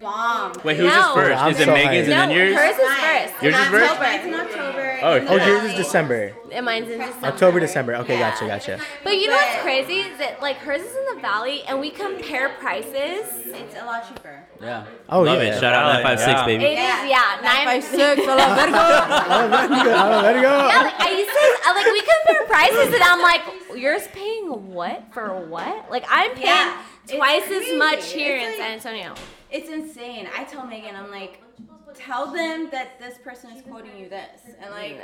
bomb.
Wait, who's
No.
this first?
Oh, I'm
Is it
so
Megan's
hyped.
and then
no
yours?
hers is
Mine.
first
Yours
in
is first?
October.
It's in October.
Oh,
and
Oh, yours is
Valley.
December.
and mine's in December.
October, December. Okay, gotcha, gotcha.
But you know what's
But-
crazy is that like hers is in the valley and we compare prices.
It's a lot cheaper.
Yeah.
Oh,
Love
yeah.
it. Shout out
Yeah.
956,
Yeah.
baby.
It is
Yeah.
yeah nine
Five six. A lot better.
Oh, let it go. Oh, let
Yeah,
it go.
like I used to, I, like we compare prices, and I'm like, yours paying what for what? Like I'm paying
Yeah, it's
twice as
crazy.
much here
It's
in
like-
San Antonio.
It's insane. I tell Megan, I'm like, tell them that this person is quoting you this, and like,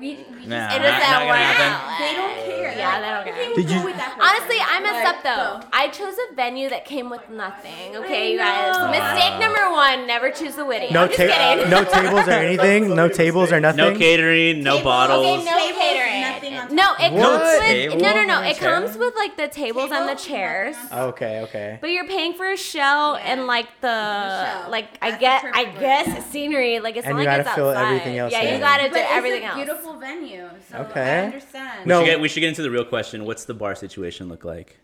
we, we
Nah,
just,
It doesn't
not, not gonna
work
happen.
out.
they don't care. They're like,
Yeah, they don't
"Okay,
care.
we'll
Did
go
you-
with that person."
Honestly, I messed
Like,
up though.
so-
I chose a venue that came with nothing. Okay,
I
you guys.
know.
Mistake number one: never choose the witty.
No,
I'm just
ta-
kidding.
no tables or anything. No tables or nothing.
No catering, no
Tables,
bottles.
Okay, no
Tables,
catering.
nothing on
no, it comes
What?
with no, no, no.
Tables,
It
chair?
comes with like the tables and the
Tables,
chairs.
Okay, okay.
But you're paying for a shell and like the
shell.
like I
That's
get
the
I
perfect word, yeah.
guess scenery like it's
And
not
you
like
gotta
it's
fill
outside.
everything else
Yeah,
in.
you gotta
But
do everything
it's a
else.
beautiful venue, so
Okay.
I understand.
No.
We should, get, we should get into the real question. What's the bar situation look like?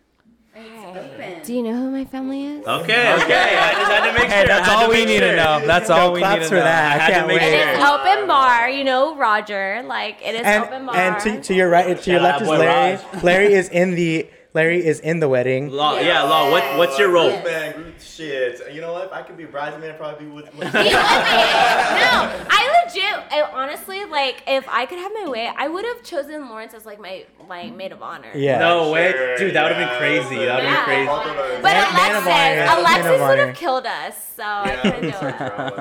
It's open.
Do you know who my family is?
Okay, okay. I just had to make
Hey,
sure.
that's
I had
all
to
we
make
need to
sure.
know. That's all we need to know. I
had to
can't
make
wait.
sure.
It's open bar, you know, Roger. Like it is
and
open bar.
and to, to your right, to your
Shout
left
out
is
boy
Larry. Larry is in the Larry is in the wedding.
Law, yeah, Law. What, what's your role?
Man, group shit. You know what? If I could be bridesmaid, I'd probably be with. with
no, I legit, I honestly, like, if I could have my way, I would have chosen Lawrence as like my like maid of honor.
Yeah.
No way, dude. That would have been crazy. That would have been crazy.
But
Man- man of
Alexis,
honor. Man of
Alexis would
honor.
have killed us, so I couldn't do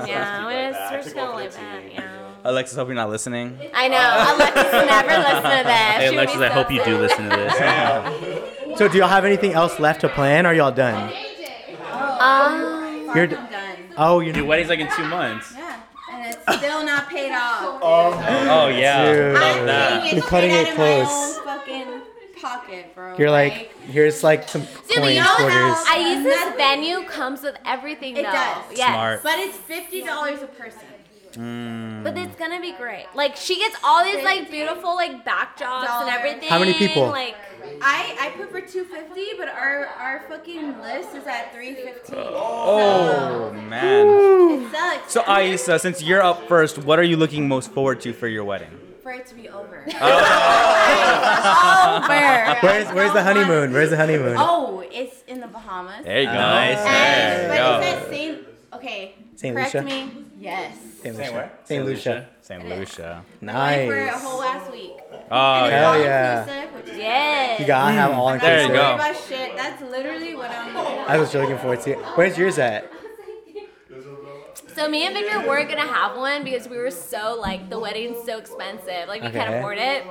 it. Yeah, we're,
that. I
we're
took
just gonna live it. Yeah.
Alexis, hope you're not listening.
I know. Alexis never listened to this.
Hey,
She would be
Alexis, I
so
hope you do
upset.
listen to this.
So do y'all have anything else left to plan? Or y'all done?
Um,
You're d- oh, you
Your wedding's like in two months.
Yeah, and
Um,
it's still not paid off.
Um,
Oh yeah.
Dude.
Love that.
You're cutting
Straight
it
out of My
close.
own fucking pocket, bro.
You're like, here's like some
but
coins,
y'all
quarters.
I use this venue comes with everything
It
though.
does.
Yes.
Smart.
but it's fifty dollars a person.
Mm.
But it's gonna be great. Like she gets all these like beautiful like backdrops and everything.
How many people?
Like
I I put for two fifty, but our our fucking list is at three fifteen.
Oh man.
It sucks.
So Aisa, since you're up first, what are you looking most forward to for your wedding? Oh.
for it to be over.
Where's where's the honeymoon? Where's the honeymoon?
Oh, it's in the Bahamas.
There you
Oh.
go.
Nice.
And-
There
but
you
is that Saint? Okay.
Saint
correct
Lucia?
me. Yes.
Saint Lucia. Saint Lucia.
St. Lucia.
Like for a
Nice.
whole last week. And it's
Oh
Hell
all
yeah.
inclusive, which is
yes.
You gotta have all
I'm not
inclusive.
There you go.
worried about shit. That's literally what I'm looking for.
That's what you're looking forward to. Where's yours at?
So me and Victor were gonna have one because we were so like the wedding's so expensive, like we can't
Okay.
afford it.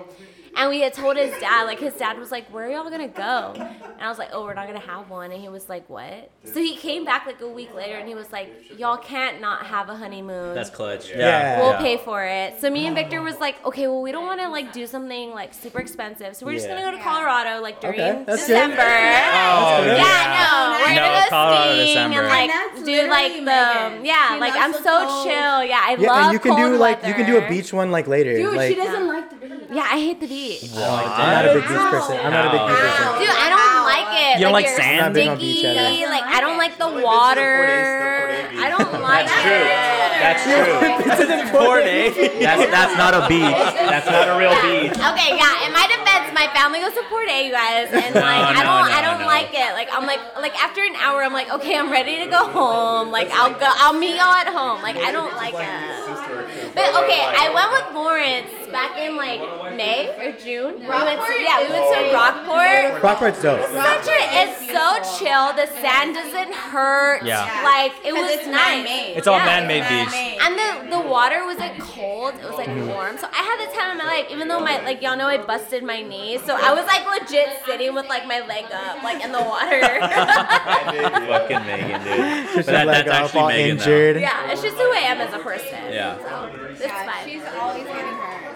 And we had told his dad, like his dad was like, "Where are y'all gonna go?" And I was like, "Oh, we're not gonna have one." And he was like, "What?" So he came back like a week later and he was like, "Y'all can't not have a honeymoon.
That's clutch. Yeah.
Yeah.
we'll pay for it." So me and Victor was like, "Okay, well we don't want to like do something like super expensive, so we're just
Yeah.
gonna go to Colorado like during
Okay, that's good.
December."
Oh
Yeah, no, we're
No,
gonna go
Colorado,
skiing
December.
and like
And that's
do like
literally
the
Megan.
yeah,
She
like I'm
loves
so
the cold.
chill. Yeah, I
Yeah,
love
and you can
cold
do like you can do a
weather.
beach one like later.
Dude,
like
she doesn't like the beach.
Yeah, I hate the beach.
I don't like that. I'm not a big beach person. I'm not a big beach person.
Dude, I don't like it.
You don't like
you're
sand?
I'm not big on beach
Sticky.
either.
Like I don't like the water. I don't like it.
That's true.
Poor day.
That's that's not a beach. That's not a real beach.
Okay, yeah. In my defense, my family goes to Port A, you guys, and
No,
like I
no,
don't, I
no,
don't
no.
like it. Like I'm like, like after an hour, I'm like, okay, I'm ready to go home. Like I'll go, I'll meet y'all at home. Like I don't like uh, it. But okay, I went with Lawrence back in like May or June. We went to, yeah, we went
Oh.
to Rockport.
Rockport's dope.
Such a, it's so chill. The sand doesn't hurt.
Yeah. Yeah.
Like it was
it's
nice.
man-made.
It's all
Yeah.
man-made beach. Mm-hmm.
And the, the water wasn't cold, it was like warm. So I had the time of my life, even though my like y'all know I busted my knee, so I was like legit sitting with like my leg up, like in the water.
Fucking Megan, dude. But
Just
that,
like
that's
up all
actually Megan though.
injured.
yeah, it's just who I am as a person.
Yeah.
So it's fine.
She's always getting hurt.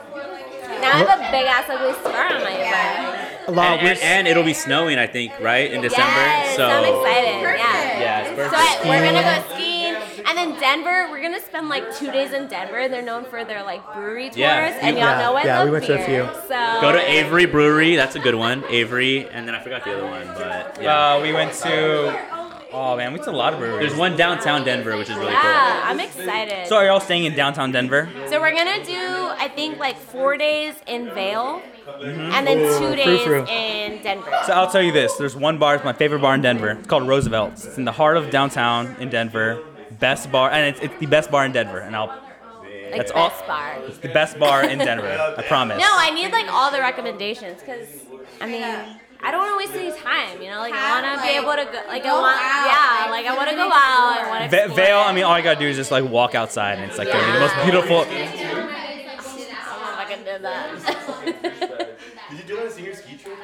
Now I have a big ass ugly scar on my leg.
Law,
and,
we're
and, and it'll be snowing, I think, right in December.
Yes,
so
I'm excited. Yeah.
yeah, it's
So
perfect.
I, we're gonna go skiing, and then Denver. We're gonna spend like two days in Denver. They're known for their like brewery tours,
Yeah.
and y'all
Yeah,
know I
yeah,
love
we went to a
beer,
few.
So
Go to Avery Brewery. That's a good one. Avery, and then I forgot the other one, but yeah.
Uh, we went to. Oh man, we went to a lot of breweries.
There's one downtown Denver, which is really cool.
Yeah, I'm excited.
So are y'all staying in downtown Denver?
So we're gonna do, I think, like four days in Vale, Mm-hmm. and then two days
frou-frou.
in Denver.
So I'll tell you this. There's one bar. It's my favorite bar in Denver. It's called Roosevelt's. It's in the heart of downtown in Denver. Best bar, and it's, it's the best bar in Denver. And I'll.
Like
That's
best
all-
bar.
It's the best bar in Denver. I promise.
No, I need like all the recommendations because I mean, I don't want to waste any time. You know, like I want to be able to go, like I
go
want,
out,
yeah,
like,
like I
you
want to
can
go out. I want to
Va- Vale. I mean, all you gotta do is just like walk outside, and it's like gonna be the most beautiful.
I can do that.
Did you do that senior ski trip?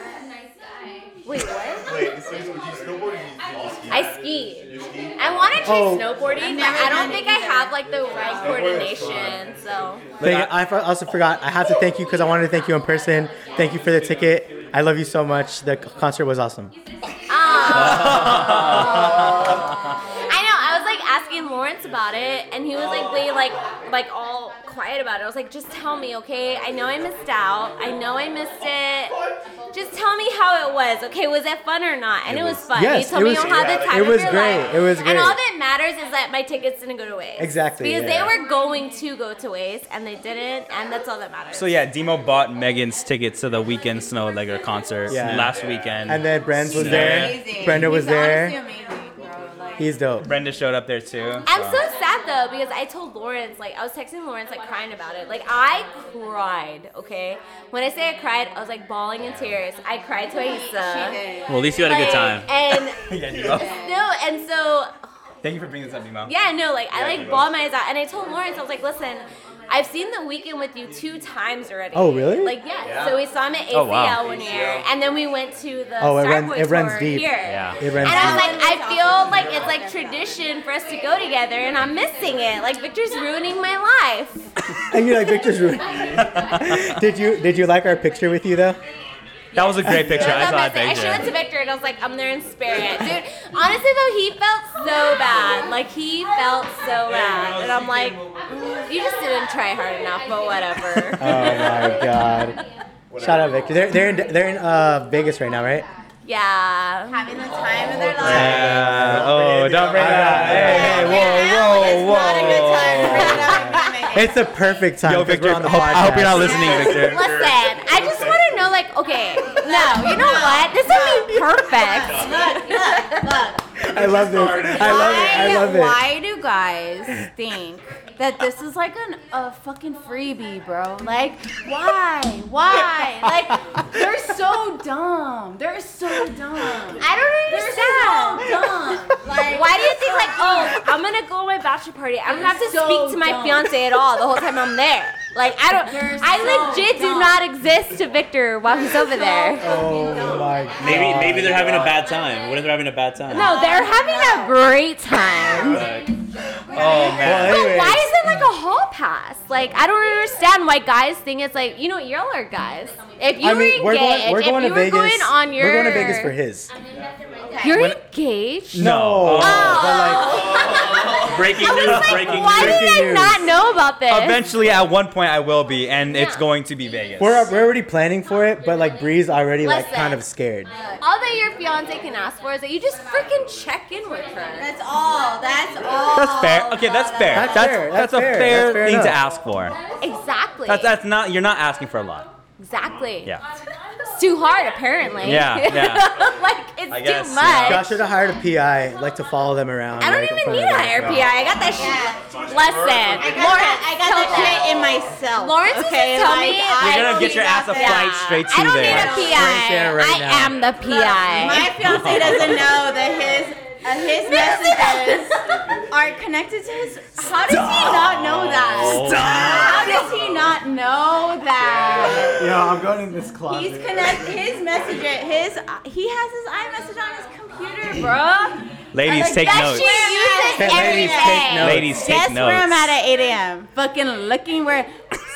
Wait, what?
Wait, it's like, would you snowboard? Or did you ski?
I ski.
You ski?
I want to try
Oh.
snowboarding, but I don't think I have like the right coordination. So
Thank- I for- also forgot. I have to thank you because I wanted to thank you in person. Thank you for the ticket. I love you so much. The c- concert was awesome.
I know. I was like asking Lawrence about it, and he was like, they like, like all quiet about it. I was like, just tell me, okay? I know I missed out. I know I missed it. just tell me how it was. Okay, was it fun or not? And it, was, fun.
Yes,
you told
it
me
was-
you had the time
it
of
was
your
great.
life.
It was great.
And all that matters is that my tickets didn't go to waste.
Exactly,
Because
yeah.
they were going to go to waste and they didn't, and that's all that matters.
So yeah, Demo bought Megan's tickets to the weekend Snow Legger concert
Yeah.
last weekend.
And then Brent was there. Brenda was there. He's dope.
Brenda showed up there too.
I'm so sad though because I told Lawrence, like I was texting Lawrence, like crying about it. Like I cried, okay. When I say I cried, I was like bawling in tears. I cried to Aisa.
Well, at least you had a good time. Oh.
Like, And
yeah, Demo.
no, and so
Thank you for bringing this up, Demo.
yeah, no, like
Yeah,
I
you
like bawled my eyes out, and I told Lawrence, I was like, listen. I've seen the weekend with you two times already.
Oh, really?
Like yeah.
Yeah.
So we saw him at ACL
Oh, wow.
one year, and then we went to the
Oh, it
Star
runs
Boy
it runs
tour
deep.
here.
It runs
And I was
deep.
like, I feel like it's like tradition for us to go together, and I'm missing it. Like Victor's ruining my life.
And you're like Victor's room. did you did you like our picture with you though?
That was a great picture.
I, I showed it to Victor, and I was like, I'm there in spirit, dude. Honestly though, he felt so bad. Like he felt so bad, and I'm like, "Mm, you just didn't try hard enough, but whatever.
Oh my god. Shout out Victor. They're they're in they're in uh, Vegas right now, right?
Yeah.
Having the time of their life.
Yeah.
Oh, don't bring it up. Hey, hey, whoa, whoa,
whoa.
It's the perfect time. Yo, Victor, on the
hope- I hope you're not
podcast.
listening, Victor.
Listen, I just want to know, like, okay, no, you know what? This isn't perfect.
Look, look.
I love this. I love it. I love it.
Why do guys think that this is like an, a fucking freebie, bro? Like, why? Why? Like, they're so dumb. They're so dumb.
I don't understand.
They're so dumb. Like,
Why do you think, like, oh, I'm gonna go to my bachelor party. I don't have to
So
speak to my
dumb.
fiance at all the whole time I'm there. Like, I don't,
You're
I
so
legit do
dumb.
not exist to Victor while he's over there.
Oh my god.
Maybe maybe they're having a bad time. What if they're having a bad time?
No, they're having a great time.
oh man.
But why is it like a hall pass? Like I don't understand why guys think it's like you know y'all are guys. If you
I mean,
were
we're
engaged,
going, we're going
if
to
you
Vegas.
were going on your,
We're going to Vegas for his.
You're
When-
engaged.
No.
Oh.
Oh.
Breaking news! breaking
Why did I not know about this?
Eventually, at one point, I will be, and it's going to be Vegas.
We're, we're already planning for it, but like Bree's already like
Listen.
kind of scared.
All that your fiance can ask for is that you just freaking check in with her. That's
all. That's all.
That's fair. Okay, that's fair.
That's
That's
fair, that's
that's, a
fair,
fair,
that's fair
thing to
enough.
ask for.
Exactly.
That's that's not. You're not asking for a lot.
exactly.
Yeah.
It's too hard, apparently.
Yeah, yeah.
like it's
I
too
guess,
much.
Josh should have hired a PI, like to follow them around.
I don't
like, in
even
front
need
of
an
them.
IRPI. I got that shit. Listen,
I got
Lawrence,
that- I got
tell
that shit
them.
in myself,
Lawrence is
okay?
to tell
Like,
me.
You're
like,
You're gonna get your ass a
yeah.
flight straight to
I don't
there.
need a
Straight
PI.
there right
I
now.
am the PI.
My fiance doesn't know that his uh, his messages are connected to his. How does he not know that?
Oh.
Stop.
How does he not know that?
Yo, I'm going in this closet.
He's connect his message. His he has his iMessage on his computer, bro.
Ladies,
Like,
take
that
notes.
shit uses
Ladies,
everything.
take notes. Ladies, take
Guess where I'm
notes.
at at 8 a.m. Fucking looking where.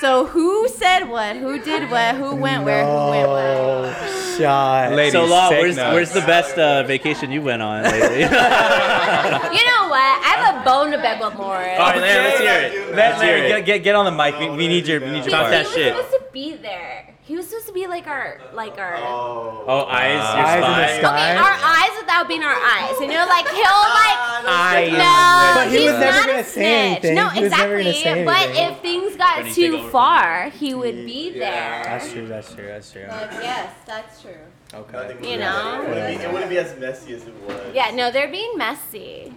So who said what? Who did what? Who went where? Who went where?
Oh, shot.
Ladies, so Law, where's, where's the best uh, vacation you went on lately?
You know what? I have a bone to pick with Lawrence.
All right, Larry, let's hear it.
Let,
Let's hear
Larry,
it.
get, get, get on the mic. We, we need your we need your
Talk
part.
that
He
shit.
was supposed to be there. He was supposed to be like our like our
Oh, eyes, your
Eyes in the
spine.
sky.
our eyes without being our eyes. And you're like he'll like no,
But he
he's
was never
not
gonna
a
say
snitch.
anything.
No,
He was never
exactly.
gonna say
but
anything.
if things
But
got
he take
too
over.
far, he would be there.
That's true. That's true. That's true.
Yes, that's true.
Okay.
You know?
It wouldn't, be, it wouldn't be as messy as it was.
Yeah, no, they're being messy.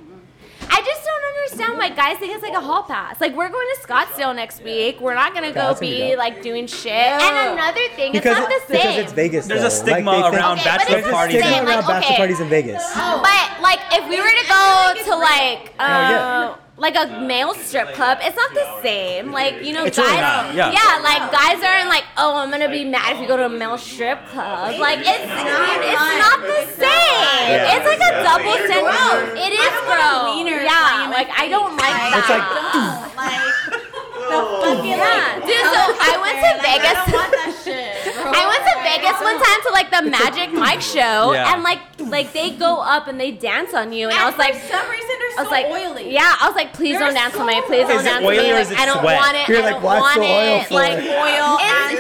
I just don't understand why guys think it's like a hall pass. Like we're going to Scottsdale next week. We're not gonna
Yeah,
go
that's gonna be
be
dope.
like doing shit.
Yeah.
And another thing,
Because,
it's not
it-
the same.
because it's Vegas.
There's a
though.
stigma
they think-
around Okay, but bachelor it's the parties in
There's a
same,
stigma
like,
around bachelor
okay.
parties in Vegas.
But like if we were to go to like uh,
yeah.
like a male strip club, it's not the same. Like you know,
It's
guys.
really not, yeah.
like guys aren't like, oh, I'm gonna be mad if you go to a male strip club. Like it's not, it's not the same.
Yeah.
It's like a
Yeah.
double standard. It is, bro.
wiener
Yeah, like I don't like that.
It's like
Yeah, dude. So
Oh,
I went to Vegas. I went to Vegas one time to like the Magic Mike show,
Yeah.
and like like they go up and they dance on you, and I was like,
for some reason they're
I
so
was like,
oily.
yeah, I was like, please
They're
don't dance
so
on me, please
oily. Is
don't
it
dance
oily
on me.
or
Like,
is it
I don't
sweat?
want it.
You're
I
like,
don't
what's
want
the oil
it.
for?
Like
Oil and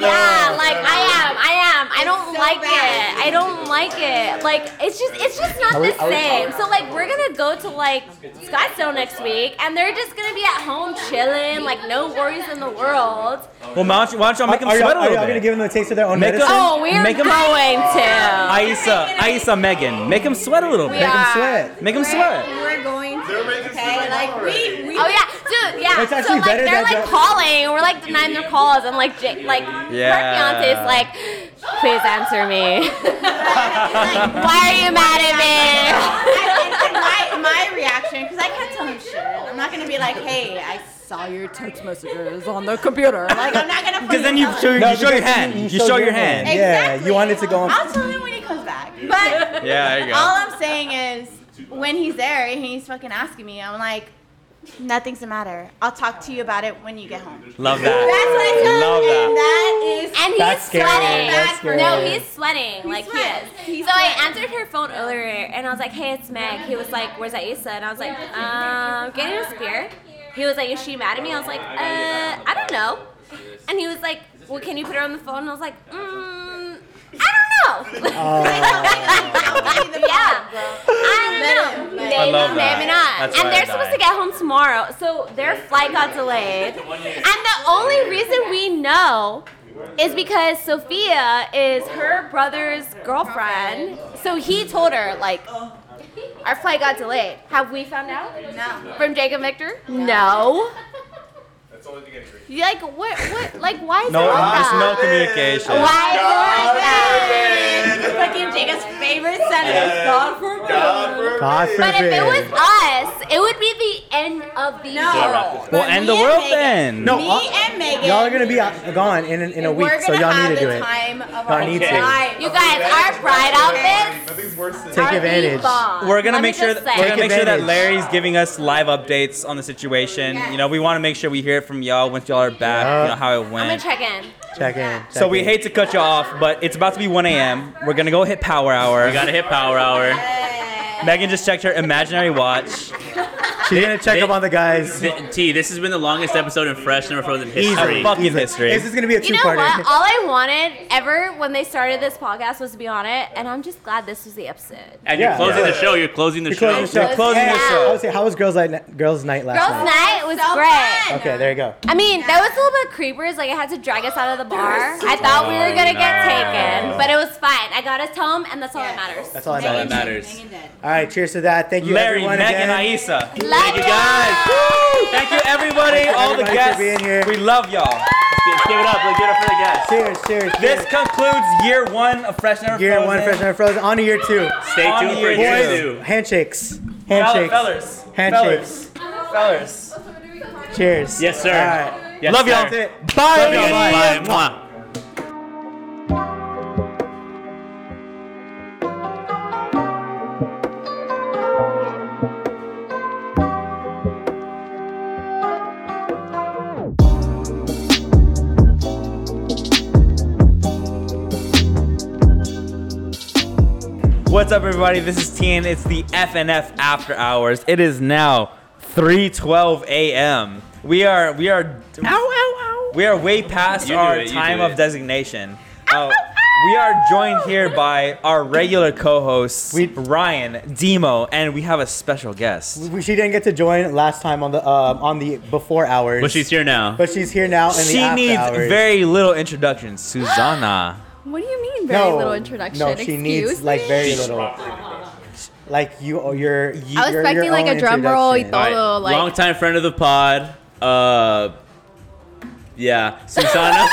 yeah, like I am, I am, I I don't
so
like
bad.
it. I don't like it. Like it's just it's just not
Are we-
the
are we-
same. So like we're gonna go to like Scottsdale next week, and they're just gonna be at home chilling, like no worries in the world.
Well, why don't you- why don't y'all make them
Are y'all-
sweat a
are
little
y'all
bit?
gonna give them a taste of their own
Make 'em-
medicine?
Oh, we're
Make 'em-
going to.
Aisa, Aisa, Megan, make them sweat a little
We
bit.
Make 'em are.
sweat. Make them sweat.
We're going to. Okay, like we, we.
Oh yeah, dude, yeah.
It's actually
so like
better
they're
that
like
the-
calling, and we're like denying their calls, and like Jake, like
Yeah.
her fiance's like, please answer me. Like, Why are you mad at me?
my, my reaction, because I can't tell him shit. I'm not gonna be like, hey, I saw your text messages on the computer. Like I'm not gonna.
Because then you show,
No,
you show your
because
hand. You, show your hand.
Yeah, you want it to go on.
I'll tell him when he comes back. But
Yeah, there you go.
all I'm saying is, when he's there and he's fucking asking me, I'm like, nothing's the matter. I'll talk to you about it when you get home.
Love
That's what
that.
I tell
Love
him, and that
that.
is.
And he's
That's scary.
sweating.
That's scary.
No, he's sweating. like he is. so I
sweating.
answered her phone earlier and I was like, Hey, it's Meg. He was like, Where's Aisa? And I was like, Um, getting a spear. He was like, Is she mad at me? I was like, uh, I don't know. And he was like, Well, can you put her on the phone? And I was like, mm, I don't know.
Oh.
yeah. I don't know.
I
Maybe,
love that.
maybe not.
That's
and
why I
they're supposed
die.
to get home tomorrow, so their flight got delayed. And the only reason we know is because Sophia is her brother's girlfriend. So he told her, like, our flight got delayed. Have we found out? No. From Jacob Victor? No.
That's the only thing I agree.
You Like what? What? Like why is
No,
it like
there's no
that?
communication.
Why is it like
It's
that?
Fucking Jacob's favorite sentence. God forbid.
God
But if it was
forbid.
us, it would be the end of the world.
Well, end the world then.
No,
Me
I'll-
and Megan.
y'all are gonna be out, gone in in a week,
We're
so
gonna
y'all
have
need to do
the
it.
time of
Y'all
our
need to.
lives.
You guys, our bride outfits.
Nothing's worse than
Take advantage.
bomb.
We're
Let
gonna
me
make sure
just
that,
say.
we're gonna
Take
make sure that
advantage.
Larry's giving us live updates on the situation. You know, we want to make sure we hear it from y'all once y'all are back. You know how it
I'm
went.
gonna check in.
Check in. Check
So we
in.
hate to cut you off, but it's about to be 1 a.m. We're gonna go hit power hour. We
gotta hit power hour.
Megan just checked her imaginary watch.
She's gonna check up on the guys.
Th- T, this has been the longest episode in Fresh Never Frozen
Easily.
history.
Fucking history.
This is gonna be a
You know
two-parter.
what? All I wanted ever when they started this podcast was to be on it, and I'm just glad this was the episode.
And
Yeah.
you're closing
Yeah.
the show. You're closing the
You're
show.
closing the show.
You're closing the
Hey,
show.
I would say, how was girls' night? Girls' night last
Girls'
night.
night was great.
Okay, there you go.
I mean, that was a little bit creepers. Like, I had to drag us out of the bar. I thought we were gonna get taken, but it was fine. I got us home, and that's all that matters.
That's all I
That's all
know.
that matters.
All right, cheers to that. Thank you,
Larry,
everyone.
Megan,
again.
Aisa.
Love
you guys.
Thank you, everybody, all the
everybody for
guests.
being here.
We love y'all.
Let's give it up. Let's give it up for the guests.
Cheers, cheers.
This
cheers.
concludes year one of Fresh Never
year
Frozen.
one, fresh and frozen. On to year two.
Stay
On
tuned for
your
year
boys.
two.
Handshakes.
Fella-
Handshakes.
Fellers.
Handshakes.
Fellers. Fellers.
Cheers.
Yes, sir.
All right.
Yes,
Love y'all.
sir.
Bye,
Love you
everybody.
guys. Bye. Mwah.
What's up, everybody? This is Tian. It's the FNF After Hours. It is now 3:12 a.m. We are we are we are way past
You do
our
it, you
time
do
of
it.
designation. Uh, we are joined here by our regular co-hosts, Ryan, Demo, and we have a special guest.
We- She didn't get to join last time on the um, on the before hours.
But she's here now.
But she's here now. In the
She
after
needs
hours.
very little introduction, Susanna.
What do you mean, very
No,
little introduction?
No, she
Excuse
needs
me?
like very little. Like you, oh, you're. You,
I was
your- your
expecting, like,
own
a drum roll,
introduction.
All right.
Although, like-
Long time friend of the pod. Uh, yeah, Susanna.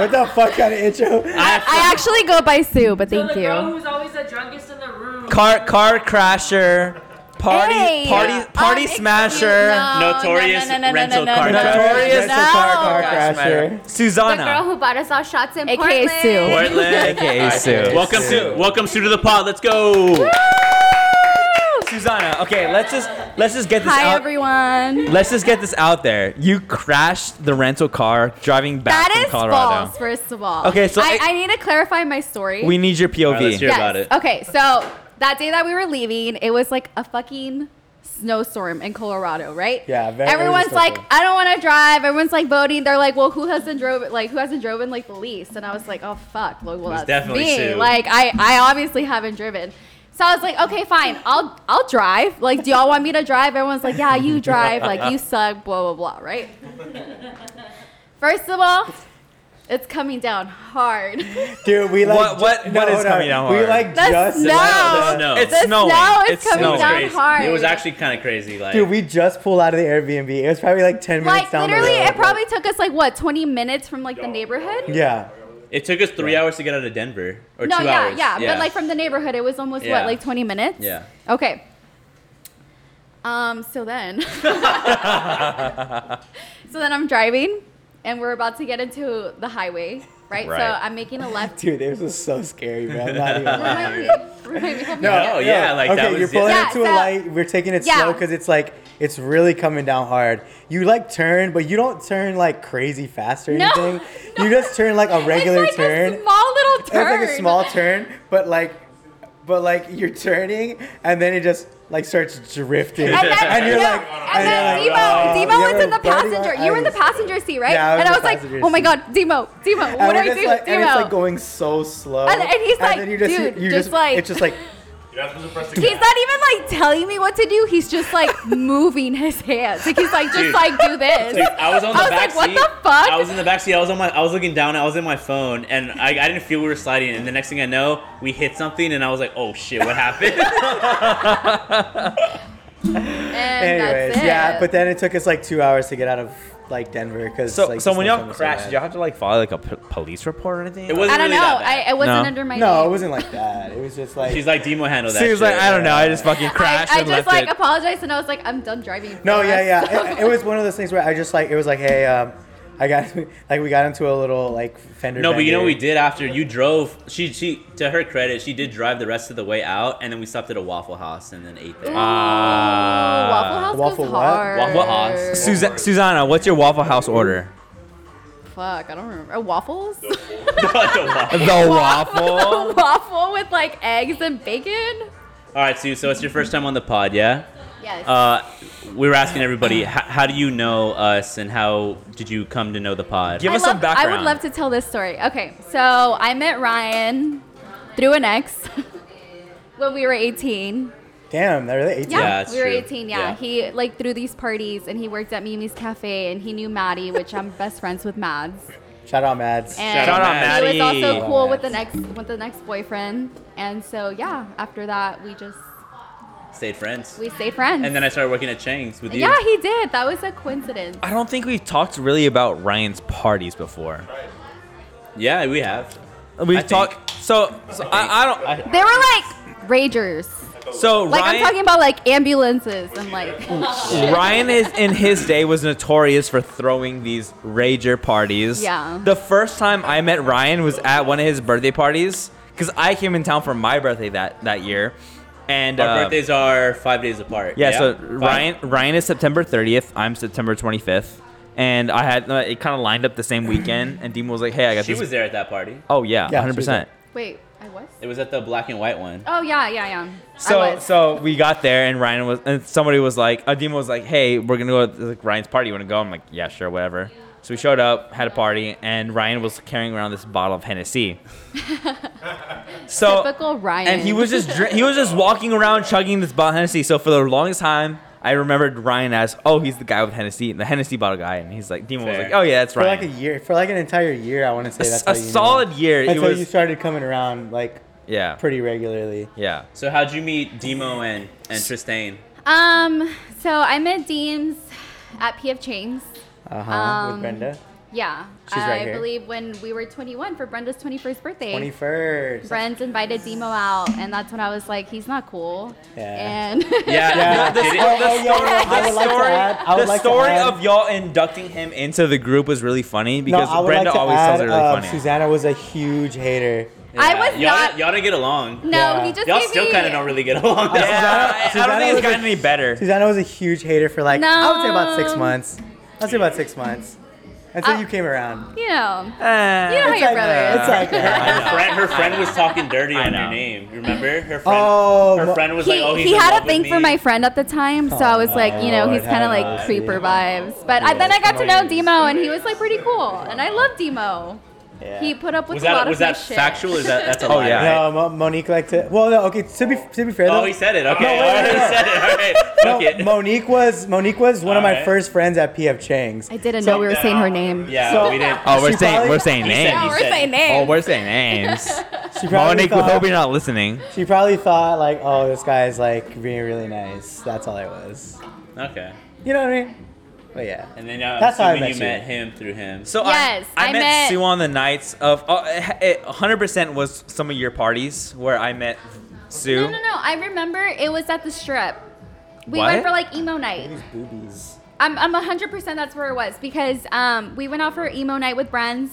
What the fuck kind of intro?
I actually go by Sue, but thank
the
you.
girl who's always the drunkest in the room.
Car car crasher, party
Hey,
party
uh,
party
um,
smasher.
Notorious
no, no, no,
rental
no,
car
no, Oh
driver.
Notorious
No.
car, car
Guys,
crasher.
matter.
The girl
Susanna.
who bought us all shots in
AKA
Portland.
Sue.
Portland.
AKA
All right.
Sue.
Welcome
Sue.
to welcome Sue to the pod. Let's go.
Susanna. Okay, let's just let's just get this
Hi,
out.
everyone.
Let's just get this out there. You crashed the rental car driving back
That
from
is
Colorado.
false, first of all.
Okay, so
I,
it-
I need to clarify my story.
We need your POV.
All right, let's hear
yes.
about it.
Okay, so that day that we were leaving, it was like a fucking
snowstorm in Colorado, right?
Yeah, very
Everyone's
early
like,
snowstorm.
I don't want to drive. Everyone's like voting. They're like, well, who hasn't drove like who hasn't driven like the least? And I was like, oh fuck, like, well
It was
that's
definitely
me.
Sue.
Like I I obviously haven't driven. So I was like, okay, fine, I'll I'll drive. Like, do y'all want me to drive? Everyone's like, yeah, you drive. Like you suck. Blah blah blah. Right. First of all, it's coming down hard.
Dude, we like
What- what- what is
hold on.
coming down
We
hard?
like
The
just
snow. The
snow.
It's
The snowing. snow is It's coming snowing. down
Crazy.
hard.
It was actually kind of crazy. Like
Dude, we just pulled out of the Airbnb. It was probably like ten minutes
Like
down
literally,
the road.
it probably took us like what 20 minutes from like the neighborhood.
yeah.
It took us three hours to get out of Denver, or
no,
two
yeah,
hours.
yeah, But like from the neighborhood, it was almost
Yeah.
what, like 20 minutes?
Yeah.
Okay. Um, so then, so then I'm driving and we're about to get into the highway, right? So
Right.
I'm making a left.
Dude, this was so scary, man. I'm not even
Remind me-
lying.
remind me- help me
No,
out.
No, yeah, like,
okay,
that was-
you're pulling
Yeah,
into a
so-
light. We're taking it
Yeah.
slow because it's like it's really coming down hard. You like turn, but you don't turn like crazy fast or
No,
anything. You just turn like a regular
it's like
turn.
a small little turn.
It's like a small turn, but like, but like you're turning, and then it just like starts drifting,
And then-
you're
no,
like,
And then
you're
Demo,
like, oh,
Demo
you're
was in the
burning my
passenger. You were in the
eyes.
passenger seat, right?
Yeah, I
and
was in
I
the
was like,
passenger
oh my
seat.
god, Demo, Demo,
And
what do
we're
I
just
do,
like,
Demo?
and it's like going so slow.
And- and he's like,
then you just,
dude,
you
just
just,
like-
it's just like,
You're not supposed to press the
He's not even like telling me what to do. He's just like moving his hands. Like he's like just
Dude.
like do this.
Dude, I was on the
I was
back
like, what
seat.
the fuck?
I was in the back seat. I was on my. I was looking down. I was in my phone, and I, I didn't feel we were sliding. And the next thing I know, we hit something, and I was like, "Oh shit, what happened?"
and
anyways, yeah. But then it took us like two hours to get out of like Denver because
So,
like,
so
the
when
snow
y'all
was so
crashed,
bad.
did y'all have to like file like a p- police report or anything?
It wasn't
I don't
really
know.
that
I it wasn't
No.
under my
no,
name.
it wasn't like that. It was just like
She's like, "Demo handled that."
She was
shit."
like, I don't know, I just fucking crashed
I
and
just
left
like
it.
apologized and I was like, I'm done driving.
No, yeah,
fast.
yeah. It, it was one of those things where I just like it was like, hey, um, I got like we got into a little like fender.
No, but you know
bender.
what we did after you drove. She she to her credit, she did drive the rest of the way out, and then we stopped at a Waffle House and then ate there. Uh, Ah.
Waffle House
Waffle
was
what?
hard.
Waffle House.
Susa- Susanna, what's your Waffle House order?
Fuck, I don't remember. Uh, waffles?
the waffle.
Waffle with like eggs and bacon?
All right, Sue. So it's your first time on the pod, yeah?
Yes.
Uh, we were asking everybody, how, how do you know us, and how did you come to know the pod?
I love- I would love to tell this story. Okay, so I met Ryan through an ex when we were 18.
Damn, they're really 18.
Yeah, we were 18. Yeah. he like threw these parties and he worked at Mimi's Cafe and he knew Maddie, which I'm best friends with Mads.
Shout out Mads.
And He was also cool with the next with the next boyfriend, and so yeah. After that, we just
Stayed friends.
we stayed friends.
And then I started working at Chang's with you.
yeah, he did. That was a coincidence.
I don't think we've talked really about Ryan's parties before.
Yeah, we have.
We've talked. So, so I, I don't.
They were like ragers.
so
Like
Oh, Ryan,
I'm talking about like ambulances and like
Ryan is in his day was notorious for throwing these rager parties.
Yeah.
The first time I met Ryan was at one of his birthday parties because I came in town for my birthday that that year, and
Our
uh,
birthdays are five days apart.
Yeah, so
Five.
Ryan Ryan is September 30th. I'm September 25th, and I had uh, it kind of lined up the same weekend. And Dima was like, "Hey, I got
She
this."
was there at that party.
Oh yeah,
Yeah, she
100.
was
percent
wait, I was.
It was at the black and white one.
Oh yeah, yeah, yeah. I
So
was.
so we got there, and Ryan was and somebody was like, uh, Dima was like, "Hey, we're gonna go to like, Ryan's party. You wanna go?" I'm like, "Yeah, sure, whatever." So we showed up, had a party, and Ryan was carrying around this bottle of Hennessy. so
typical Ryan.
And he was just dr- he was just walking around chugging this bottle of Hennessy. So for the longest time, I remembered Ryan as, oh, he's the guy with Hennessy, the Hennessy bottle guy, and he's like, Demon was like, oh yeah, that's
for
Ryan.
like a year, for like an entire year, I want to say
A
that's
s- a
how you knew.
solid year, it
Until
was-
you started coming around like
yeah,
pretty regularly.
Yeah.
So how'd you meet Demo and and Tristain?
Um, so I met Deems at PF Chang's.
Uh-huh,
Uh huh.
Um,
with Brenda.
Yeah,
She's
I
right here.
believe when we were 21 for Brenda's 21st birthday.
21st.
Brent invited Demo out, and that's when I was like, he's not cool.
Yeah.
And
Yeah, the, the,
Oh, oh, yeah,
story,
yeah, I would like to add- I
the
would like to
story
add-
of y'all inducting him into the group was really funny because
I would
Brenda
like to
always
add,
tells it really
uh,
funny.
Susanna was a huge hater.
I was
y'all,
not-
didn't- y'all didn't get along.
No, Yeah. he just
Y'all
gave
still
me-
kind of don't really get along.
Yeah,
I- I don't think it's
was a-
gotten any better.
Susanna was a huge hater for like I would say about six
No. Uh,
months. I would say about six months. until you came around.
You know.
Eh,
you know how
it's
your
like
brother
that.
is.
It's like that.
Her friend, her friend was talking dirty on your name. You remember her friend?
Oh,
her friend was
he,
like, "Oh, he's
he
in
had a
love with
thing
me.
for my friend at the time, so I was like, you know, he's kind of like creeper vibes. But I, then I got to know Demo, and he was like pretty cool, and I love Demo. He put up with
Was
a lot
that
of
was
my
that
shit.
factual? Or is that that's a
Oh,
lie?
yeah.
No,
right?
Mo- Monique liked it. Well, no, okay. To be to be fair though.
Oh, he said it. Okay,
No, wait,
he
wait, no.
said it. All right, fuck it.
Monique was Monique was one of my
Alright.
first friends at PF Chang's.
I didn't know we were saying her name.
Yeah,
So-
we didn't.
Oh, we're
She
saying
probably-
we're saying
He said-
names.
he
we're said- saying names.
Oh, we're saying names.
She probably
Monique, we
thought-
hope you're not listening.
She probably thought like, oh, this guy is like being really nice. That's all it was.
Okay.
You know what I mean? But yeah.
And then uh,
That's how I
assuming you
met you.
met him through him.
So
Yes,
I, I,
I
met,
met-
Sue on the nights of. Oh, it, it 100% was some of your parties where I met Sue.
No, no, no. I remember it was at the strip. We
What?
went for like emo night.
Boobies.
I'm, I'm 100% that's where it was because um, we went out for emo night with Brands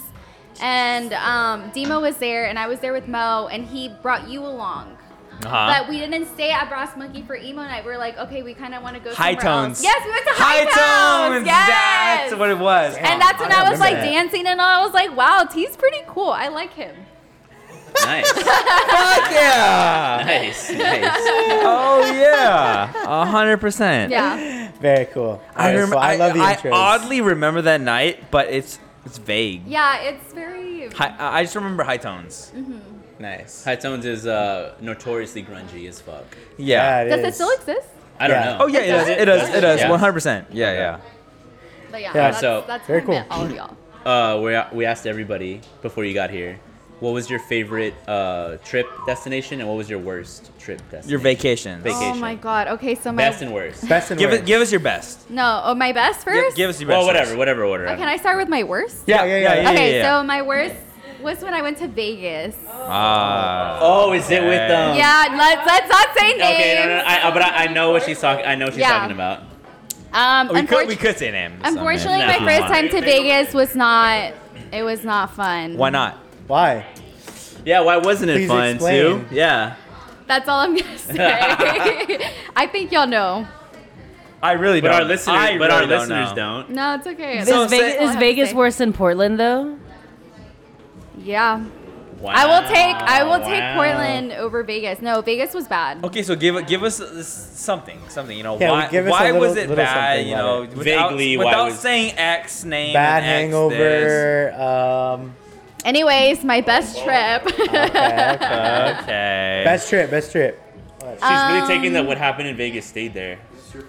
and um, Demo was there and I was there with Mo and he brought you along.
Uh-huh.
But we didn't stay at Brass Monkey for emo night. We are like, okay, we kind of want to go
High
somewhere else.
Tones.
Yes, we went to
High
High, Tones.
Tones,
Yes.
That's what it was.
and that's when
I
I, was
remember
like
that.
dancing and all. I was like, wow, T's pretty cool. I like him.
Nice.
Fuck yeah.
Nice. Nice.
Oh yeah, a hundred percent.
Yeah.
Very cool.
I
Very
remember.
cool. I love the
I,
intros.
oddly remember that night, but it's it's vague.
Yeah, it's very.
Hi, I I just remember high tones.
hmm
Nice.
High Tones is uh, notoriously grungy as fuck.
Yeah.
Does it still exist?
I don't
Yeah.
know.
Oh yeah, it does. It does. It does.
Yeah.
One hundred percent. Yeah, yeah.
But yeah,
Yeah,
that's,
so-
that's
Very
where I met
cool.
all of y'all.
Uh, we we asked everybody before you got here, what was your favorite uh, trip destination and what was your worst trip destination?
Your vacations.
Vacation.
Oh my god. Okay, so my
best and worst.
Best and
give It, give us your best.
No, oh, my best first.
Give us your best.
Well, whatever,
first.
whatever order.
Oh, can I start with my worst?
Yeah, yeah, yeah. yeah,
okay,
yeah, yeah.
so my worst was when I went to Vegas.
Ah.
Oh, is it with um?
yeah, let's let's not say names.
Okay, no, no, no, I, uh, but I, I know what she's talking. I know what she's
Yeah.
talking about.
um,
we could
unfortu-
we could say names.
unfortunately,
No.
my
Nah.
first time to Vegas was not. It was not fun.
Why not?
Why?
Yeah, why wasn't it
Please
fun,
explain.
Sue? Yeah,
That's all I'm gonna say. I think y'all know.
I really
but
don't.
our listeners,
I
but
really
our
don't
listeners
know.
don't.
No, it's okay.
Is
That's all
Vegas,
I'll
is
have to
Vegas
say.
worse than Portland though?
Yeah. I will take I will take Portland over Vegas. No, Vegas was bad.
Okay, so give give us uh, s- something, something. You know,
Yeah,
why
give us a
why was
little-
it
little
bad?
something
You
about
know,
it.
without,
Vaguely, why
without
was-
saying X name.
Bad
and X
hangover.
this.
Um,
Anyways, my best trip.
Okay.
best trip. Best trip.
She's really taking that what happened in Vegas stayed there.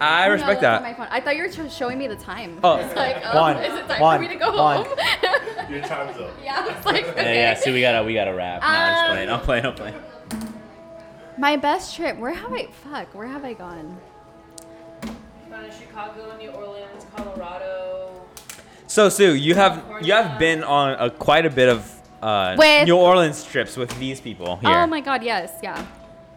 I
Um, No,
respect
that's on
that.
my phone. I thought you were tr- showing me the time.
Oh,
I was like, oh,
Juan,
is it time
Juan,
for me to go
Juan.
home?
Your time's up.
yeah, I was like,
Yeah,
okay.
yeah. See, we gotta we gotta wrap. No, I'm just
Um,
playing. I'm playing. I'm playing.
My best trip. Where have I? Fuck. Where have I gone?
Chicago, New Orleans, Colorado.
So Sue, you have you have been on a, quite a bit of uh,
With-
New Orleans trips with these people here.
Oh my god. Yes. Yeah.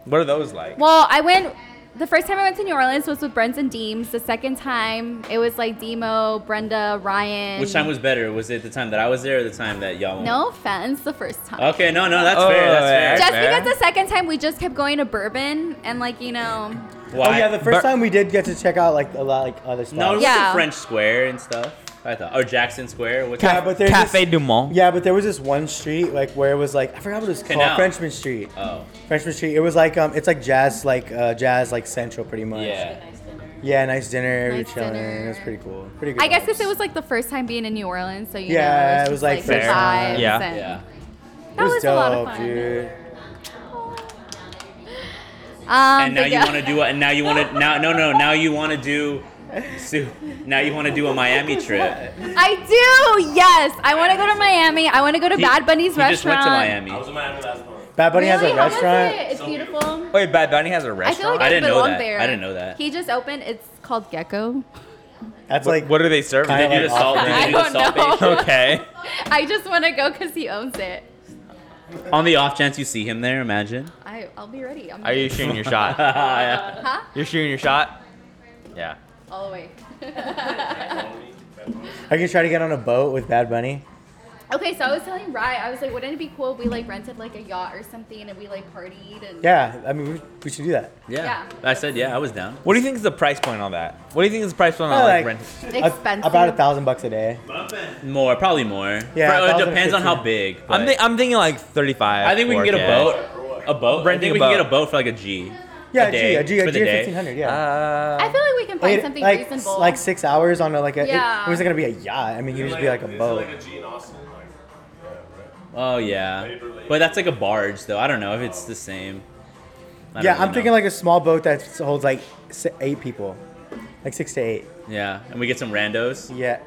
what are those like?
Well, I went. The first time I went to New Orleans was with Brent and Deems. The second time it was like Demo, Brenda, Ryan.
Which time was better? Was it the time that I was there or the time that y'all?
No offense, the first time.
Okay, no, no, that's
Oh,
fair. That's
yeah,
fair.
Just
fair.
because the second time we just kept going to Bourbon and like you know.
Oh yeah, the first
Bur-
time we did get to check out like a lot like other spots.
No, it was
Yeah.
the French Square and stuff. I thought, or Jackson Square. Which
Yeah, but there's
Cafe
this,
du Monde.
Yeah, but there was this one street like where it was like I forgot what it was called.
Canal.
Frenchman Street.
Oh,
Frenchman Street. It was like um, it's like jazz like uh, jazz like central pretty much.
yeah.
Yeah, nice dinner. we were
Nice
chilling.
dinner.
It was pretty cool. Pretty good.
I guess
vibes.
because it was like the first time being in New Orleans, so you
Yeah,
know,
it was, like,
the
first time.
vibes
Yeah.
and-
Yeah.
That was, a lot of fun.
dude.
Um,
And now
but
you
yeah.
want to do a, and now you want to now no no now you want to do Sue. Now you want to do a Miami trip.
I do. Yes, I want to go to Miami. I want to go to
He-
Bad Bunny's
he
restaurant.
just went to Miami.
I was in Miami last month.
Bad Bunny
really?
has a
How was
restaurant.
it? It's beautiful.
Wait, Bad Bunny has a
I feel
restaurant.
like I,
didn't know
belong
that.
there.
I didn't know that.
He just opened. It's called Gecko.
That's
What-
like
what are they serving?
Kinda
Did they do the
like
salt? Did
I
they do the
don't
salt
know.
bait?
okay.
I just want to go because he owns it.
On the off chance you see him there, imagine.
I, I'll be ready. I'm
Are you shooting your shot?
Yeah.
Huh?
You're shooting your shot. Yeah.
All the way.
I can try to get on a boat with Bad Bunny.
Okay, so I was telling Rye, I was like, wouldn't it be cool if we like rented like a yacht or something and we like partied and
Yeah, I mean, we, we should do that.
Yeah.
Yeah.
I said, yeah, I was down.
What do you think is the price point on that? What do you think is the price point on
Oh, like-
like, rent?
A- about a thousand bucks a day.
More, probably more.
Yeah,
Pro- it
1,000 or
depends on how
15.
big.
I'm,
but-
thi- I'm thinking like 35.
I think we can get a
4K.
boat. A boat. I
Renting
think
a
we
boat.
can get a boat for like a G.
Yeah,
a
a G,
day,
a G, a
for the
G,
day.
1500, yeah.
I feel like we can find
Eight-
something
like,
reasonable.
s- Like six hours on a like a.
Yeah.
It, it wasn't gonna be a yacht. I mean, you just be like a boat.
Like a G in Austin. Like,
Oh yeah, but that's like a barge though. I don't know if it's the same. I
yeah, I'm
don't really
thinking like a small boat that holds like si- eight people, like six to eight.
know. Yeah, and we get some randos.
Yeah.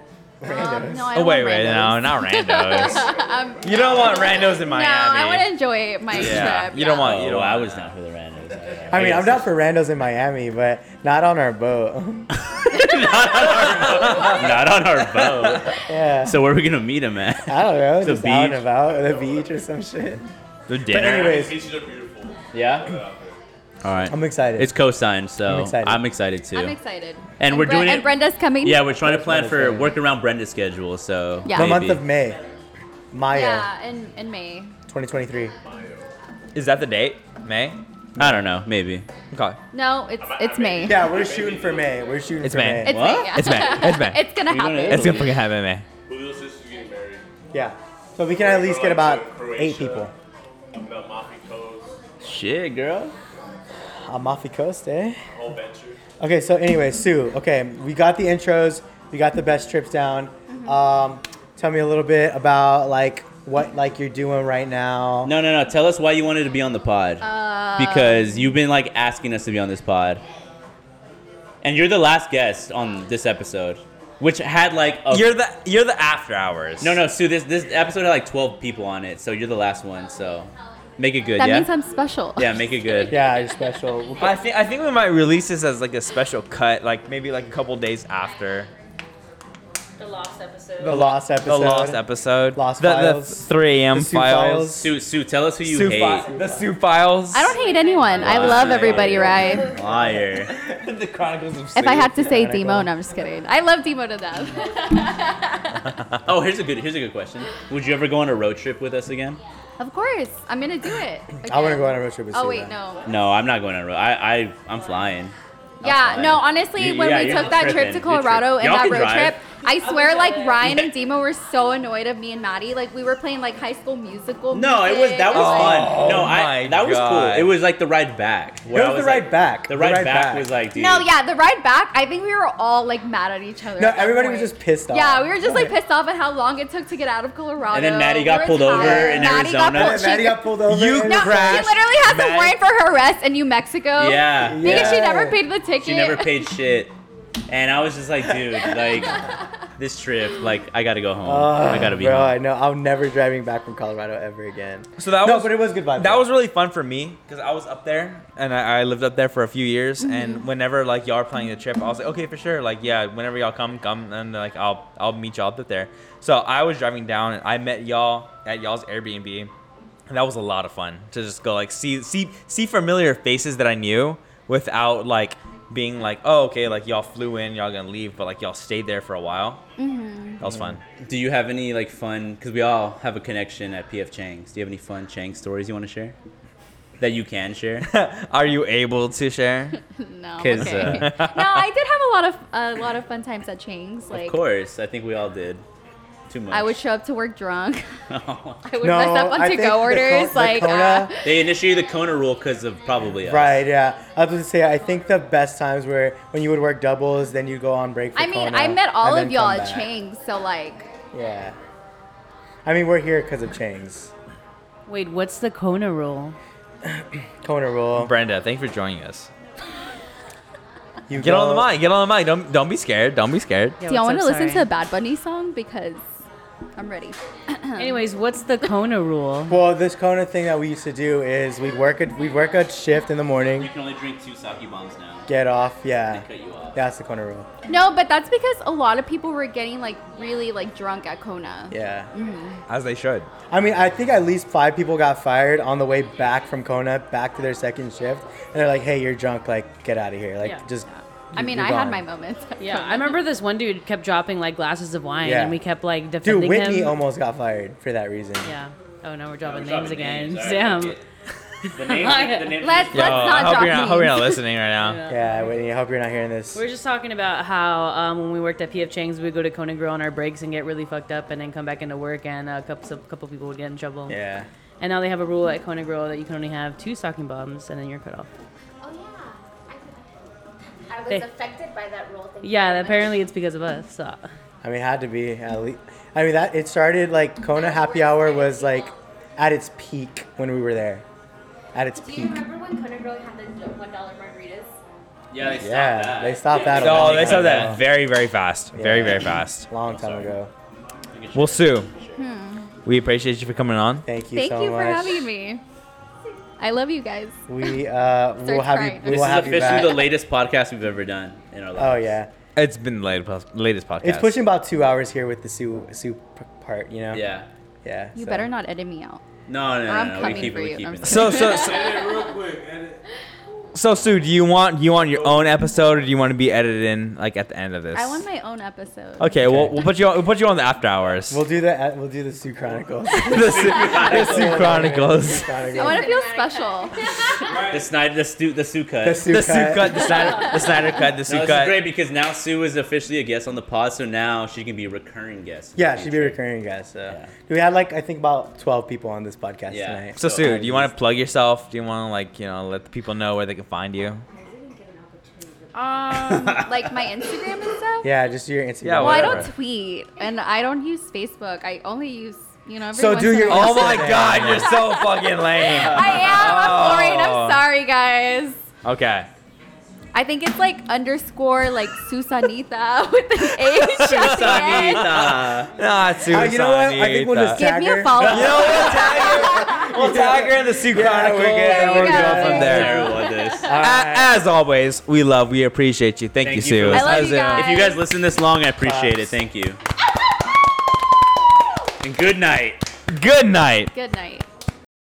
Um, no, I
Oh
don't
wait,
want
wait, no, not randos.
Um,
You don't want randos in
no,
Miami.
I want to enjoy my trip.
You don't want. You
Oh,
don't.
I
want
was
that.
down for the randos.
I mean, I'm down for randos in Miami, but not on our boat.
Not on our boat.
yeah.
So where are we gonna meet him at?
I don't know.
The
just out and
beach.
about, or the beach or some shit.
The dinner.
But anyways,
Yeah. All right.
I'm excited.
It's co-signed, so
I'm
I'm
excited.
excited, too.
I'm excited.
And we're
Bre-
doing it.
And Brenda's coming.
Yeah, we're trying to
Yeah,
plan
Brenda's
for
coming.
work around Brenda's schedule. So
Yeah. The month
maybe.
of
May, Maya,
Yeah, in, in May.
2023.
Is that the date? May?
I don't know. Maybe.
Okay.
No, it's it's May.
Yeah, we're shooting for May. We're shooting
It's
for
May.
May.
It's May, yeah.
It's May. It's May.
It's gonna happen.
It's gonna fucking happen, May.
Julio's sister's getting married.
Yeah. So we can at least get about eight people.
About Mafia Coast.
Shit, girl.
Amalfi Coast, eh?
Whole venture.
Okay, so anyway, Sue. Okay, we got the intros. We got the best trips down.
Mm-hmm.
Um, tell me a little bit about like what like you're doing right now.
No, no, no. Tell us why you wanted to be on the pod.
Uh,
because you've been like asking us to be on this pod, and you're the last guest on this episode, which had like a
You're the you're the after hours.
no, no. Sue, this this episode had like 12 people on it, so you're the last one. So make it good.
that
yeah.
means I'm special.
yeah, make it good.
Yeah, you're special.
I think I think we might release this as like a special cut, like maybe like a couple days after
The lost episode.
The lost episode.
The lost episode. Lost the, the
files.
3 a.m.
The Sue
files.
files.
Sue, Sue, tell us who you
Sue
hate.
fi- the Sue files.
I don't hate anyone. I love everybody, right?
Liar.
the Chronicles of
If I had to say Demo, no, I'm just kidding. I love Demo to death.
oh, here's a good here's a good question. Would you ever go on a road trip with us again?
of course, I'm gonna do it.
I wanna
again.
go on a road trip with
Oh
Sue,
wait,
though.
no.
No, I'm not going on a road. I I I'm flying.
Yeah,
fine.
no, honestly,
You-
when
yeah,
we
you're
took that
tripping.
trip to
You're tripping.
Colorado and
Y'all
that
can
road
drive.
trip, I swear, like, Ryan and Demo were so annoyed of me and Maddie. Like, we were playing, like, high school musical.
No, it
music,
was that was
like-
fun. No,
Oh
I
my
that was
God.
cool. It was like the ride back. where
It
I
was the ride
like-
back.
The ride,
The ride
back,
back.
was like, dude.
No, yeah, the ride back, I think we were all, like, mad at each other.
No,
at that
everybody was
point.
just pissed off.
Yeah, we were just like pissed off at how long it took to get out of Colorado.
And then Maddie
We
got
were
pulled over
tired.
in
Maddie
Arizona.
Got pulled, she-
Maddie got pulled over.
no, she literally has a warrant for her arrest in New Mexico.
Yeah.
Because she
Yeah.
never paid the ticket.
She never paid shit. And I was just like, dude, like this trip, like I gotta go home. Oh, I gotta be
bro,
home.
I know. I'm never driving back from Colorado ever again.
So that
no,
was
but it was good vibes.
That was really fun for me because I was up there and I, I lived up there for a few years.
Mm-hmm.
And whenever like y'all are planning the trip, I was like, okay, for sure. Like, yeah, whenever y'all come, come and like I'll I'll meet y'all up there. So I was driving down and I met y'all at y'all's Airbnb, and that was a lot of fun to just go like see see see familiar faces that I knew without like being like, oh, okay, like y'all flew in, y'all gonna leave, but like y'all stayed there for a while.
Mm-hmm.
That was fun.
Do you have any like fun? Because we all have a connection at PF Chang's. Do you have any fun Chang stories you want to share? That you can share?
Are you able to share?
No.
Because,
okay.
uh,
no, I did have a lot of a lot of fun times at Chang's. Like,
of course, I think we all did. Too much.
I would show up to work drunk. I would
No,
mess up on
I think the
to-go
co-
orders.
the
like,
Kona-
uh,
they initiated the Kona rule because of probably uh, us.
Right, yeah. I was gonna say, I think the best times were when you would work doubles, then you go on break. For
I mean,
Kona,
I met all of
and then
y'all
come
at
back.
Chang's, so like,
Yeah. I mean, we're here because of Chang's.
Wait, what's the Kona rule?
Kona rule.
Brenda, thanks for joining us.
You
get on
go-
the mic. Get on the mic. Don't don't be scared. Don't be scared.
do y'all want to listen to a Bad Bunny song because I'm ready.
Anyways, what's the Kona rule?
Well, this Kona thing that we used to do is we'd work a we'd work a shift in the morning,
can only drink two sake bombs now.
get off, yeah.
They cut you off.
That's the Kona rule.
No, but that's because a lot of people were getting like really like drunk at Kona.
Yeah.
Mhm.
As they should.
I mean, I think at least five people got fired on the way back from Kona, back to their second shift, and they're like, "Hey, you're drunk. Like, get out of here. Like,
Yeah.
just
I mean,
you're
I had
gone.
my moments.
Yeah, I remember this one dude kept dropping like glasses of wine,
Yeah.
and we kept like
Dude,
defending
Whitney
him.
almost got fired for that reason.
Yeah. Oh no, we're dropping
dropping
names again.
names.
Damn.
Alright, The names- the names-
Let's-
Yo,
let's not
I hope
drop
you're not, I hope you're not
names.
listening right now.
Yeah.
Yeah, Whitney, I hope you're not hearing this.
We were just talking about how um, when we worked at PF Chang's, we'd go to Conan Grill on our breaks and get really fucked up, and then come back into work, and a couple a couple people would get in trouble.
Yeah.
And now they have a rule at Conan Grill that you can only have two stocking bombs, and then you're cut off.
I was
Hey.
affected by that rule. Thank you
Yeah,
very
and
much.
apparently it's because of us. So.
I mean, it had to be. At least. I mean, that it started like Kona Happy Hour was like at its peak when we were there. At its
Do you
peak.
remember when Conan Grill had the one dollar margaritas?
Yeah, they stopped
Yeah,
that.
they stopped that a
No,
long
they
time
said
ago.
that very, very fast. Very,
Yeah.
very fast.
Long time ago.
Well, Sue,
Hmm.
we appreciate you for coming on.
Thank
Thank you for having me. I love you guys.
We uh, we'll
Start
have
crying.
you.
This
We'll
is
have you
officially
back.
the latest podcast we've ever done in our
Oh
lives.
yeah,
It's been the latest, latest podcast.
it's pushing about two hours here with the Sue Sue p- part. You know.
Yeah.
Yeah.
You
so.
better not edit me out.
No, no,
Or
no,
I'm
no, we
coming
keep
for
it. We
you.
keep
I'm
it.
So, so, so,
Edit real quick. Edit.
so, Sue, do you want do you want your own episode, or do you want to be edited in like at the end of this?
I want my own episode.
Okay, well, we'll put you on, we'll put you on the after hours.
We'll do the we'll do the Sue Chronicles.
the Sue, the Sue Chronicles.
I want to feel special.
The Snyder, the Stu, the Sue cut.
The Sue The Sue cut. cut, the Snyder- the Snyder cut, the Sue
no, this
cut.
is great because now Sue is officially a guest on the pod, so now she can be a recurring guest.
Yeah, she'd be recurring guest. So we had like I think about twelve people on this podcast
Yeah.
tonight.
So, Sue, do you want to plug yourself? Do you want to like you know let the people know where they can find you?
Um, like my Instagram and stuff.
Yeah, just your Instagram.
Yeah,
well, I don't
whatever.
tweet and I don't use Facebook. I only use you know. Every
So
once
do
in a
your
while.
Oh my God, you're so Oh. fucking lame.
I am. I'm boring. I'm sorry, guys.
Okay.
I think it's like underscore like Susanita with an H. at the end.
Ah,
Nah, Sue.
Uh, you know what? I think we'll just
Give
tag
me a
her.
follow.
You know We'll tag her in the Sue Chronicles.
we're good.
and
There
we're
we
going
go.
from there.
Terrible at this.
A- As always, we love, we appreciate you. Thank, you,
for
Sue.
listening.
As always.
If you guys listen this long, I appreciate it. Thank you. And good night.
Good night.
Good night.